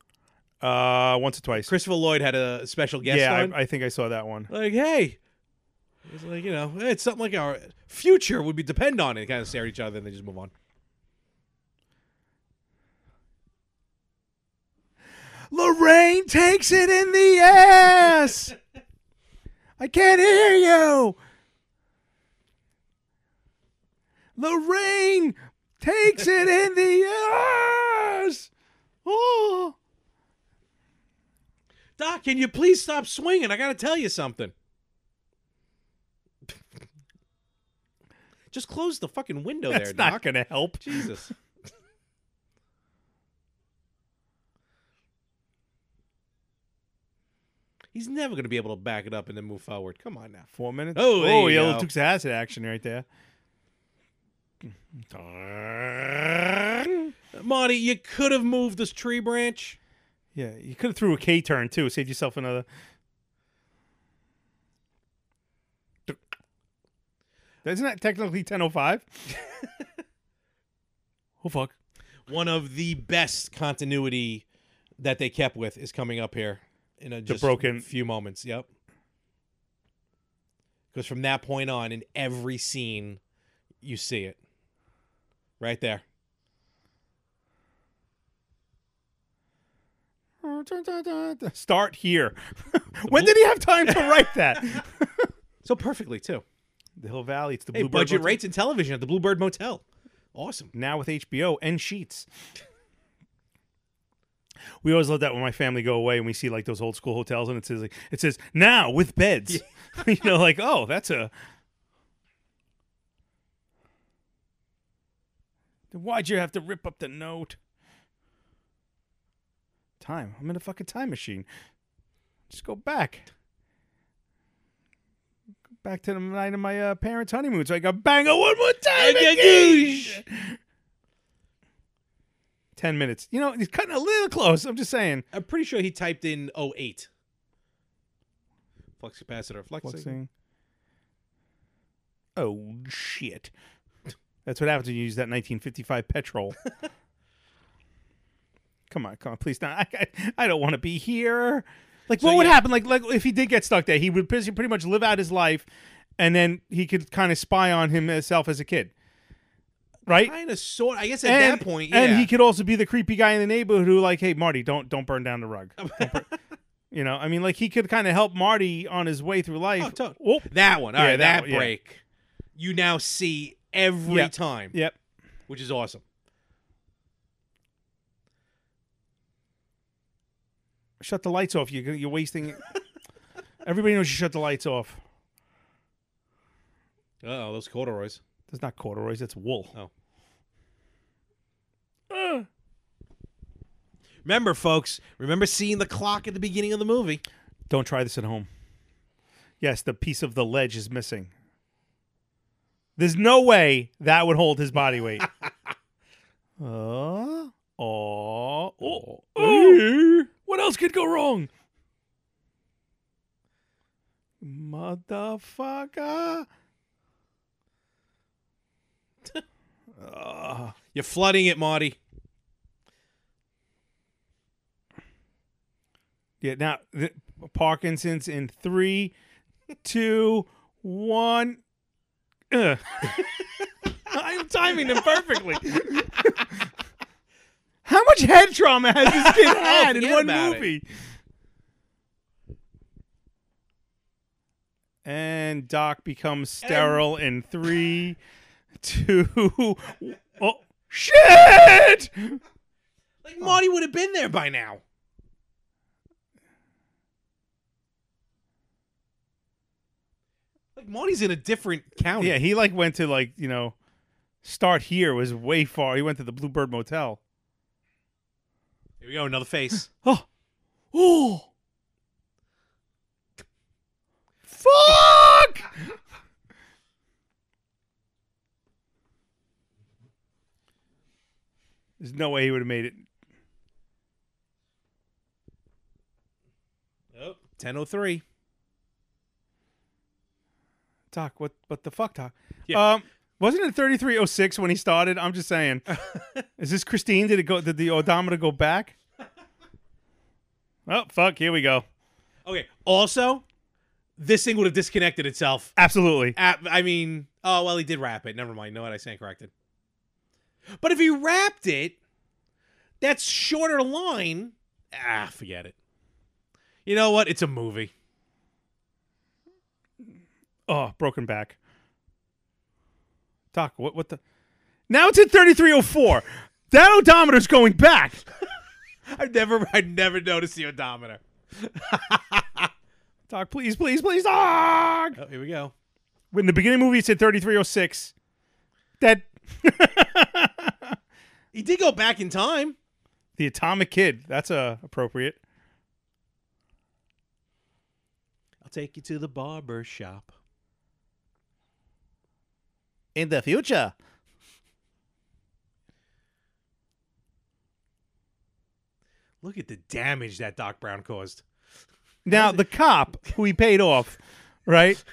Speaker 2: Uh, once or twice.
Speaker 1: Christopher Lloyd had a special guest
Speaker 2: yeah,
Speaker 1: on.
Speaker 2: I, I think I saw that one.
Speaker 1: like, hey, it's like you know, hey, it's something like our future would be depend on it. Kind of stare at each other and they just move on.
Speaker 2: Lorraine takes it in the ass. I can't hear you. Lorraine takes it in the ass. Oh.
Speaker 1: Doc, can you please stop swinging? I gotta tell you something. just close the fucking window
Speaker 2: That's
Speaker 1: there,
Speaker 2: not
Speaker 1: Doc.
Speaker 2: going to help.
Speaker 1: Jesus. He's never going to be able to back it up and then move forward. Come on now.
Speaker 2: Four minutes.
Speaker 1: Oh, there you
Speaker 2: yellow
Speaker 1: go.
Speaker 2: took acid action right there.
Speaker 1: Marty, you could have moved this tree branch.
Speaker 2: Yeah, you could have threw a K turn too, saved yourself another. Isn't that technically ten oh five? Oh fuck!
Speaker 1: One of the best continuity that they kept with is coming up here in a just
Speaker 2: broken-
Speaker 1: few moments. Yep. Because from that point on, in every scene, you see it. Right there.
Speaker 2: Start here. when did he have time to write that?
Speaker 1: So perfectly too.
Speaker 2: the Hill Valley. It's the
Speaker 1: Hey,
Speaker 2: Bluebird
Speaker 1: budget
Speaker 2: Motel.
Speaker 1: rates in television at the Bluebird Motel. Awesome.
Speaker 2: now with HBO and Sheets. We always love that when my family go away and we see like those old school hotels and it says like it says now with beds. you know, like oh, that's a. Then Why'd you have to rip up the note? Time. I'm in a fucking time machine. Just go back. Go back to the night of my uh, parents' honeymoon so I got bang on one more time. again. 10 minutes. You know, he's cutting a little close. I'm just saying.
Speaker 1: I'm pretty sure he typed in 08. Flux capacitor. Fluxing.
Speaker 2: Flexing. Oh, shit. That's what happens when you use that 1955 petrol. come on, come on, please. Not. I, I, I don't want to be here. Like, what would
Speaker 1: yeah.
Speaker 2: happen? Like, like if he did get stuck there, he would pretty pretty much live out his life, and then he could kind of spy on himself as a kid, right?
Speaker 1: Kind of sort. I guess at
Speaker 2: and,
Speaker 1: that point, yeah.
Speaker 2: and he could also be the creepy guy in the neighborhood who, like, hey, Marty, don't don't burn down the rug. Don't burn-" you know, I mean, like, he could kind of help Marty on his way through life.
Speaker 1: Oh, to-
Speaker 2: Oh,
Speaker 1: that one. All
Speaker 2: Yeah,
Speaker 1: right,
Speaker 2: that
Speaker 1: that,
Speaker 2: one, yeah.
Speaker 1: break. You now see every
Speaker 2: Yeah.
Speaker 1: time,
Speaker 2: yep.
Speaker 1: which is awesome.
Speaker 2: Shut the lights off. You're you're wasting. Everybody knows you shut the lights off.
Speaker 1: Oh, those corduroys.
Speaker 2: That's not corduroys. That's wool.
Speaker 1: Oh. Remember, folks. Remember seeing the clock at the beginning of the movie.
Speaker 2: Don't try this at home. Yes, the piece of the ledge is missing. There's no way that would hold his body weight. uh, oh, oh, oh. What else could go wrong? Motherfucker. Ugh.
Speaker 1: You're flooding it, Marty.
Speaker 2: Yeah, now th- Parkinson's in three, two, one. Ugh. I'm timing them perfectly. How much head trauma has this kid had in
Speaker 1: Oh, forget
Speaker 2: one
Speaker 1: about it.
Speaker 2: movie? And Doc becomes sterile in three, two, oh shit!
Speaker 1: Like Marty would have been there by now. Like Marty's in a different county.
Speaker 2: Yeah, he like went to like you know, start here was way far. He went to the Bluebird Motel.
Speaker 1: Here we go. Another face.
Speaker 2: Oh, oh, fuck! There's no way he would have made it.
Speaker 1: oh, 1003.
Speaker 2: Doc, what what the fuck, Doc?
Speaker 1: Yeah.
Speaker 2: Um, wasn't it 3306 when he started? I'm just saying. Is this Christine? Did it go? Did the odometer go back? Oh fuck! Here we go.
Speaker 1: Okay. Also, this thing would have disconnected itself.
Speaker 2: Absolutely.
Speaker 1: At, I mean, oh well, he did wrap it. Never mind. No, what I saying corrected. But if he wrapped it, that's shorter line. Ah, forget it. You know what? It's a movie.
Speaker 2: Oh, broken back. Doc, what what the Now it's at 3304. That odometer's going back.
Speaker 1: I've never, I never noticed the odometer.
Speaker 2: Doc, please, please, please. Doc.
Speaker 1: Oh, here we go.
Speaker 2: In the beginning of the movie it said 3306. That
Speaker 1: He did go back in time.
Speaker 2: the atomic kid. That's uh appropriate.
Speaker 1: I'll take you to the barber shop.
Speaker 3: In the future.
Speaker 1: Look at the damage that Doc Brown caused.
Speaker 2: Now the cop who he paid off, right,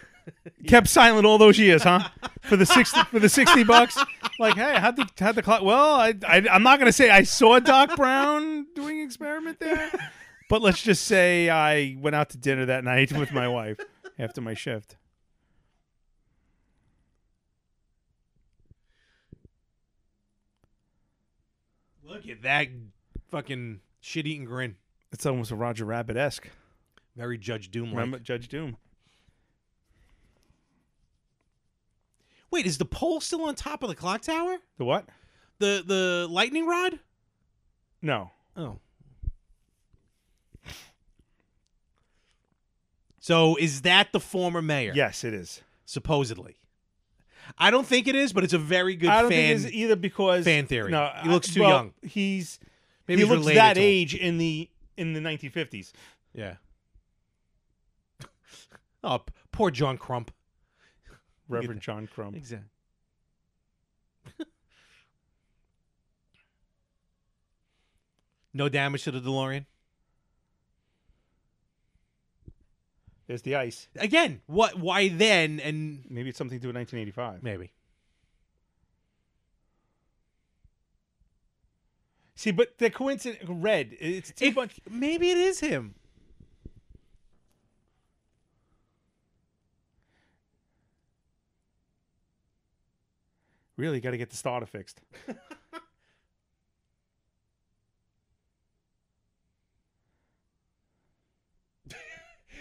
Speaker 2: kept silent all those years, huh? For the sixty for the sixty bucks. Like, hey, how'd the how'd the clock? Well, I, I I'm not gonna say I saw Doc Brown doing experiment there, but let's just say I went out to dinner that night with my wife after my shift.
Speaker 1: Look at that fucking shit-eating grin.
Speaker 2: It's almost a Roger Rabbit esque.
Speaker 1: Very Judge Doom like.
Speaker 2: Remember Judge Doom?
Speaker 1: Wait, is the pole still on top of the clock tower?
Speaker 2: The what?
Speaker 1: The the lightning rod?
Speaker 2: No.
Speaker 1: Oh. So is that the former mayor?
Speaker 2: Yes, it is.
Speaker 1: Supposedly. I don't think it is, but it's a very good
Speaker 2: I don't
Speaker 1: fan.
Speaker 2: think it's either because
Speaker 1: fan theory.
Speaker 2: No,
Speaker 1: He
Speaker 2: I-
Speaker 1: looks too
Speaker 2: well,
Speaker 1: young.
Speaker 2: He's
Speaker 1: Maybe
Speaker 2: he
Speaker 1: he's
Speaker 2: looks
Speaker 1: related
Speaker 2: that
Speaker 1: to him.
Speaker 2: age in the in the 1950s.
Speaker 1: Yeah. Oh, p- poor John Crump.
Speaker 2: Reverend John Crump.
Speaker 1: Exactly. no damage to the DeLorean.
Speaker 2: There's the ice.
Speaker 1: Again, what? Why then? And
Speaker 2: Maybe it's something to do with 1985.
Speaker 1: maybe.
Speaker 2: See, but the coincidence red. It's too
Speaker 1: It-
Speaker 2: much.
Speaker 1: maybe it is him.
Speaker 2: Really, got to get the starter fixed.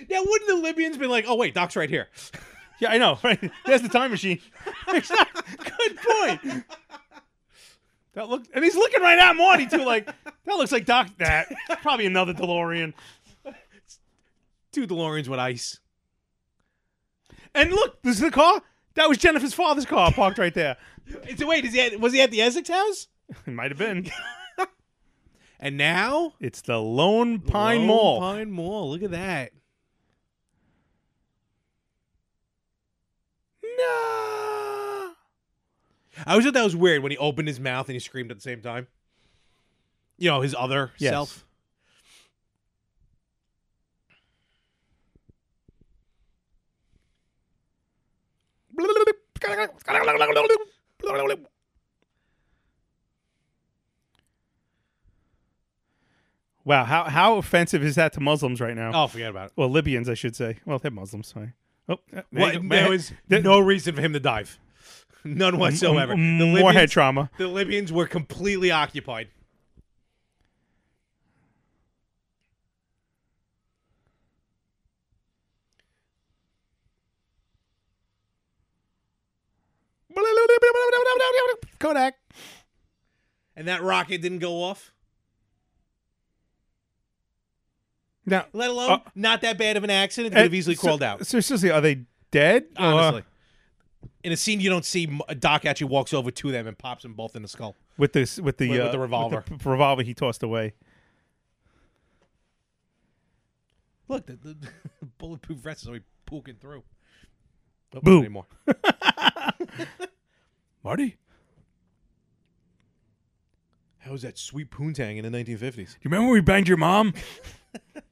Speaker 1: Now, wouldn't the Libyans been like, "Oh wait, Doc's right here."
Speaker 2: Yeah, I know. Right? There's the time machine. Good point. That look, and he's looking right at Marty too. Like that looks like Doc. That probably another DeLorean.
Speaker 1: Two DeLoreans with ice.
Speaker 2: And look, this is the car. That was Jennifer's father's car parked right there.
Speaker 1: So wait, is he at, was he at the Essex house?
Speaker 2: It might have been.
Speaker 1: And now
Speaker 2: It's the Lone Pine
Speaker 1: Lone
Speaker 2: Mall.
Speaker 1: Pine Mall. Look at that.
Speaker 2: No.
Speaker 1: I always thought that was weird when he opened his mouth and he screamed at the same time. You know, his other
Speaker 2: Yes.
Speaker 1: self.
Speaker 2: Wow, how how offensive is that to Muslims right now?
Speaker 1: Oh, forget about it.
Speaker 2: Well, Libyans, I should say. Well, they're Muslims. Sorry. Oh, uh,
Speaker 1: What,
Speaker 2: man-
Speaker 1: there was
Speaker 2: that-
Speaker 1: no reason for him to dive. None whatsoever.
Speaker 2: m-
Speaker 1: the,
Speaker 2: more head
Speaker 1: Libyans,
Speaker 2: trauma.
Speaker 1: the Libyans were completely occupied.
Speaker 2: Kodak.
Speaker 1: And that rocket didn't go off.
Speaker 2: Now,
Speaker 1: Let alone
Speaker 2: Uh,
Speaker 1: not that bad of an accident. Could have easily
Speaker 2: so-
Speaker 1: crawled out.
Speaker 2: So seriously, are they dead? Or-
Speaker 1: Honestly. in a scene you don't see, M- Doc actually walks over to them and pops them both in the skull.
Speaker 2: with this, with the
Speaker 1: With- with
Speaker 2: uh,
Speaker 1: the revolver.
Speaker 2: p- p- revolver he tossed away.
Speaker 1: Look, the, the bulletproof vest is already poking through. Oh,
Speaker 2: Boom.
Speaker 1: not anymore.
Speaker 2: Marty,
Speaker 1: How was that sweet poontang in the 1950s?
Speaker 2: you remember we banged your mom?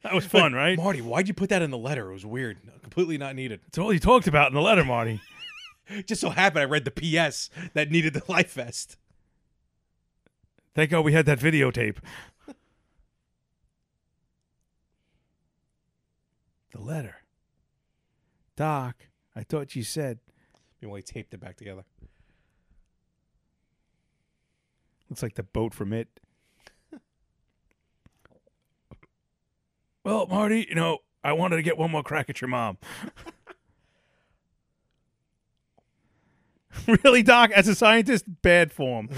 Speaker 2: that was fun, right?
Speaker 1: Marty, why'd you put that in the letter? It was weird. Completely not needed.
Speaker 2: It's all you talked about in the letter, Marty.
Speaker 1: Just so happened I read the PS that needed the life vest.
Speaker 2: Thank God we had that videotape. the letter. Doc, I thought you said.
Speaker 1: Meanwhile, he taped it back together.
Speaker 2: Looks like the boat from it. well, Marty, you know, I wanted to get one more crack at your mom. really, Doc, as a scientist, bad form.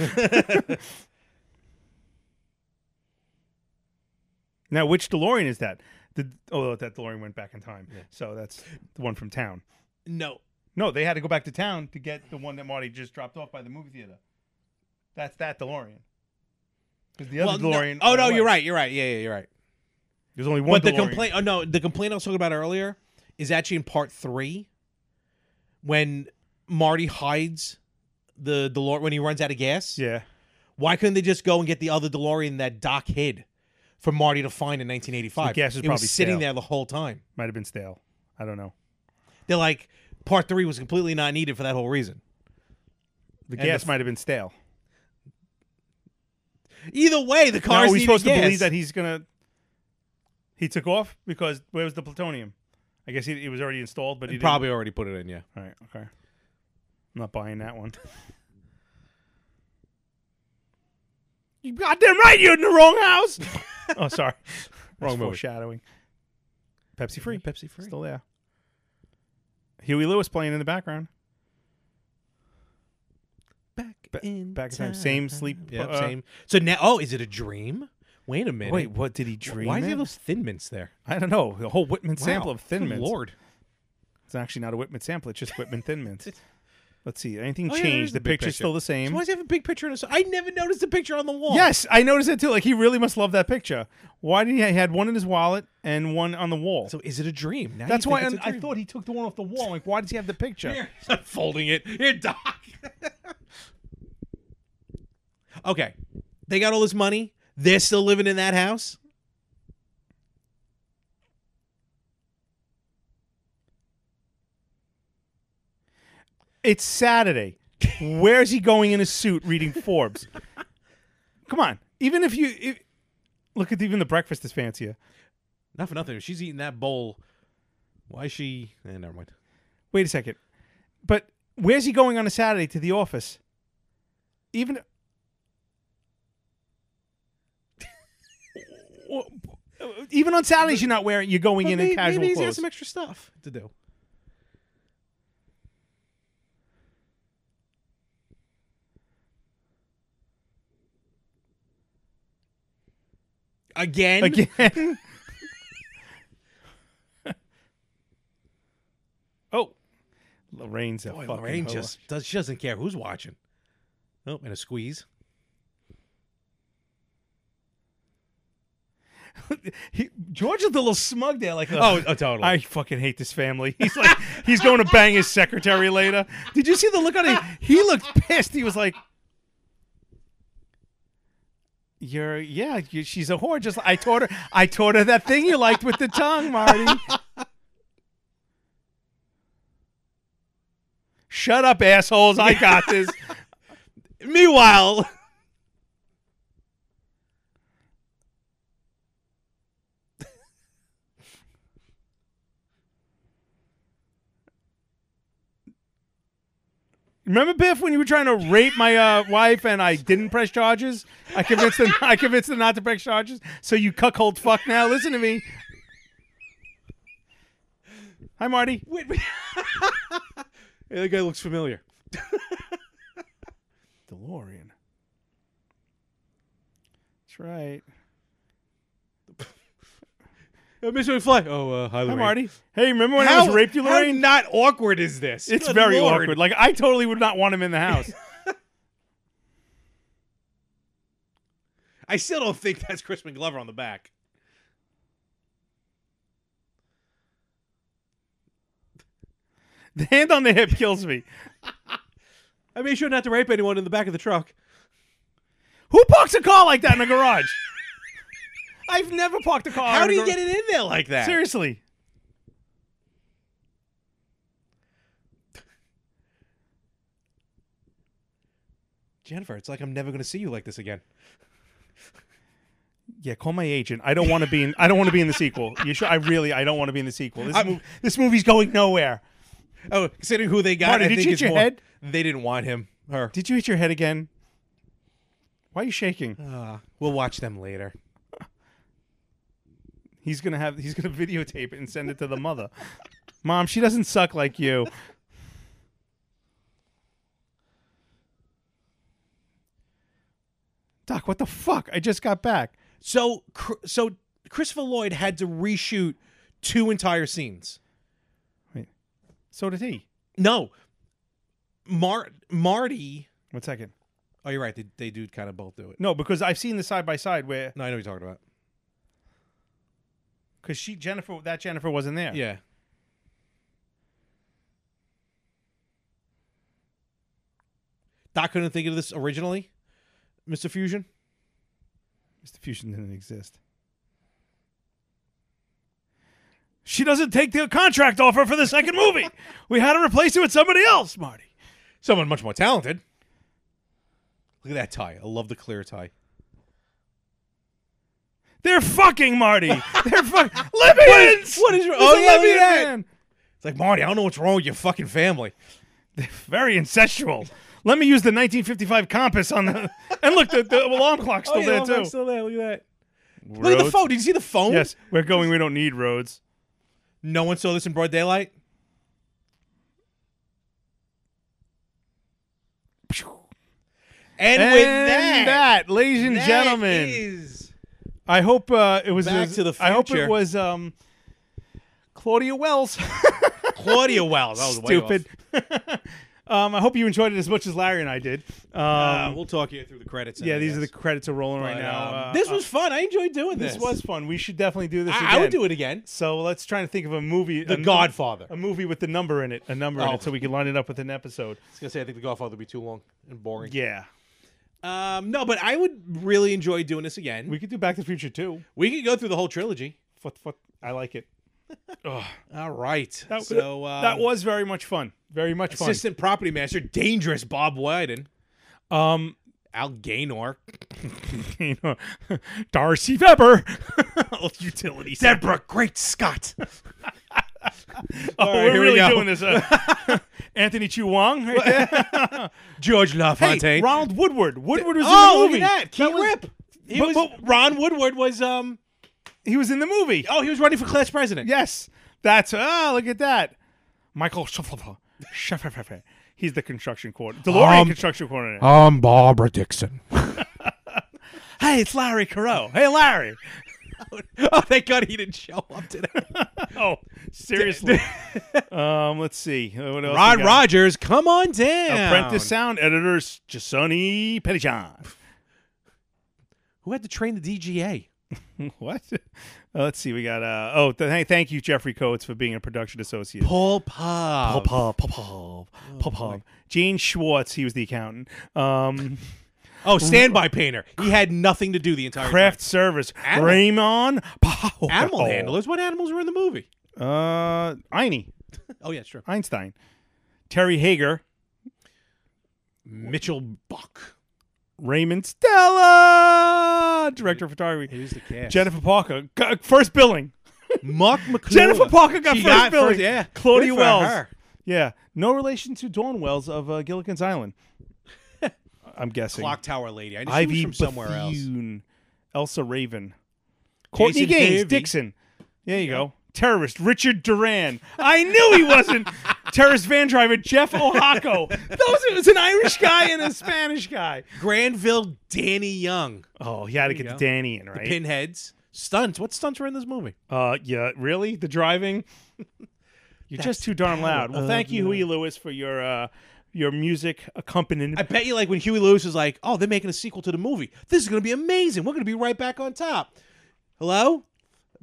Speaker 2: now, which DeLorean is that? The, oh, that DeLorean went back in time. So that's the one from town.
Speaker 1: No.
Speaker 2: No, they had to go back to town to get the one that Marty just dropped off by the movie theater. That's that DeLorean. Because the
Speaker 1: Well,
Speaker 2: other
Speaker 1: no-
Speaker 2: DeLorean.
Speaker 1: Oh, no,
Speaker 2: away.
Speaker 1: you're right. You're right. Yeah, yeah, you're right.
Speaker 2: There's only one.
Speaker 1: but
Speaker 2: DeLorean.
Speaker 1: the complaint oh no the complaint i was talking about earlier is actually in part three when marty hides the delorean when he runs out of gas
Speaker 2: Yeah.
Speaker 1: why couldn't they just go and get the other delorean that doc hid for Marty to find in 1985.
Speaker 2: The gas is
Speaker 1: it
Speaker 2: probably
Speaker 1: was sitting
Speaker 2: stale.
Speaker 1: there the whole time.
Speaker 2: Might have been stale. I don't know.
Speaker 1: They're like, part three was completely not needed for that whole reason.
Speaker 2: The
Speaker 1: And
Speaker 2: gas
Speaker 1: the-
Speaker 2: might have been stale.
Speaker 1: Either way, the
Speaker 2: Now,
Speaker 1: cars
Speaker 2: are we
Speaker 1: needed
Speaker 2: supposed
Speaker 1: gas.
Speaker 2: to believe that he's gonna? He took off because where was the plutonium? I guess he, it was already installed, but he
Speaker 1: He
Speaker 2: didn't-
Speaker 1: probably already put it in, yeah.
Speaker 2: All right. Okay. I'm not buying that one. you goddamn right. You're in the wrong house. oh, sorry.
Speaker 1: Wrong
Speaker 2: That's
Speaker 1: movie.
Speaker 2: Foreshadowing. Pepsi free.
Speaker 1: Pepsi free.
Speaker 2: Still there. Huey Lewis playing in the background.
Speaker 1: back
Speaker 2: Ba- back in time. Same sleep.
Speaker 1: Yeah,
Speaker 2: uh,
Speaker 1: same. So now, oh, is it a dream? Wait a minute.
Speaker 2: Wait, what did he dream?
Speaker 1: Why do
Speaker 2: in?
Speaker 1: you have those Thin Mints there?
Speaker 2: I don't know. The whole Whitman sample
Speaker 1: Wow,
Speaker 2: of Thin
Speaker 1: good
Speaker 2: Mints.
Speaker 1: Lord.
Speaker 2: It's actually not a Whitman sample. It's just Whitman Thin Mints. Let's see. Anything
Speaker 1: Oh, yeah, there is
Speaker 2: changed?
Speaker 1: the
Speaker 2: the
Speaker 1: big
Speaker 2: picture's
Speaker 1: picture.
Speaker 2: still the
Speaker 1: So
Speaker 2: same.
Speaker 1: why does he have a big picture on his? I never noticed the picture on the wall.
Speaker 2: Yes, I noticed that too. Like he really must love that picture. Why did he? He had one in his wallet and one on the wall.
Speaker 1: So is it a dream? Now
Speaker 2: That's
Speaker 1: you
Speaker 2: why
Speaker 1: think
Speaker 2: I,
Speaker 1: it's a
Speaker 2: I
Speaker 1: dream.
Speaker 2: thought he took the one off the wall. Like, why does he have the picture?
Speaker 1: Here, I'm folding it. Here, Doc. okay, they got all this money. They're still living in that house.
Speaker 2: It's Saturday. Where's he going in a suit reading Forbes? Come on. Even if you if, look at even the breakfast is fancier.
Speaker 1: Not for nothing. If she's eating that bowl, why is she? Eh, never mind.
Speaker 2: Wait a second. But where's he going on a Saturday to the office? Even. Even on Saturdays, you're not wearing. You're going in in
Speaker 1: maybe,
Speaker 2: casual
Speaker 1: maybe he's got
Speaker 2: clothes.
Speaker 1: some extra stuff to do. Again,
Speaker 2: again. oh, Lorraine's a
Speaker 1: Boy,
Speaker 2: fucking
Speaker 1: Lorraine
Speaker 2: hoe.
Speaker 1: just does. She doesn't care who's watching. Oh, and a squeeze.
Speaker 2: He, George looked a little smug there. Like,
Speaker 1: Oh,
Speaker 2: oh,
Speaker 1: oh totally.
Speaker 2: I fucking hate this family. He's like, he's going to bang his secretary later. Did you see the look on him? He looked pissed. He was like. You're yeah. You, she's a whore. Just like- I taught her. I taught her that thing you liked with the tongue, Marty. Shut up, assholes! I got this.
Speaker 1: Meanwhile,
Speaker 2: Remember Biff when you were trying to rape my uh, wife and I didn't press charges? I convinced them. I convinced them not to press charges. So you cuckold fuck now. Listen to me. Hi Marty.
Speaker 1: wait, wait. Hey, that guy looks familiar.
Speaker 2: DeLorean. That's right.
Speaker 1: Uh, Mr. McFly. Oh, uh, hi,
Speaker 2: Hi
Speaker 1: Lorraine.
Speaker 2: Marty. Hey, remember when I was raped you,
Speaker 1: how
Speaker 2: Lorraine?
Speaker 1: not awkward is this?
Speaker 2: it's
Speaker 1: Good
Speaker 2: very
Speaker 1: Lord.
Speaker 2: awkward. Like I totally would not want him in the house.
Speaker 1: I still don't think that's Crispin Glover on the back.
Speaker 2: the hand on the hip kills me.
Speaker 1: I made sure not to rape anyone in the back of the truck.
Speaker 2: Who parks a car like that in a garage? I've never parked a car.
Speaker 1: How
Speaker 2: in
Speaker 1: do
Speaker 2: a
Speaker 1: you
Speaker 2: gar-
Speaker 1: get it in there like that?
Speaker 2: Seriously.
Speaker 1: Jennifer, it's like I'm never going to see you like this again.
Speaker 2: Yeah, call my agent. I don't want to be in. I don't want to be in the sequel. You should. I really. I don't want to be in the sequel. This,
Speaker 1: I'm-
Speaker 2: mov- this movie's going nowhere.
Speaker 1: Oh, considering who they got,
Speaker 2: Marty,
Speaker 1: I
Speaker 2: did
Speaker 1: think
Speaker 2: you hit
Speaker 1: it's
Speaker 2: your
Speaker 1: more-
Speaker 2: head?
Speaker 1: They didn't want him. Her.
Speaker 2: Did you hit your head again? Why are you shaking?
Speaker 1: Uh, we'll watch them later.
Speaker 2: He's gonna have. He's gonna videotape it and send it to the mother. Mom, she doesn't suck like you. Doc, what the fuck? I just got back.
Speaker 1: So, Cr- so Christopher Lloyd had to reshoot two entire scenes.
Speaker 2: So did he.
Speaker 1: No, Mar- Marty.
Speaker 2: One second.
Speaker 1: Oh, you're right. They, they do kind of both do it.
Speaker 2: No, because I've seen the side by side where
Speaker 1: No, I know what you're talking about.
Speaker 2: because she Jennifer that Jennifer wasn't there.
Speaker 1: Yeah. Doc couldn't think of this originally, Mr. Fusion.
Speaker 2: Mr. Fusion didn't exist. She doesn't take the contract offer for the second movie. We had to replace it with somebody else, Marty.
Speaker 1: Someone much more talented. Look at that tie. I love the clear tie.
Speaker 2: They're fucking Marty. They're fucking Libyans.
Speaker 1: What is your?
Speaker 2: He's
Speaker 1: Oh
Speaker 2: a
Speaker 1: yeah, look
Speaker 2: Libyan
Speaker 1: at that.
Speaker 2: man.
Speaker 1: It's like Marty. I don't know what's wrong with your fucking family.
Speaker 2: Very incestual. Let me use the 1955 compass on the and look the, the alarm clock's still there too.
Speaker 1: Oh, Still there. Look at that. Look at the
Speaker 2: Roads.
Speaker 1: phone. Did you see the phone?
Speaker 2: Yes, we're going. We don't need roads.
Speaker 1: No one saw this in broad daylight. And, with that,
Speaker 2: ladies and
Speaker 1: that
Speaker 2: gentlemen,
Speaker 1: is-
Speaker 2: I hope uh, it was.
Speaker 1: Back
Speaker 2: as-
Speaker 1: to the
Speaker 2: I hope it
Speaker 1: future.
Speaker 2: was um, Claudia Wells.
Speaker 1: Claudia Wells. That was way off.
Speaker 2: Stupid. um, I hope you enjoyed it as much as Larry and I did. Um,
Speaker 1: Uh, we'll talk you through the credits. and
Speaker 2: yeah,
Speaker 1: I
Speaker 2: these are the
Speaker 1: guess.
Speaker 2: credits are rolling right
Speaker 1: But,
Speaker 2: now.
Speaker 1: um,
Speaker 2: Uh,
Speaker 1: this
Speaker 2: uh,
Speaker 1: was fun. I enjoyed doing this.
Speaker 2: this was fun. We should definitely do this.
Speaker 1: I, I would do it again.
Speaker 2: So let's try to think of a movie.
Speaker 1: The
Speaker 2: a-
Speaker 1: Godfather.
Speaker 2: A movie with the number in it. A number in
Speaker 1: Oh.
Speaker 2: it, so we can line it up with an episode.
Speaker 1: I was gonna say I think the Godfather would be too long and boring.
Speaker 2: Yeah,
Speaker 1: Um, no, but I would really enjoy doing this again. We,
Speaker 2: we could do Back to the Future too.
Speaker 1: could go through the whole trilogy.
Speaker 2: What? What? I like it.
Speaker 1: All right.
Speaker 2: That,
Speaker 1: so uh,
Speaker 2: that was very much fun. Very much fun.
Speaker 1: assistant property master, dangerous Bob Wyden,
Speaker 2: Um,
Speaker 1: Al Gaynor,
Speaker 2: you know, Darcy Weber, utilities.
Speaker 1: Deborah Great Scott.
Speaker 2: Oh,
Speaker 1: right,
Speaker 2: we're
Speaker 1: here we
Speaker 2: really
Speaker 1: go.
Speaker 2: doing this. uh, Anthony Chu Wong, right there.
Speaker 1: George
Speaker 2: Hey,
Speaker 1: LaFontaine.
Speaker 2: Ronald Woodward. Woodward was in
Speaker 1: oh,
Speaker 2: the
Speaker 1: look
Speaker 2: movie.
Speaker 1: at that. Key
Speaker 2: was-
Speaker 1: Rip. He was,
Speaker 2: But- but-
Speaker 1: Ron Woodward was um
Speaker 2: He was in the movie.
Speaker 1: oh he was running for class president.
Speaker 2: Yes, that's ah. look at that. Michael Schaffer. Schaffer. He's the construction coordinator. DeLorean
Speaker 1: Um,
Speaker 2: construction coordinator.
Speaker 1: I'm Barbara Dixon.
Speaker 2: hey, it's Larry Carroll. Hey, Larry.
Speaker 1: oh, thank God he didn't show up today.
Speaker 2: Oh, seriously. um, let's see. What else
Speaker 1: Ron
Speaker 2: we got?
Speaker 1: Rogers, come on down.
Speaker 2: Apprentice sound editor Jasoni Pettijohn.
Speaker 1: Who had to train the DGA?
Speaker 2: What? Uh, let's see. We got. Uh, oh, th- hey, thank you, Jeffrey Coates, for being a production associate.
Speaker 1: Paul Pop.
Speaker 2: Popov,
Speaker 1: oh,
Speaker 2: Popov, Popov. Gene Schwartz. He was the accountant. Um,
Speaker 1: Oh, standby painter. He had nothing to do the entire
Speaker 2: craft service.
Speaker 1: Animal-
Speaker 2: Raymond. Powell. Oh.
Speaker 1: time. Animal handlers. What animals were in the movie?
Speaker 2: Uh, Einie
Speaker 1: Oh yeah, sure.
Speaker 2: Einstein. Terry Hager.
Speaker 1: Mitchell Buck.
Speaker 2: Raymond Stella. Director of photography.
Speaker 1: Here's the cast.
Speaker 2: Jennifer Parker. G- First billing.
Speaker 1: Mark McClure.
Speaker 2: Jennifer Parker got
Speaker 1: She
Speaker 2: first billing.
Speaker 1: first- yeah.
Speaker 2: Claudia
Speaker 1: Good for
Speaker 2: Wells.
Speaker 1: her.
Speaker 2: Yeah, no relation to Dawn Wells of uh, Gilligan's Island. I'm guessing.
Speaker 1: Clock Tower Lady. I knew she was
Speaker 2: Ivy
Speaker 1: from somewhere else.
Speaker 2: Bethune, Elsa Raven, Courtney
Speaker 1: Jason
Speaker 2: Gaines
Speaker 1: Davey.
Speaker 2: Dixon. There you go. Terrorist Richard Duran. I knew he wasn't. Terrorist van driver Jeff Ohaco. Those it was an Irish guy and a Spanish guy.
Speaker 1: Granville Danny Young.
Speaker 2: Oh, he had to get the
Speaker 1: go.
Speaker 2: Danny in, right?
Speaker 1: Pinheads. Stunts. What stunts were in this movie?
Speaker 2: Uh, yeah, really? The driving? You're just too darn loud. Well, thank you, Huey Lewis, for your uh, your music accompaniment.
Speaker 1: I bet you, like, when Huey Lewis was like, oh, they're making a sequel to the movie. This is going to be amazing. We're going to be right back on top. Hello?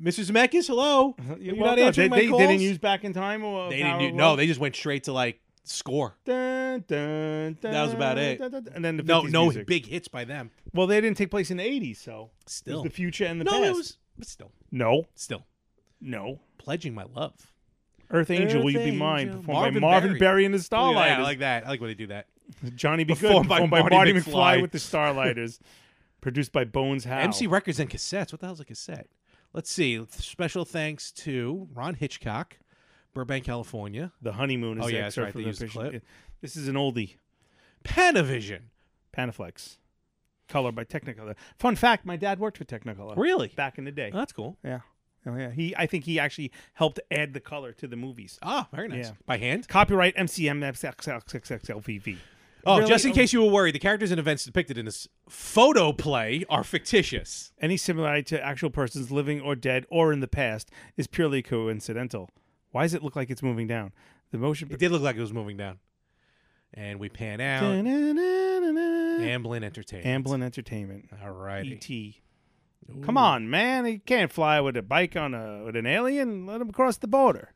Speaker 1: Mr. Zemeckis, hello? Are you
Speaker 2: Well,
Speaker 1: not
Speaker 2: no,
Speaker 1: answering
Speaker 2: they,
Speaker 1: my
Speaker 2: they- they
Speaker 1: calls?
Speaker 2: didn't use back in time. Or
Speaker 1: They didn't do- no, they just went straight to, like, score.
Speaker 2: that
Speaker 1: That was about it.
Speaker 2: and then the 50s
Speaker 1: No, no
Speaker 2: music.
Speaker 1: big hits by them.
Speaker 2: Well, they didn't take place in the 80s, so it was
Speaker 1: Still.
Speaker 2: the future and the
Speaker 1: no,
Speaker 2: past.
Speaker 1: it was, but still,
Speaker 2: No,
Speaker 1: still.
Speaker 2: no.
Speaker 1: Pledging my love.
Speaker 2: Earth Angel, will you be
Speaker 1: Earth
Speaker 2: mine?
Speaker 1: Angel.
Speaker 2: Performed by
Speaker 1: Marvin
Speaker 2: Marvin
Speaker 1: Berry.
Speaker 2: Berry and the
Speaker 1: Look at that. I
Speaker 2: Starlighters.
Speaker 1: like that. I like when they do that.
Speaker 2: Johnny Be Good,
Speaker 1: Performed by
Speaker 2: performed by Marty,
Speaker 1: Marty
Speaker 2: McFly.
Speaker 1: McFly.
Speaker 2: with the Starlighters. Produced by Bones Howe.
Speaker 1: MC Records and cassettes. What the hell's a cassette? Let's see. Special thanks to Ron Hitchcock, Burbank, California,
Speaker 2: The Honeymoon is
Speaker 1: Oh,
Speaker 2: the
Speaker 1: yeah, that's
Speaker 2: excerpt
Speaker 1: right,
Speaker 2: from
Speaker 1: they
Speaker 2: the
Speaker 1: used the
Speaker 2: official-
Speaker 1: clip.
Speaker 2: This is an oldie.
Speaker 1: Panavision.
Speaker 2: Panaflex. Color by Technicolor. Fun fact, my dad worked for Technicolor.
Speaker 1: Really?
Speaker 2: Back in the day.
Speaker 1: Oh, that's cool.
Speaker 2: Yeah. Oh, yeah. He, I think he actually helped add the color to the movies.
Speaker 1: Ah, very nice.
Speaker 2: Yeah.
Speaker 1: By hand?
Speaker 2: Copyright MCMXXXXLVV.
Speaker 1: Oh,
Speaker 2: Really?
Speaker 1: just in case you were worried, the characters and events depicted in this photo play are fictitious.
Speaker 2: Any similarity to actual persons living or dead or in the past is purely coincidental. Why does it look like it's moving down? The motion.
Speaker 1: It did look like it was moving down. And we pan out.
Speaker 2: Amblin
Speaker 1: Amblin Entertainment.
Speaker 2: Entertainment. E
Speaker 1: All righty.
Speaker 2: E.T. Come on, man! He can't fly with a bike on a with an alien. Let him cross the border.